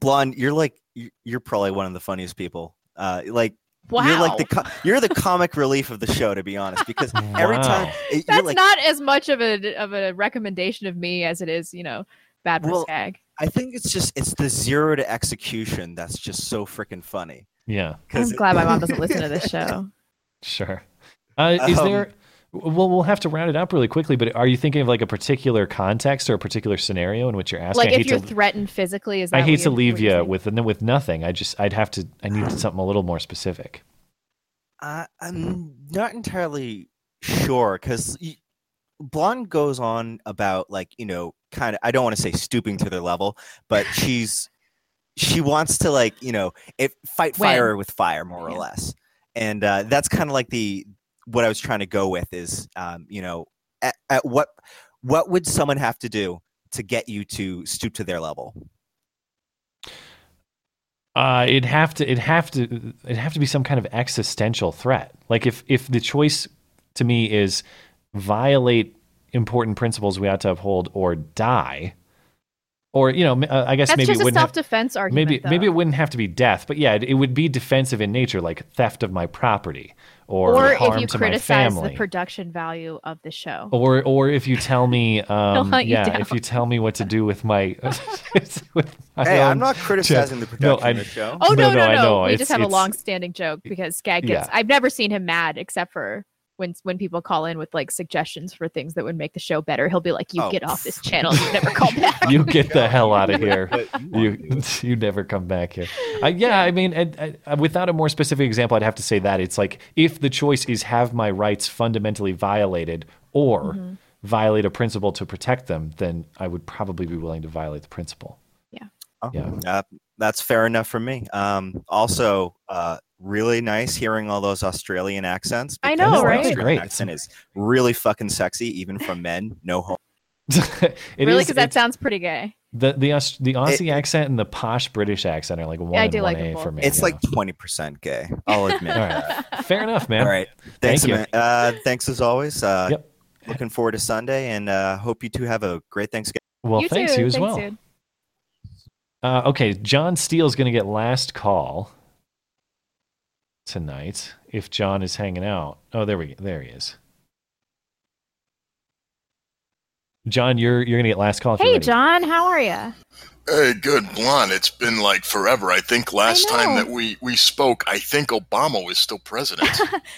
S25: Blonde, you're like you- you're probably one of the funniest people. Uh, like you're like the co- you're the comic relief of the show, to be honest, because every
S5: Wow.
S25: time it-
S5: That's
S25: you're like,
S5: not as much of a of a recommendation of me as it is, you know, bad for
S25: Well,
S5: skag.
S25: I think it's just it's the zero to execution that's just so freaking funny.
S3: Yeah.
S5: I'm
S25: 'Cause it-
S5: glad my mom doesn't listen to this show.
S3: [LAUGHS] Sure. Uh, is
S25: Um,
S3: there? Well, we'll have to round it up really quickly. But are you thinking of like a particular context or a particular scenario in which you're asking?
S5: like
S3: I hate
S5: if you're
S3: to,
S5: threatened physically, is that
S3: I hate
S5: what
S3: to
S5: you're-
S3: leave you with with nothing. I just I'd have to. I need something a little more specific.
S25: I, I'm not entirely sure because Blonde goes on about like you know kind of I don't want to say stooping to their level, but she's she wants to like you know it, fight
S4: Win.
S25: fire with fire more or less, and uh, that's kind of like the what I was trying to go with is um, you know at, at what what would someone have to do to get you to stoop to their level?
S3: Uh, it'd have to it'd have to it'd have to be some kind of existential threat. Like if if the choice to me is violate important principles we ought to uphold or die, or you know m- uh, I guess
S5: That's
S3: maybe
S5: just
S3: it
S5: a
S3: wouldn't have-
S5: self-defense argument.
S3: maybe
S5: though.
S3: maybe it wouldn't have to be death, but yeah, it, it would be defensive in nature, like theft of my property or,
S5: or
S3: harm
S5: if you
S3: to my
S5: criticize
S3: family.
S5: the production value of the show.
S3: or, or if you tell
S5: [LAUGHS]
S3: me, um,
S5: hunt you
S3: yeah,
S5: down.
S3: if you tell me what to do with my, [LAUGHS] with my
S25: Hey, I'm
S3: own
S25: not criticizing
S3: check-
S25: the production
S3: I-
S25: of the show.
S5: Oh no no no!
S3: I know.
S5: We
S3: It's-
S5: just have a
S3: it's-
S5: long-standing joke because Skag gets.
S3: yeah.
S5: I've never seen him mad except for when when people call in with like suggestions for things that would make the show better. He'll be like, "You
S3: Oh.
S5: get off this channel. You never call back."
S3: [LAUGHS] you get the hell
S25: [LAUGHS]
S3: out of here. You you never come back here.
S5: [LAUGHS]
S3: Uh, yeah, I mean, I, I, without a more specific example, I'd have to say that it's like if the choice is have my rights fundamentally violated or
S5: Mhm.
S3: violate a principle to protect them, then I would probably be willing to violate the principle.
S25: Oh,
S3: Yeah.
S25: uh, that's fair enough for me. Um, also, uh, really nice hearing all those Australian accents.
S5: I
S25: because
S5: know,
S25: the
S5: right?
S25: Australian
S5: Great.
S25: Accent is really fucking sexy, even for men. No home.
S3: [LAUGHS] [LAUGHS] It
S5: really?
S3: is-
S5: Because that sounds pretty gay.
S3: the the Aus- the Aussie accent and the posh British accent are like one
S5: I
S3: and
S5: do
S3: one
S5: like them
S3: A for
S5: both.
S3: me.
S25: It's
S3: yeah.
S25: like twenty percent gay.
S5: [LAUGHS]
S25: I'll admit.
S3: All right. Fair enough, man.
S25: All right. Thanks,
S3: Thank you.
S25: man. Uh, thanks as always. Uh,
S3: Yep.
S25: Looking forward to Sunday, and uh, hope you two have a great Thanksgiving.
S3: Well, thanks you as well. Uh, okay, John Steele's going to get last call tonight if John is hanging out. Oh, there we go. There he is. John, you're you're going to get last call. If you're
S5: Hey
S3: ready.
S5: John, how are you?
S7: Hey, good blonde. It's been like forever. I think last time that we we spoke, I think Obama was still [LAUGHS] president.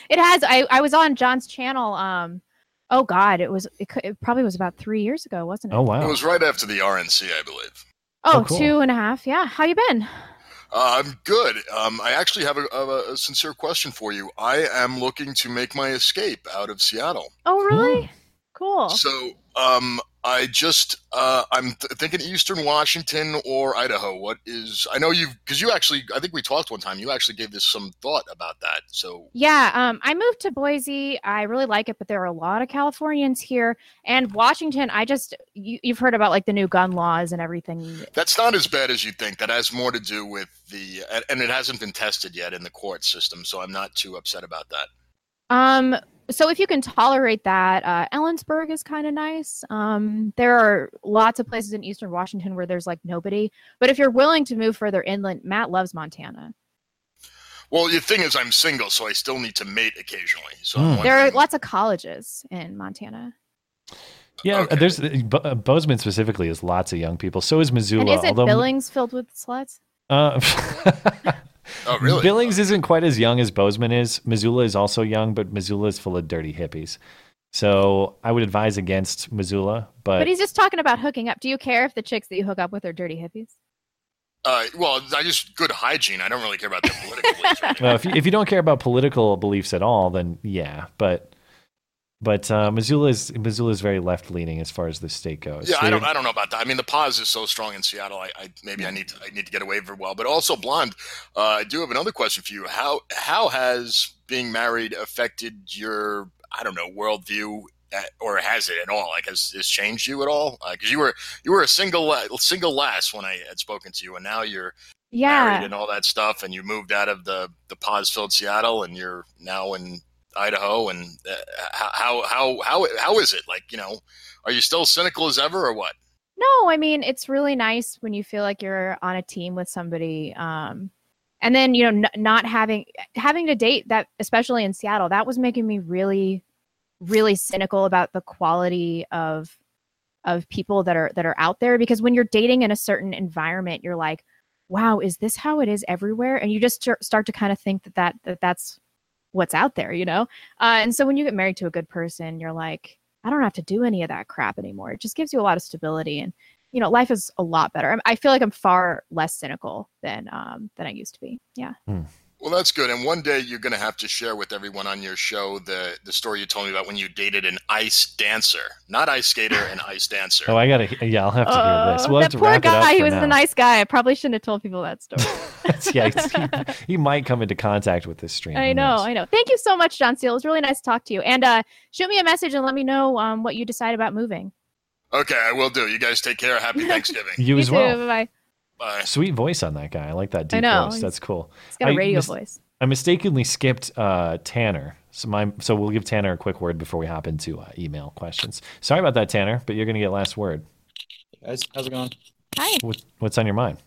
S5: It has. I I was on John's channel. Um, oh God, it was. It, cou- it probably was about three years ago, wasn't it?
S3: Oh,
S7: It was right after the RNC, I believe.
S5: Oh,
S7: Oh, cool.
S5: two and a half. Yeah. How you been?
S7: Uh, I'm good. Um, I actually have a, a, a sincere question for you. I am looking to make my escape out of Seattle.
S5: Oh, really? Cool.
S7: So, um, I just uh, I'm th- thinking Eastern Washington or Idaho. What is? I know you've because you actually. I think we talked one time. You actually gave this some thought about that. So
S5: Yeah, um, I moved to Boise. I really like it, but there are a lot of Californians here. And Washington, I just, you, you've heard about like the new gun laws and everything.
S7: That's not as bad as you think. That has more to do with the, and- and it hasn't been tested yet in the court system, so I'm not too upset about that.
S5: Um, so if you can tolerate that, uh, Ellensburg is kind of nice. Um, there are lots of places in Eastern Washington where there's like nobody. But if you're willing to move further inland, Matt loves Montana.
S7: Well, the thing is, I'm single, so I still need to mate occasionally. So I'm
S5: There
S7: wondering-
S5: are lots of colleges in Montana.
S3: Yeah, there's Bo- uh, Bozeman specifically is lots of young people. So is Missoula.
S5: and isn't
S3: although
S5: Billings filled with sluts?
S3: Uh, [LAUGHS]
S7: oh, really?
S3: Billings isn't quite as young as Bozeman is. Missoula is also young, but Missoula is full of dirty hippies. So I would advise against Missoula. But,
S5: But he's just talking about hooking up. Do you care if the chicks that you hook up with are dirty hippies?
S7: Uh, well, I just good hygiene. I don't really care about their political.
S3: [LAUGHS] [LAUGHS] well, if you, if you don't care about political beliefs at all, then yeah. But but uh, Missoula is Missoula is very left leaning as far as the state goes.
S7: yeah, I
S3: They-
S7: don't. I don't know about that. I mean, the pause is so strong in Seattle. I, I maybe I need to, I need to get away for a while. But also, blonde. Uh, I do have another question for you. How how has being married affected your I don't know worldview, at, or has it at all? Like, has this Uh, changed you at all? Because you were you were a single la- single lass when I had spoken to you, and now you're
S5: Yeah.
S7: married and all that stuff, and you moved out of the the pods filled Seattle, and you're now in Idaho. And uh, how how how how is it? Like, you know, are you still cynical as ever, or what?
S5: No, I mean it's really nice when you feel like you're on a team with somebody. Um, and then you know, n- not having having to date that, especially in Seattle, that was making me really, really cynical about the quality of of people that are that are out there. Because when you're dating in a certain environment, you're like, "Wow, is this how it is everywhere?" And you just st- start to kind of think that that, that that's what's out there, you know. Uh, and so when you get married to a good person, you're like, I don't have to do any of that crap anymore. It just gives you a lot of stability, and you know, life is a lot better. I'm, I feel like I'm far less cynical than um, than I used to be. Yeah.
S7: Well, that's good. And one day you're going to have to share with everyone on your show the the story you told me about when you dated an ice dancer, not ice skater, an ice [LAUGHS] dancer.
S3: Oh, I gotta. Yeah, I'll have to hear this.
S5: Oh,
S3: We'll have
S5: that
S3: to
S5: poor
S3: wrap it up
S5: guy. He
S3: for
S5: was
S3: now.
S5: a nice guy. I probably shouldn't have told people
S3: [LAUGHS]
S5: that story.
S3: yeah,
S5: [LAUGHS]
S3: he's- he, he might come into contact with this stream.
S5: I know. I know. Thank you so much, John Steele. It was really nice to talk to you. And uh, shoot me a message and let me know um, what you decide about moving.
S7: Okay, I will do. You guys take care. Happy Thanksgiving.
S3: You as well.
S5: Bye.
S7: Bye.
S3: Sweet voice on that guy. I like that deep
S5: I know.
S3: voice.
S5: He's-
S3: That's cool.
S5: he's got a
S3: I
S5: radio voice.
S3: I mistakenly skipped uh, Tanner. So my so we'll give Tanner a quick word before we hop into uh, email questions. Sorry about that, Tanner, but you're gonna get last word.
S26: Guys, how's it going?
S5: Hi.
S3: What, what's on your mind?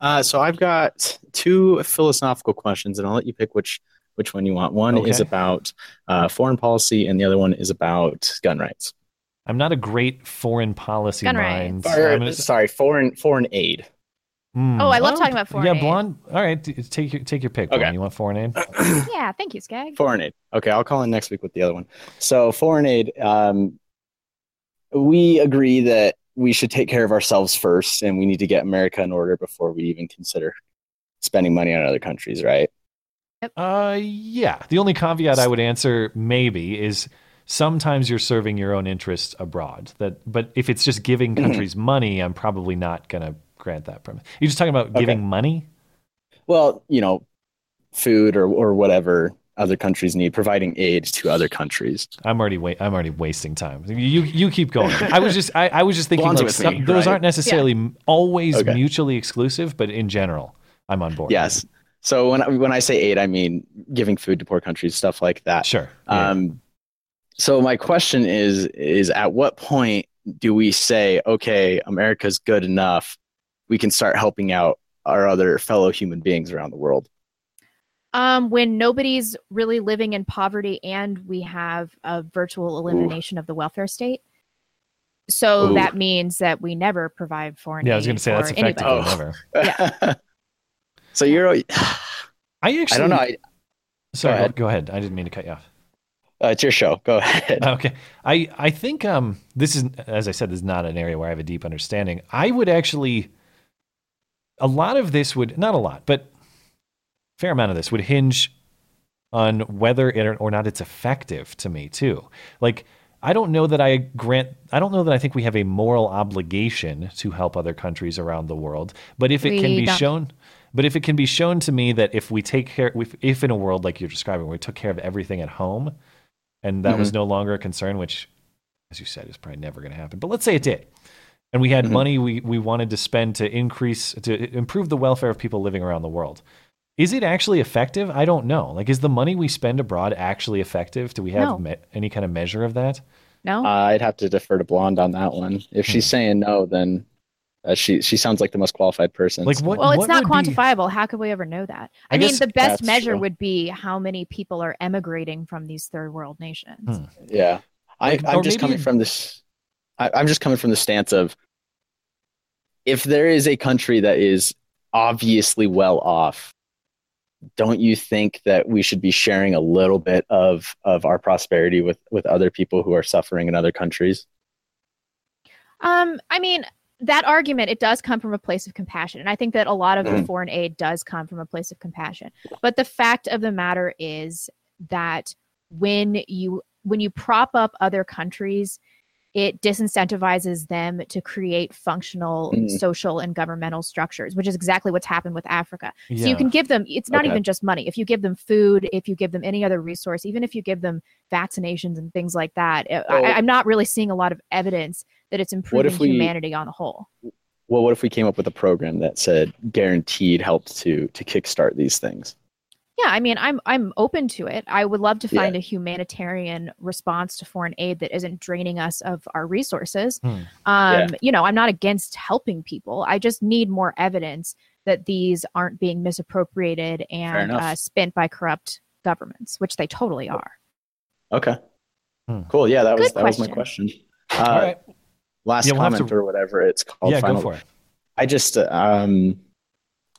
S26: Uh, so I've got two philosophical questions, and I'll let you pick which which one you want. One is
S3: Okay.
S26: about uh, foreign policy, and the other one is about gun rights.
S3: I'm not a great foreign policy
S5: Gun
S3: mind.
S26: rights. Or,
S3: I'm gonna-
S26: sorry, foreign foreign aid.
S3: Mm.
S5: Oh, I love talking about foreign
S3: Yeah,
S5: aid.
S3: blonde. All right, t- take your take your pick. Okay. You want foreign aid?
S5: Yeah. Thank you, Skag.
S26: Foreign aid. Okay, I'll call in next week with the other one. So foreign aid, um, we agree that we should take care of ourselves first, and we need to get America in order before we even consider spending money on other countries, right?
S3: Uh, yeah. The only caveat I would answer maybe is sometimes you're serving your own interests abroad. That, but if it's just giving
S26: Mhm.
S3: countries money, I'm probably not gonna grant that permit. You're just talking about giving money.
S26: Well, you know, food or or whatever other countries need, providing aid to other countries.
S3: I'm already wait. I'm already wasting time. You you keep going. I was just I, I was just thinking
S26: Blonde's
S3: like
S26: with
S3: some-
S26: me,
S3: those
S26: right?
S3: aren't necessarily m- always
S26: Okay.
S3: mutually exclusive, but in general, I'm on board.
S26: Yes. So when I, when I say aid, I mean giving food to poor countries, stuff like that.
S3: Sure.
S26: Um, so my question is is at what point do we say, okay, America's good enough, we can start helping out our other fellow human beings around the world?
S5: Um, when nobody's really living in poverty and we have a virtual elimination of the welfare state. So
S26: Ooh.
S5: that means that we never provide foreign
S3: Yeah, I was
S5: aid
S3: gonna say that's
S5: for
S3: effectively
S5: anybody.
S26: [LAUGHS]
S3: never.
S26: So you're. I
S3: actually.
S26: I don't know. I,
S3: Sorry,
S26: ahead.
S3: go ahead. I didn't mean to cut you off.
S26: uh, it's your show. Go ahead.
S3: [LAUGHS] Okay. I, I think um this is as I said, this is not an area where I have a deep understanding. I would actually a lot of this would not a lot, but fair amount of this would hinge on whether it or- or not it's effective to me too. Like I don't know that I grant I don't know that I think we have a moral obligation to help other countries around the world, but if it can
S5: We
S3: be
S5: don't.
S3: shown but if it can be shown to me that if we take care if, if in a world like you're describing where we took care of everything at home and that was
S5: Mm-hmm.
S26: Mhm.
S3: no longer a concern which as you said is probably never going to happen, but let's say it did. And we had
S4: Mm-hmm.
S3: money we, we wanted to spend to increase to improve the welfare of people living around the world. Is it actually effective? I don't know. Like, is the money we spend abroad actually effective? Do we have
S5: No.
S3: me- any kind of measure of that? Oh.
S5: No.
S26: Uh,
S4: Uh,
S26: I'd have to defer to Blonde on that one. If she's saying no, then uh, she she sounds like the most qualified person.
S3: Like what?
S5: well, it's not quantifiable. How could we ever know that?
S26: I
S5: I, mean,
S26: guess
S5: the best
S26: that's
S5: measure
S26: true.
S5: would be how many people are emigrating from these third world nations.
S3: Hmm.
S26: Yeah, I,
S5: Like,
S26: I'm
S5: or
S26: just
S5: maybe-
S26: coming from this. I, I'm just coming from the stance of if there is a country that is obviously well off, don't you think that we should be sharing a little bit of of our prosperity with with other people who are suffering in other countries?
S5: Um, I mean, that argument it does come from a place of compassion, and I think that a lot of the
S22: Mhm.
S5: foreign aid does come from a place of compassion. But the fact of the matter is that when you when you prop up other countries, it disincentivizes them to create functional
S22: Mhm.
S5: social and governmental structures, which is exactly what's happened with Africa. So
S22: Yeah.
S5: you can give them it's not
S22: Okay.
S5: even just money. If you give them food, if you give them any other resource, even if you give them vaccinations and things like that, eh, I-
S26: Well-
S5: I, I'm not really seeing a lot of evidence that it's improving
S26: we-
S5: humanity on the whole.
S4: well, what if we came up with a program that said guaranteed help to to kickstart these things?
S5: Yeah, I mean, I'm I'm open to it. I would love to find a humanitarian response to foreign aid that isn't draining us of our resources.
S3: Mm.
S8: Hmm.
S5: Um,
S8: Yeah.
S5: You know, I'm not against helping people. I just need more evidence that these aren't being misappropriated and
S4: enough.
S5: uh, spent by corrupt governments, which they totally are.
S4: Okay.
S3: Hmm.
S4: Cool. Yeah, that was
S5: Good
S4: that was my question. Uh,
S5: All right.
S4: Last
S3: Yeah, we'll have
S4: comment
S3: to-
S4: or whatever it's called.
S3: Yeah, go
S4: final-
S3: for it.
S4: I just uh, um,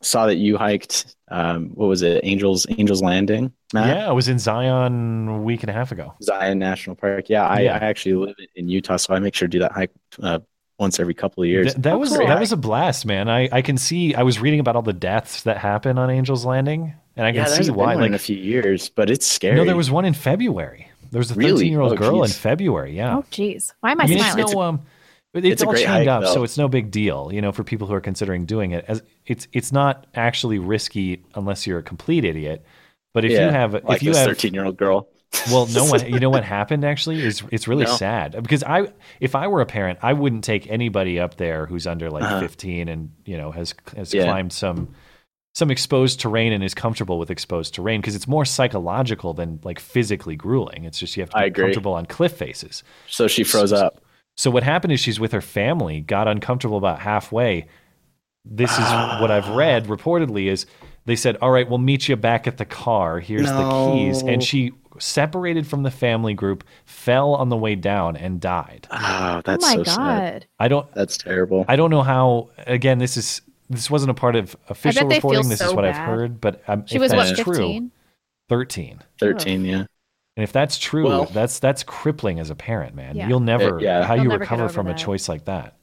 S4: saw that you hiked. Um, what was it? Angels Angels Landing. Matt?
S3: Yeah, I was in Zion a week and a half ago.
S4: Zion National Park. Yeah, I,
S3: Yeah.
S4: I actually live in Utah, so I make sure to do that hike uh, once every couple of years.
S3: Th-
S5: Oh,
S3: that was that was a blast, man. I, I can see. I was reading about all the deaths that happen on Angel's Landing, and I
S4: yeah,
S3: can
S4: there
S3: see
S4: hasn't been
S3: why.
S4: one in
S3: Like,
S4: a few years, but it's scary.
S3: no, there was one in February. There was a
S4: Really?
S3: thirteen-year-old
S4: Oh,
S3: girl in
S4: geez.
S3: February. Yeah,
S5: Oh, geez. Why am I
S3: I mean, it's
S5: smiling?
S3: no, It's a- um, But it's,
S4: It's a
S3: all
S4: great
S3: chained
S4: hike,
S3: up,
S4: though.
S3: so it's no big deal, you know, for people who are considering doing it. As it's it's not actually risky unless you're a complete idiot. But if you
S4: Yeah,
S3: have
S4: like
S3: if you
S4: this
S3: have
S4: 13-year-old girl.
S3: well, no one. You
S4: [LAUGHS]
S3: know what happened actually is it's really
S4: No.
S3: sad because I if I were a parent, I wouldn't take anybody up there who's under like
S4: Uh-huh.
S3: 15 and you know has has
S4: Yeah.
S3: climbed some some exposed terrain and is comfortable with exposed terrain because it's more psychological than like physically grueling. It's just you have to
S4: I
S3: be
S4: agree.
S3: comfortable on cliff faces.
S4: So she froze up.
S3: So what happened is she's with her family, got uncomfortable about halfway. This is what
S4: [GASPS]
S3: I've read reportedly is they said, "All right, we'll meet you back at the car. Here's the keys."
S4: No.
S3: And she separated from the family group, fell on the way down and died.
S4: Oh,
S5: that's my so sad. God.
S3: I don't
S4: That's terrible.
S3: I don't know how again this is this wasn't a part of official
S5: they feel
S3: reporting. This is
S5: so
S3: what I've
S5: bad.
S3: heard, but um,
S5: She
S3: if
S5: was, what,
S3: that's true,
S5: 15?
S3: 13.
S4: 13, yeah.
S3: And if that's true,
S4: Well-
S3: that's that's crippling as a parent, man.
S4: Yeah.
S3: You'll
S4: Uh,
S3: never
S4: yeah.
S3: how
S4: You'll
S3: you
S4: never get
S3: recover
S4: over
S3: from a
S4: that.
S3: choice like that.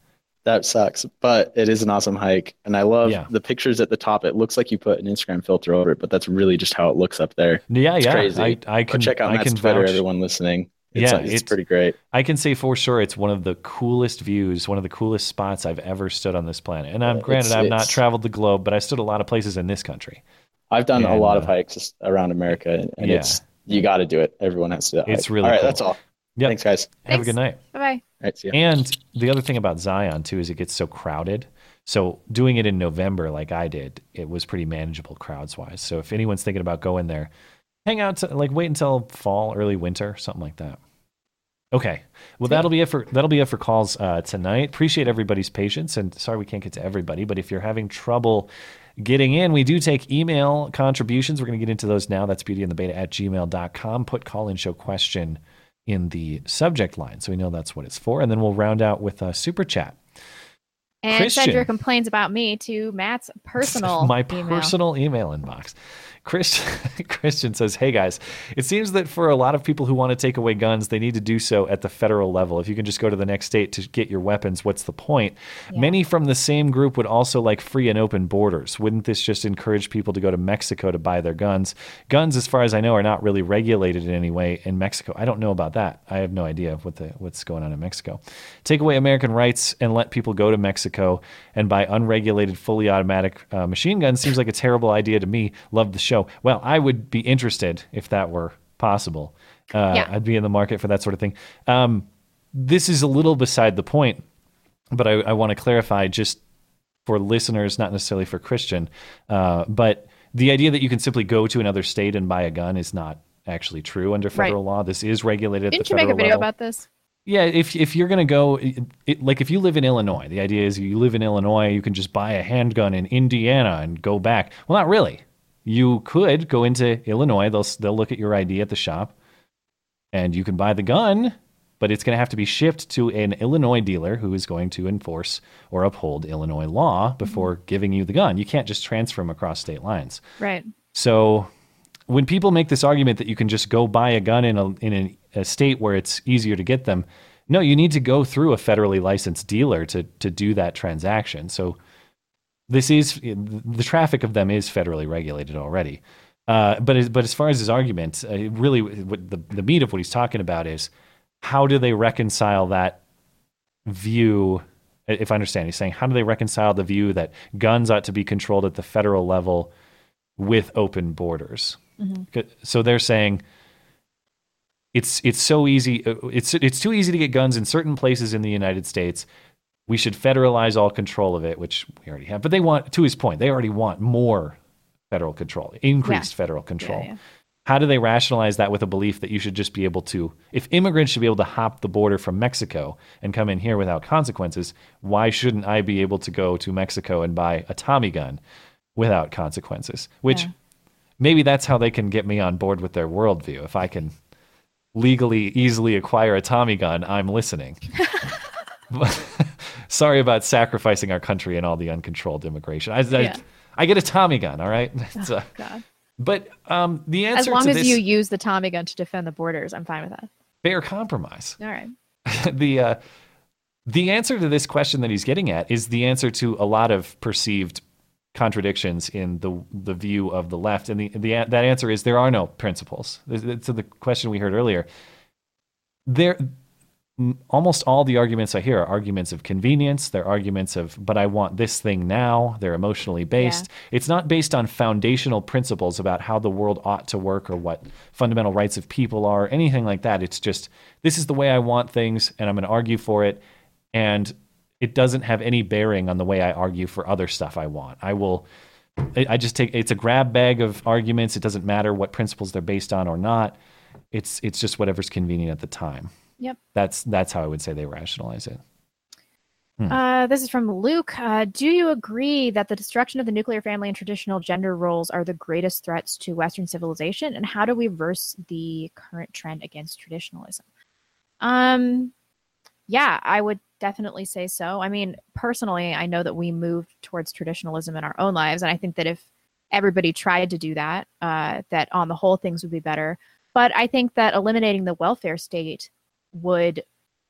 S4: That sucks, but it is an awesome hike, and I love the pictures at the top. It looks like you put an Instagram filter over it, but that's really just how it looks up there.
S3: Yeah,
S4: It's
S3: yeah.
S4: crazy.
S3: I- I
S4: Go
S3: can-
S4: check out
S3: I
S4: Matt's
S3: can
S4: Twitter,
S3: vouch.
S4: everyone listening. It's,
S3: Yeah,
S4: it's,
S3: it's-
S4: pretty great.
S3: I can say for sure it's one of the coolest views, one of the coolest spots I've ever stood on this planet. And I'm
S4: Yeah,
S3: granted
S4: Uh, it's-
S3: I've not
S4: it's-
S3: traveled the globe, but I stood a lot of places in this country.
S4: I've done a
S3: And,
S4: lot of
S3: uh,
S4: hikes around America, and
S3: yeah.
S4: it's you got to do it. Everyone has to. do that
S3: It's
S4: hike.
S3: really
S4: all right.
S3: cool.
S4: That's all.
S3: Yep.
S4: Thanks, guys.
S3: Have a good night.
S5: Bye bye.
S4: All right, see ya.
S3: And the other thing about Zion too is it gets so crowded. So doing it in November like I did, it was pretty manageable crowds wise. So if anyone's thinking about going there, hang out to, like wait until fall, early winter, something like that. Okay. Well, that'll be it for that'll be it for calls uh, tonight. Appreciate everybody's patience, and sorry we can't get to everybody. But if you're having trouble getting in, we do take email contributions. We're going to get into those now. That's beautyandthebeta at gmail.com. Put call in show question in the subject line, so we know that's what it's for, and then we'll round out with a super chat.
S5: And
S3: Christian.
S5: send your complaints about me to
S3: [LAUGHS]
S5: Matt's personal
S3: my
S5: email.
S3: personal email inbox. Christ, [LAUGHS] Christian says, "Hey guys, it seems that for a lot of people who want to take away guns, they need to do so at the federal level. If you can just go to the next state to get your weapons, what's the point? Many from the same group would also like free and open borders. Wouldn't this just encourage people to go to Mexico to buy their guns? Guns, as far as I know, are not really regulated in any way in Mexico. I don't know about that. I have no idea what the what's going on in Mexico. Take away American rights and let people go to Mexico and buy unregulated, fully automatic uh, machine guns seems like a terrible idea to me. Love the show. Well, I would be interested if that were possible. Uh,
S8: Yeah.
S3: I'd be in the market for that sort of thing. Um, this is a little beside the point, but I, I want to clarify just for listeners, not necessarily for Christian, uh, but the idea that you can simply go to another state and buy a gun is not actually true under
S5: Right.
S3: federal law. This is regulated. at
S5: Didn't
S3: the
S5: you make
S3: federal
S5: a video
S3: level.
S5: about this?
S3: Yeah, if if you're gonna go, it, it- like if you live in Illinois, the idea is you live in Illinois, you can just buy a handgun in Indiana and go back. Well, not really. You could go into Illinois. They'll s- they'll look at your ID at the shop, and you can buy the gun, but it's gonna have to be shipped to an Illinois dealer who is going to enforce or uphold Illinois law before giving you the gun. You can't just transfer them across state lines.
S5: Right.
S3: So when people make this argument that you can just go buy a gun in a in an, a state where it's easier to get them, no, you need to go through a federally licensed dealer to to do that transaction. So this is the traffic of them is federally regulated already. Uh, but as- but as far as his argument, uh, it really what the the meat of what he's talking about is how do they reconcile that view if i understand he's saying how do they reconcile the view that guns ought to be controlled at the federal level with open borders
S8: Mhm.
S3: C- so they're saying uh, it's it's so easy it's it's too easy to get guns in certain places in the united states we should federalize all control of it, which we already have. But they want, to his point, they already want more federal control, increased
S8: Yeah.
S3: federal control.
S8: yeah.
S3: How do they rationalize that with a belief that you should just be able to, if immigrants should be able to hop the border from Mexico and come in here without consequences, why shouldn't I be able to go to Mexico and buy a Tommy gun without consequences? Which
S8: Yeah.
S3: maybe that's how they can get me on board with their worldview. If I can legally, easily acquire a Tommy gun,
S8: [LAUGHS]
S3: I'm listening. Sorry about sacrificing our country and all the uncontrolled immigration. I, I,
S5: Yeah.
S3: I get a Tommy gun, all
S5: [LAUGHS]
S3: right? [LAUGHS] It's, uh,
S5: Oh, God.
S3: but um, the answer
S5: As long
S3: to
S5: as
S3: this
S5: you use the Tommy gun to defend the borders, I'm fine with that.
S3: fair compromise.
S5: All right.
S3: [LAUGHS] the uh, the answer to this question that he's getting at is the answer to a lot of perceived contradictions in the the view of the left, and the, the that answer is there are no principles. To the question we heard earlier, there m- almost all the arguments I hear are arguments of convenience. They're arguments of, but I want this thing now. They're emotionally based. It's not based on foundational principles about how the world ought to work or what fundamental rights of people are, anything like that. It's just, this is the way I want things, and I'm going to argue for it. And it doesn't have any bearing on the way I argue for other stuff I want. I will. I I just take it's a grab bag of arguments. It doesn't matter what principles they're based on or not. It's it's just whatever's convenient at the time.
S5: Yep.
S3: That's that's how I would say they rationalize it. Hmm.
S5: Uh, this is from Luke. Uh, do you agree that the destruction of the nuclear family and traditional gender roles are the greatest threats to Western civilization? And how do we reverse the current trend against traditionalism? Um, yeah, I would definitely say so. I mean, personally, I know that we moved towards traditionalism in our own lives, and I think that if everybody tried to do that, uh, that on the whole things would be better. But I think that eliminating the welfare state would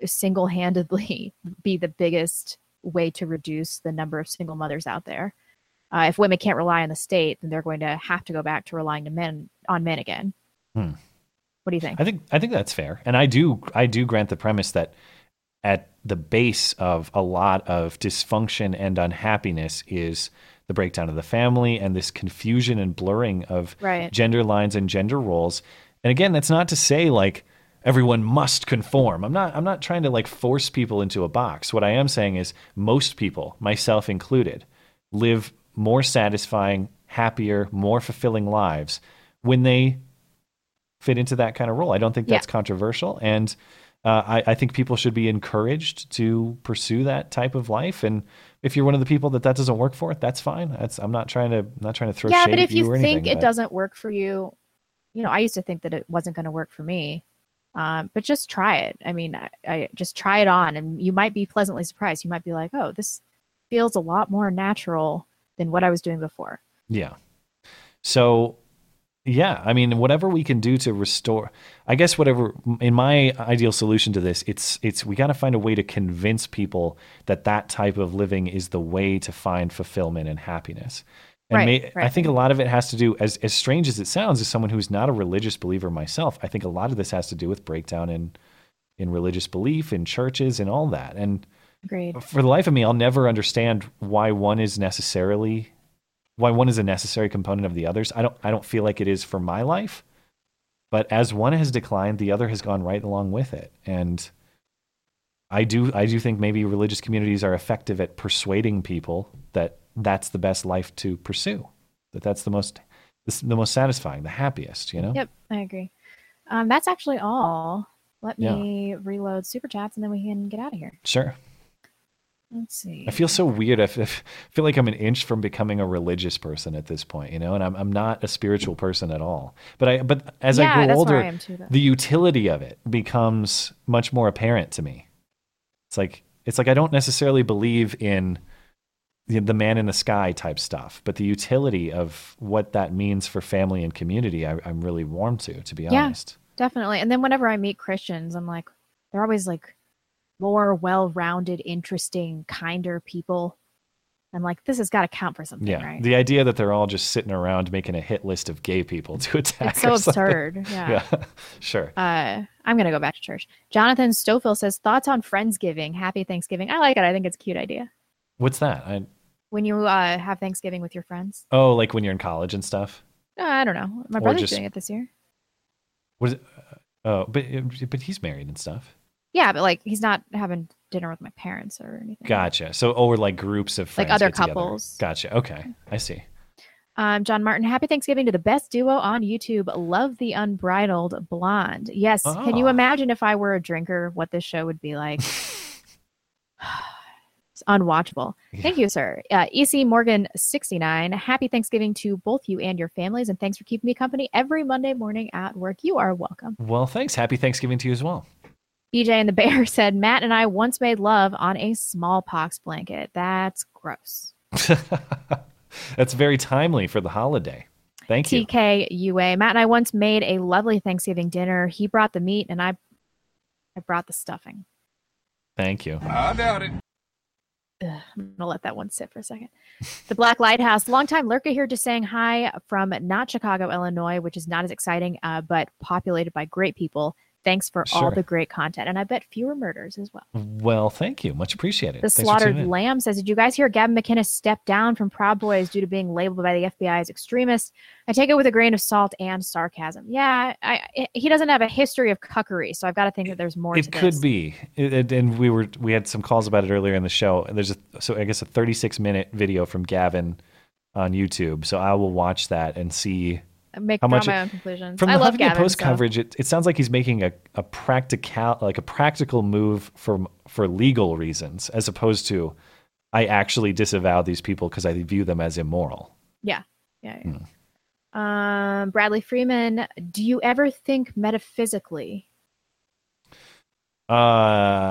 S5: single-handedly [LAUGHS] be the biggest way to reduce the number of single mothers out there. Uh, if women can't rely on the state, then they're going to have to go back to relying to men on men again.
S3: Hmm.
S5: What do you think?
S3: I think I think that's fair, and I do I do grant the premise that at the base of a lot of dysfunction and unhappiness is the breakdown of the family and this confusion and blurring of
S8: Right.
S3: gender lines and gender roles. And again, that's not to say like everyone must conform. I'm not I'm not trying to like force people into a box. What I am saying is most people, myself included, live more satisfying, happier, more fulfilling lives when they fit into that kind of role. I don't think
S8: Yeah.
S3: that's controversial, and uh, I, I think people should be encouraged to pursue that type of life. And if you're one of the people that that doesn't work for, that's fine. That's I'm not trying to I'm not trying to throw
S5: yeah,
S3: shade
S5: but
S3: at
S5: if
S3: you,
S5: you
S3: or anything.
S5: think it
S3: but-
S5: doesn't work for you, you know, I used to think that it wasn't going to work for me, um, but just try it. I mean, I, I just try it on, and you might be pleasantly surprised. You might be like, "Oh, this feels a lot more natural than what I was doing before."
S3: Yeah. So, yeah, I mean, whatever we can do to restore, I guess whatever in my ideal solution to this, it's it's we got to find a way to convince people that that type of living is the way to find fulfillment and happiness. And
S8: Right,
S3: may, I
S8: right.
S3: think a lot of it has to do, as as strange as it sounds, as someone who's not a religious believer myself, I think a lot of this has to do with breakdown in in religious belief, in churches, and all that. And
S5: Agreed.
S3: for the life of me, I'll never understand why one is necessarily why one is a necessary component of the others. I don't I don't feel like it is for my life. But as one has declined, the other has gone right along with it. And I do I do think maybe religious communities are effective at persuading people that that's the best life to pursue. That that's the most the most satisfying, the happiest, you know?
S5: Yep, I agree. Um, that's actually all. Let
S3: Yeah.
S5: me reload super chats, and then we can get out of here.
S3: Sure.
S5: Let's see.
S3: I feel so weird. I f- I f- feel like I'm an inch from becoming a religious person at this point, you know, and I'm I'm not a spiritual person at all. But I but as
S5: Yeah,
S3: I grow
S5: that's where
S3: older,
S5: I am too, though.
S3: the utility of it becomes much more apparent to me. It's like it's like I don't necessarily believe in the, the man in the sky type stuff, but the utility of what that means for family and community, I, I'm really warm to, to be
S5: yeah,
S3: honest.
S5: definitely. And then whenever I meet Christians, I'm like, they're always like more well-rounded, interesting, kinder people. I'm like, this has got to count for something,
S3: Yeah,
S5: right?
S3: the idea that they're all just sitting around making a hit list of gay people to [LAUGHS] attack.
S5: It's so
S3: or something.
S5: absurd, yeah.
S3: [LAUGHS] yeah, sure.
S5: Uh, I'm gonna go back to church. Jonathan Stofil says thoughts on Friendsgiving. Happy Thanksgiving. I like it. I think it's a cute idea.
S3: What's that? I,
S5: When you uh, have Thanksgiving with your friends.
S3: oh, like when you're in college and stuff.
S5: Uh, I don't know. My
S3: Or
S5: brother's
S3: just-
S5: doing it this year.
S3: Uh, What is it? Oh, but but he's married and stuff.
S5: Yeah, but like he's not having dinner with my parents or anything.
S3: Gotcha. So over like groups of
S5: Like
S3: friends
S5: other
S3: get together.
S5: couples.
S3: Gotcha. Okay, I see.
S5: Um, John Martin, happy Thanksgiving to the best duo on YouTube. Love the unbridled blonde. Yes. Can you
S3: Ah.
S5: imagine if I were a drinker, what this show would be like? it's unwatchable. Thank you, sir. Uh, EC Morgan 69. Happy Thanksgiving to both you and your families. And thanks for keeping me company every Monday morning at work. You are welcome.
S3: Well, thanks. Happy Thanksgiving to you as well.
S5: BJ and the [LAUGHS] Bear said, Matt and I once made love on a smallpox blanket. That's gross.
S3: That's very timely for the holiday. Thank you.
S5: TK UA. Matt and I once made a lovely Thanksgiving dinner. He brought the meat and I I brought the stuffing.
S3: Thank you.
S5: I doubt it. Ugh, I'm gonna let that one sit for a second. The Black Lighthouse, longtime lurker here, just saying hi from not Chicago, Illinois, which is not as exciting, uh, but populated by great people. Thanks for all
S3: Sure.
S5: the great content, and I bet fewer murders as well.
S3: Well, thank you. Much appreciated.
S5: The
S3: Thanks for tuning
S5: slaughtered
S3: in.
S5: lamb says, "Did you guys hear Gavin McInnes step down from Proud Boys due to being labeled by the FBI as extremist?" I take it with a grain of salt and sarcasm. Yeah, I, I- he doesn't have a history of cuckery, so I've got to think that there's more.
S3: It
S5: to
S3: could
S5: this.
S3: be, It- it- and we were we had some calls about it earlier in the show. And There's a so I guess a 36 minute video from Gavin on YouTube. So I will watch that and see
S5: Make
S3: how
S5: draw
S3: much
S5: my
S3: it-
S5: own conclusions.
S3: From the
S5: I love
S3: Huffington
S5: Gavin.
S3: Post
S5: so-
S3: coverage, it, it sounds like he's making a, a practical like a practical move for for legal reasons, as opposed to I actually disavow these people because I view them as immoral.
S5: Yeah, yeah. yeah.
S3: Hmm.
S5: Um, Bradley Freeman, do you ever think metaphysically?
S3: Uh,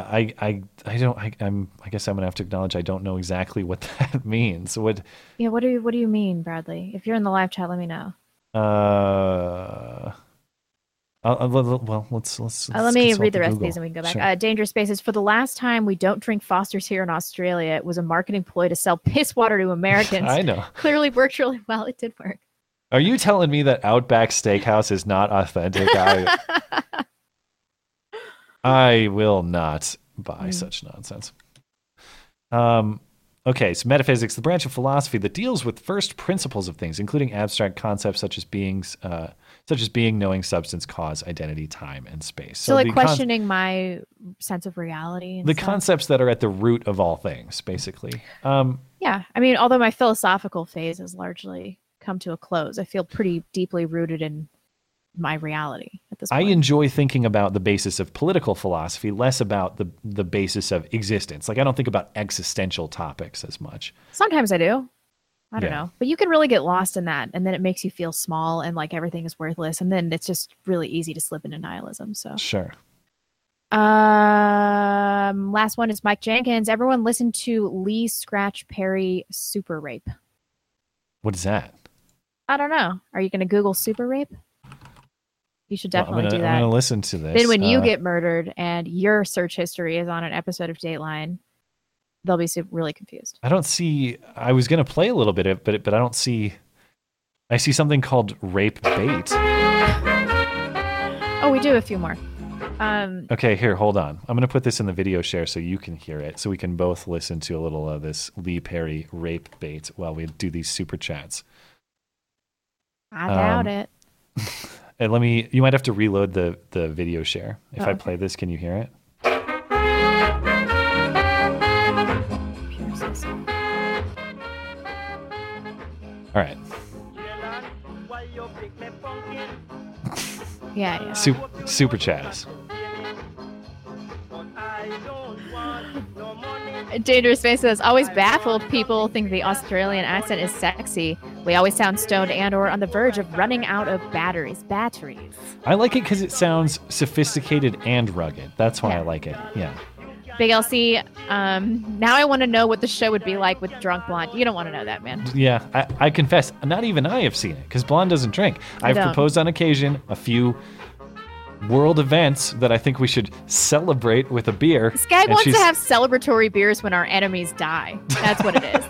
S3: I I I don't I, I'm I guess I'm gonna have to acknowledge I don't know exactly what [LAUGHS] that means. What
S5: Yeah. What do you What do you mean, Bradley? If you're in the live chat, let me know.
S3: Uh, I'll, I'll- well, well, let's let's.
S5: Uh, let
S3: let's
S5: me
S3: consult
S5: read the rest
S3: Google.
S5: of these and we can go back.
S3: Sure.
S5: Uh, Danger Spaces. For the last time, we don't drink Foster's here in Australia. It was a marketing ploy to sell piss
S3: [LAUGHS]
S5: water to Americans.
S3: I know.
S5: Clearly worked really well. It did work.
S3: Are you telling me that Outback Steakhouse is not authentic?
S5: [LAUGHS]
S3: I, I will not buy
S1: Mm.
S3: such nonsense. Um, okay, so metaphysics, the branch of philosophy that deals with first principles of things, including abstract concepts such as beings, uh, such as being, knowing, substance, cause, identity, time, and space.
S5: So, like
S3: the con-
S5: questioning my sense of reality. And
S3: the
S5: stuff.
S3: concepts that are at the root of all things, basically. Um,
S5: Yeah. I mean, although my philosophical phase has largely come to a close, I feel pretty deeply rooted in my reality at this
S3: I
S5: point.
S3: enjoy thinking about the basis of political philosophy, less about the the basis of existence. Like I don't think about existential topics as much.
S5: Sometimes I do. I don't
S3: Yeah.
S5: know. But you can really get lost in that. And then it makes you feel small and like everything is worthless. And then it's just really easy to slip into nihilism. So,
S3: Sure.
S5: um, last one is Mike Jenkins. Everyone listen to Lee Scratch Perry Super Rape.
S3: What is that?
S5: I don't know. Are you going to Google Super Rape? You should
S3: Well,
S5: definitely
S3: I'm gonna,
S5: do
S3: I'm
S5: that.
S3: gonna listen to this.
S5: Then when you
S3: Uh,
S5: get murdered and your search history is on an episode of Dateline, they'll be su- really confused.
S3: I don't see. I was gonna play a little bit of, but but I don't see. I see something called rape bait.
S5: Oh, we do a few more. Um,
S3: Okay, here, hold on. I'm gonna put this in the video share so you can hear it, so we can both listen to a little of this Lee Perry rape bait while we do these super chats.
S5: I
S3: Um,
S5: doubt it.
S3: [LAUGHS] And let me. You might have to reload the the video share. If
S5: Oh,
S3: I
S5: okay.
S3: play this, can you hear it? All right.
S5: Yeah, yeah.
S3: Super, super chats.
S5: Dangerous Face says, always baffled people think the Australian accent is sexy. We always sound stoned and or on the verge of running out of batteries. Batteries.
S3: I like it because it sounds sophisticated and rugged. That's why I like it. Yeah.
S5: Big LC, um, now I want to know what the show would be like with Drunk Blonde. You don't want to know that, man.
S3: Yeah. I, I confess, not even I have seen it because Blonde doesn't drink.
S5: I
S3: I've
S5: don't.
S3: proposed on occasion a few world events that I think we should celebrate with a beer.
S5: This guy
S3: and
S5: wants to
S3: she's-
S5: have celebratory beers when our enemies die. That's what it
S3: [LAUGHS]
S5: is.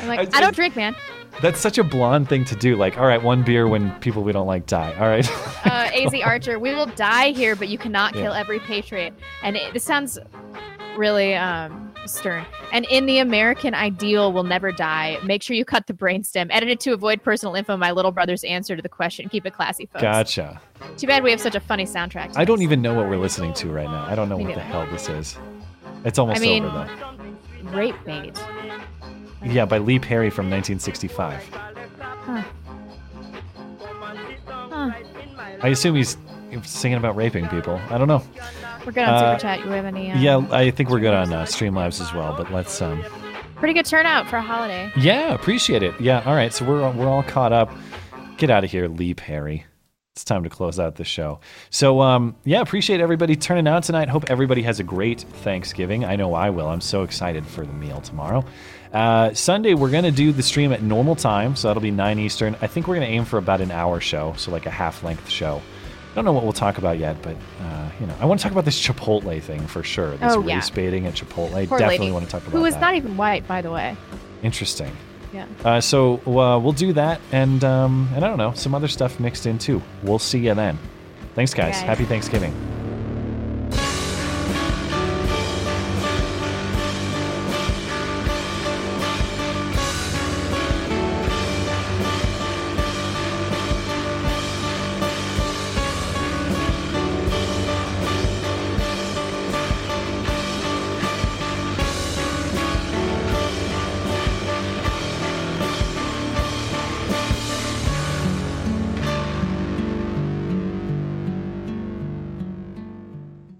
S5: I'm like, I don't drink, man.
S3: That's such a blonde thing to do. Like, all right, one beer when people we don't like die. All right. [LAUGHS]
S5: uh, AZ Archer, we will die here, but you cannot
S3: Yeah.
S5: kill every patriot. And it, this sounds really um, Stern. And in the American ideal will never die. Make sure you cut the brainstem. Edited to avoid personal info. My little brother's answer to the question. Keep it classy, folks.
S3: Gotcha.
S5: Too bad we have such a funny soundtrack.
S3: I don't even know what we're listening to right now. I don't know
S5: Me
S3: what the
S5: neither.
S3: hell this is. It's almost
S5: I mean,
S3: over
S5: rape bait.
S3: though. Yeah, by Lee Perry from 1965.
S5: Huh. Huh.
S3: I assume he's singing about raping people. I don't know.
S5: We're good on
S3: Uh,
S5: Super Chat. You have any? Uh,
S3: Yeah, I think we're good on uh, Streamlabs as well. But let's um,
S5: Pretty good turnout for a holiday.
S3: yeah, appreciate it. Yeah, all right. So we're we're all caught up. Get out of here, Lee Perry. It's time to close out the show. So um, yeah, appreciate everybody turning out tonight. Hope everybody has a great Thanksgiving. I know I will. I'm so excited for the meal tomorrow. Uh, Sunday we're gonna do the stream at normal time, so that'll be nine Eastern. I think we're gonna aim for about an hour show, so like a half length show. I don't know what we'll talk about yet, but uh, you know, I want to talk about this Chipotle thing for sure. This
S5: Oh, yeah.
S3: race baiting at Chipotle.
S5: Poor
S3: Definitely
S5: lady,
S3: want to talk about
S5: Who is
S3: that.
S5: not even white, by the way.
S3: Interesting.
S5: Yeah.
S3: Uh, so uh, we'll do that, and um, and I don't know some other stuff mixed in too. We'll see you then. Thanks, guys.
S5: Guys.
S3: Happy Thanksgiving.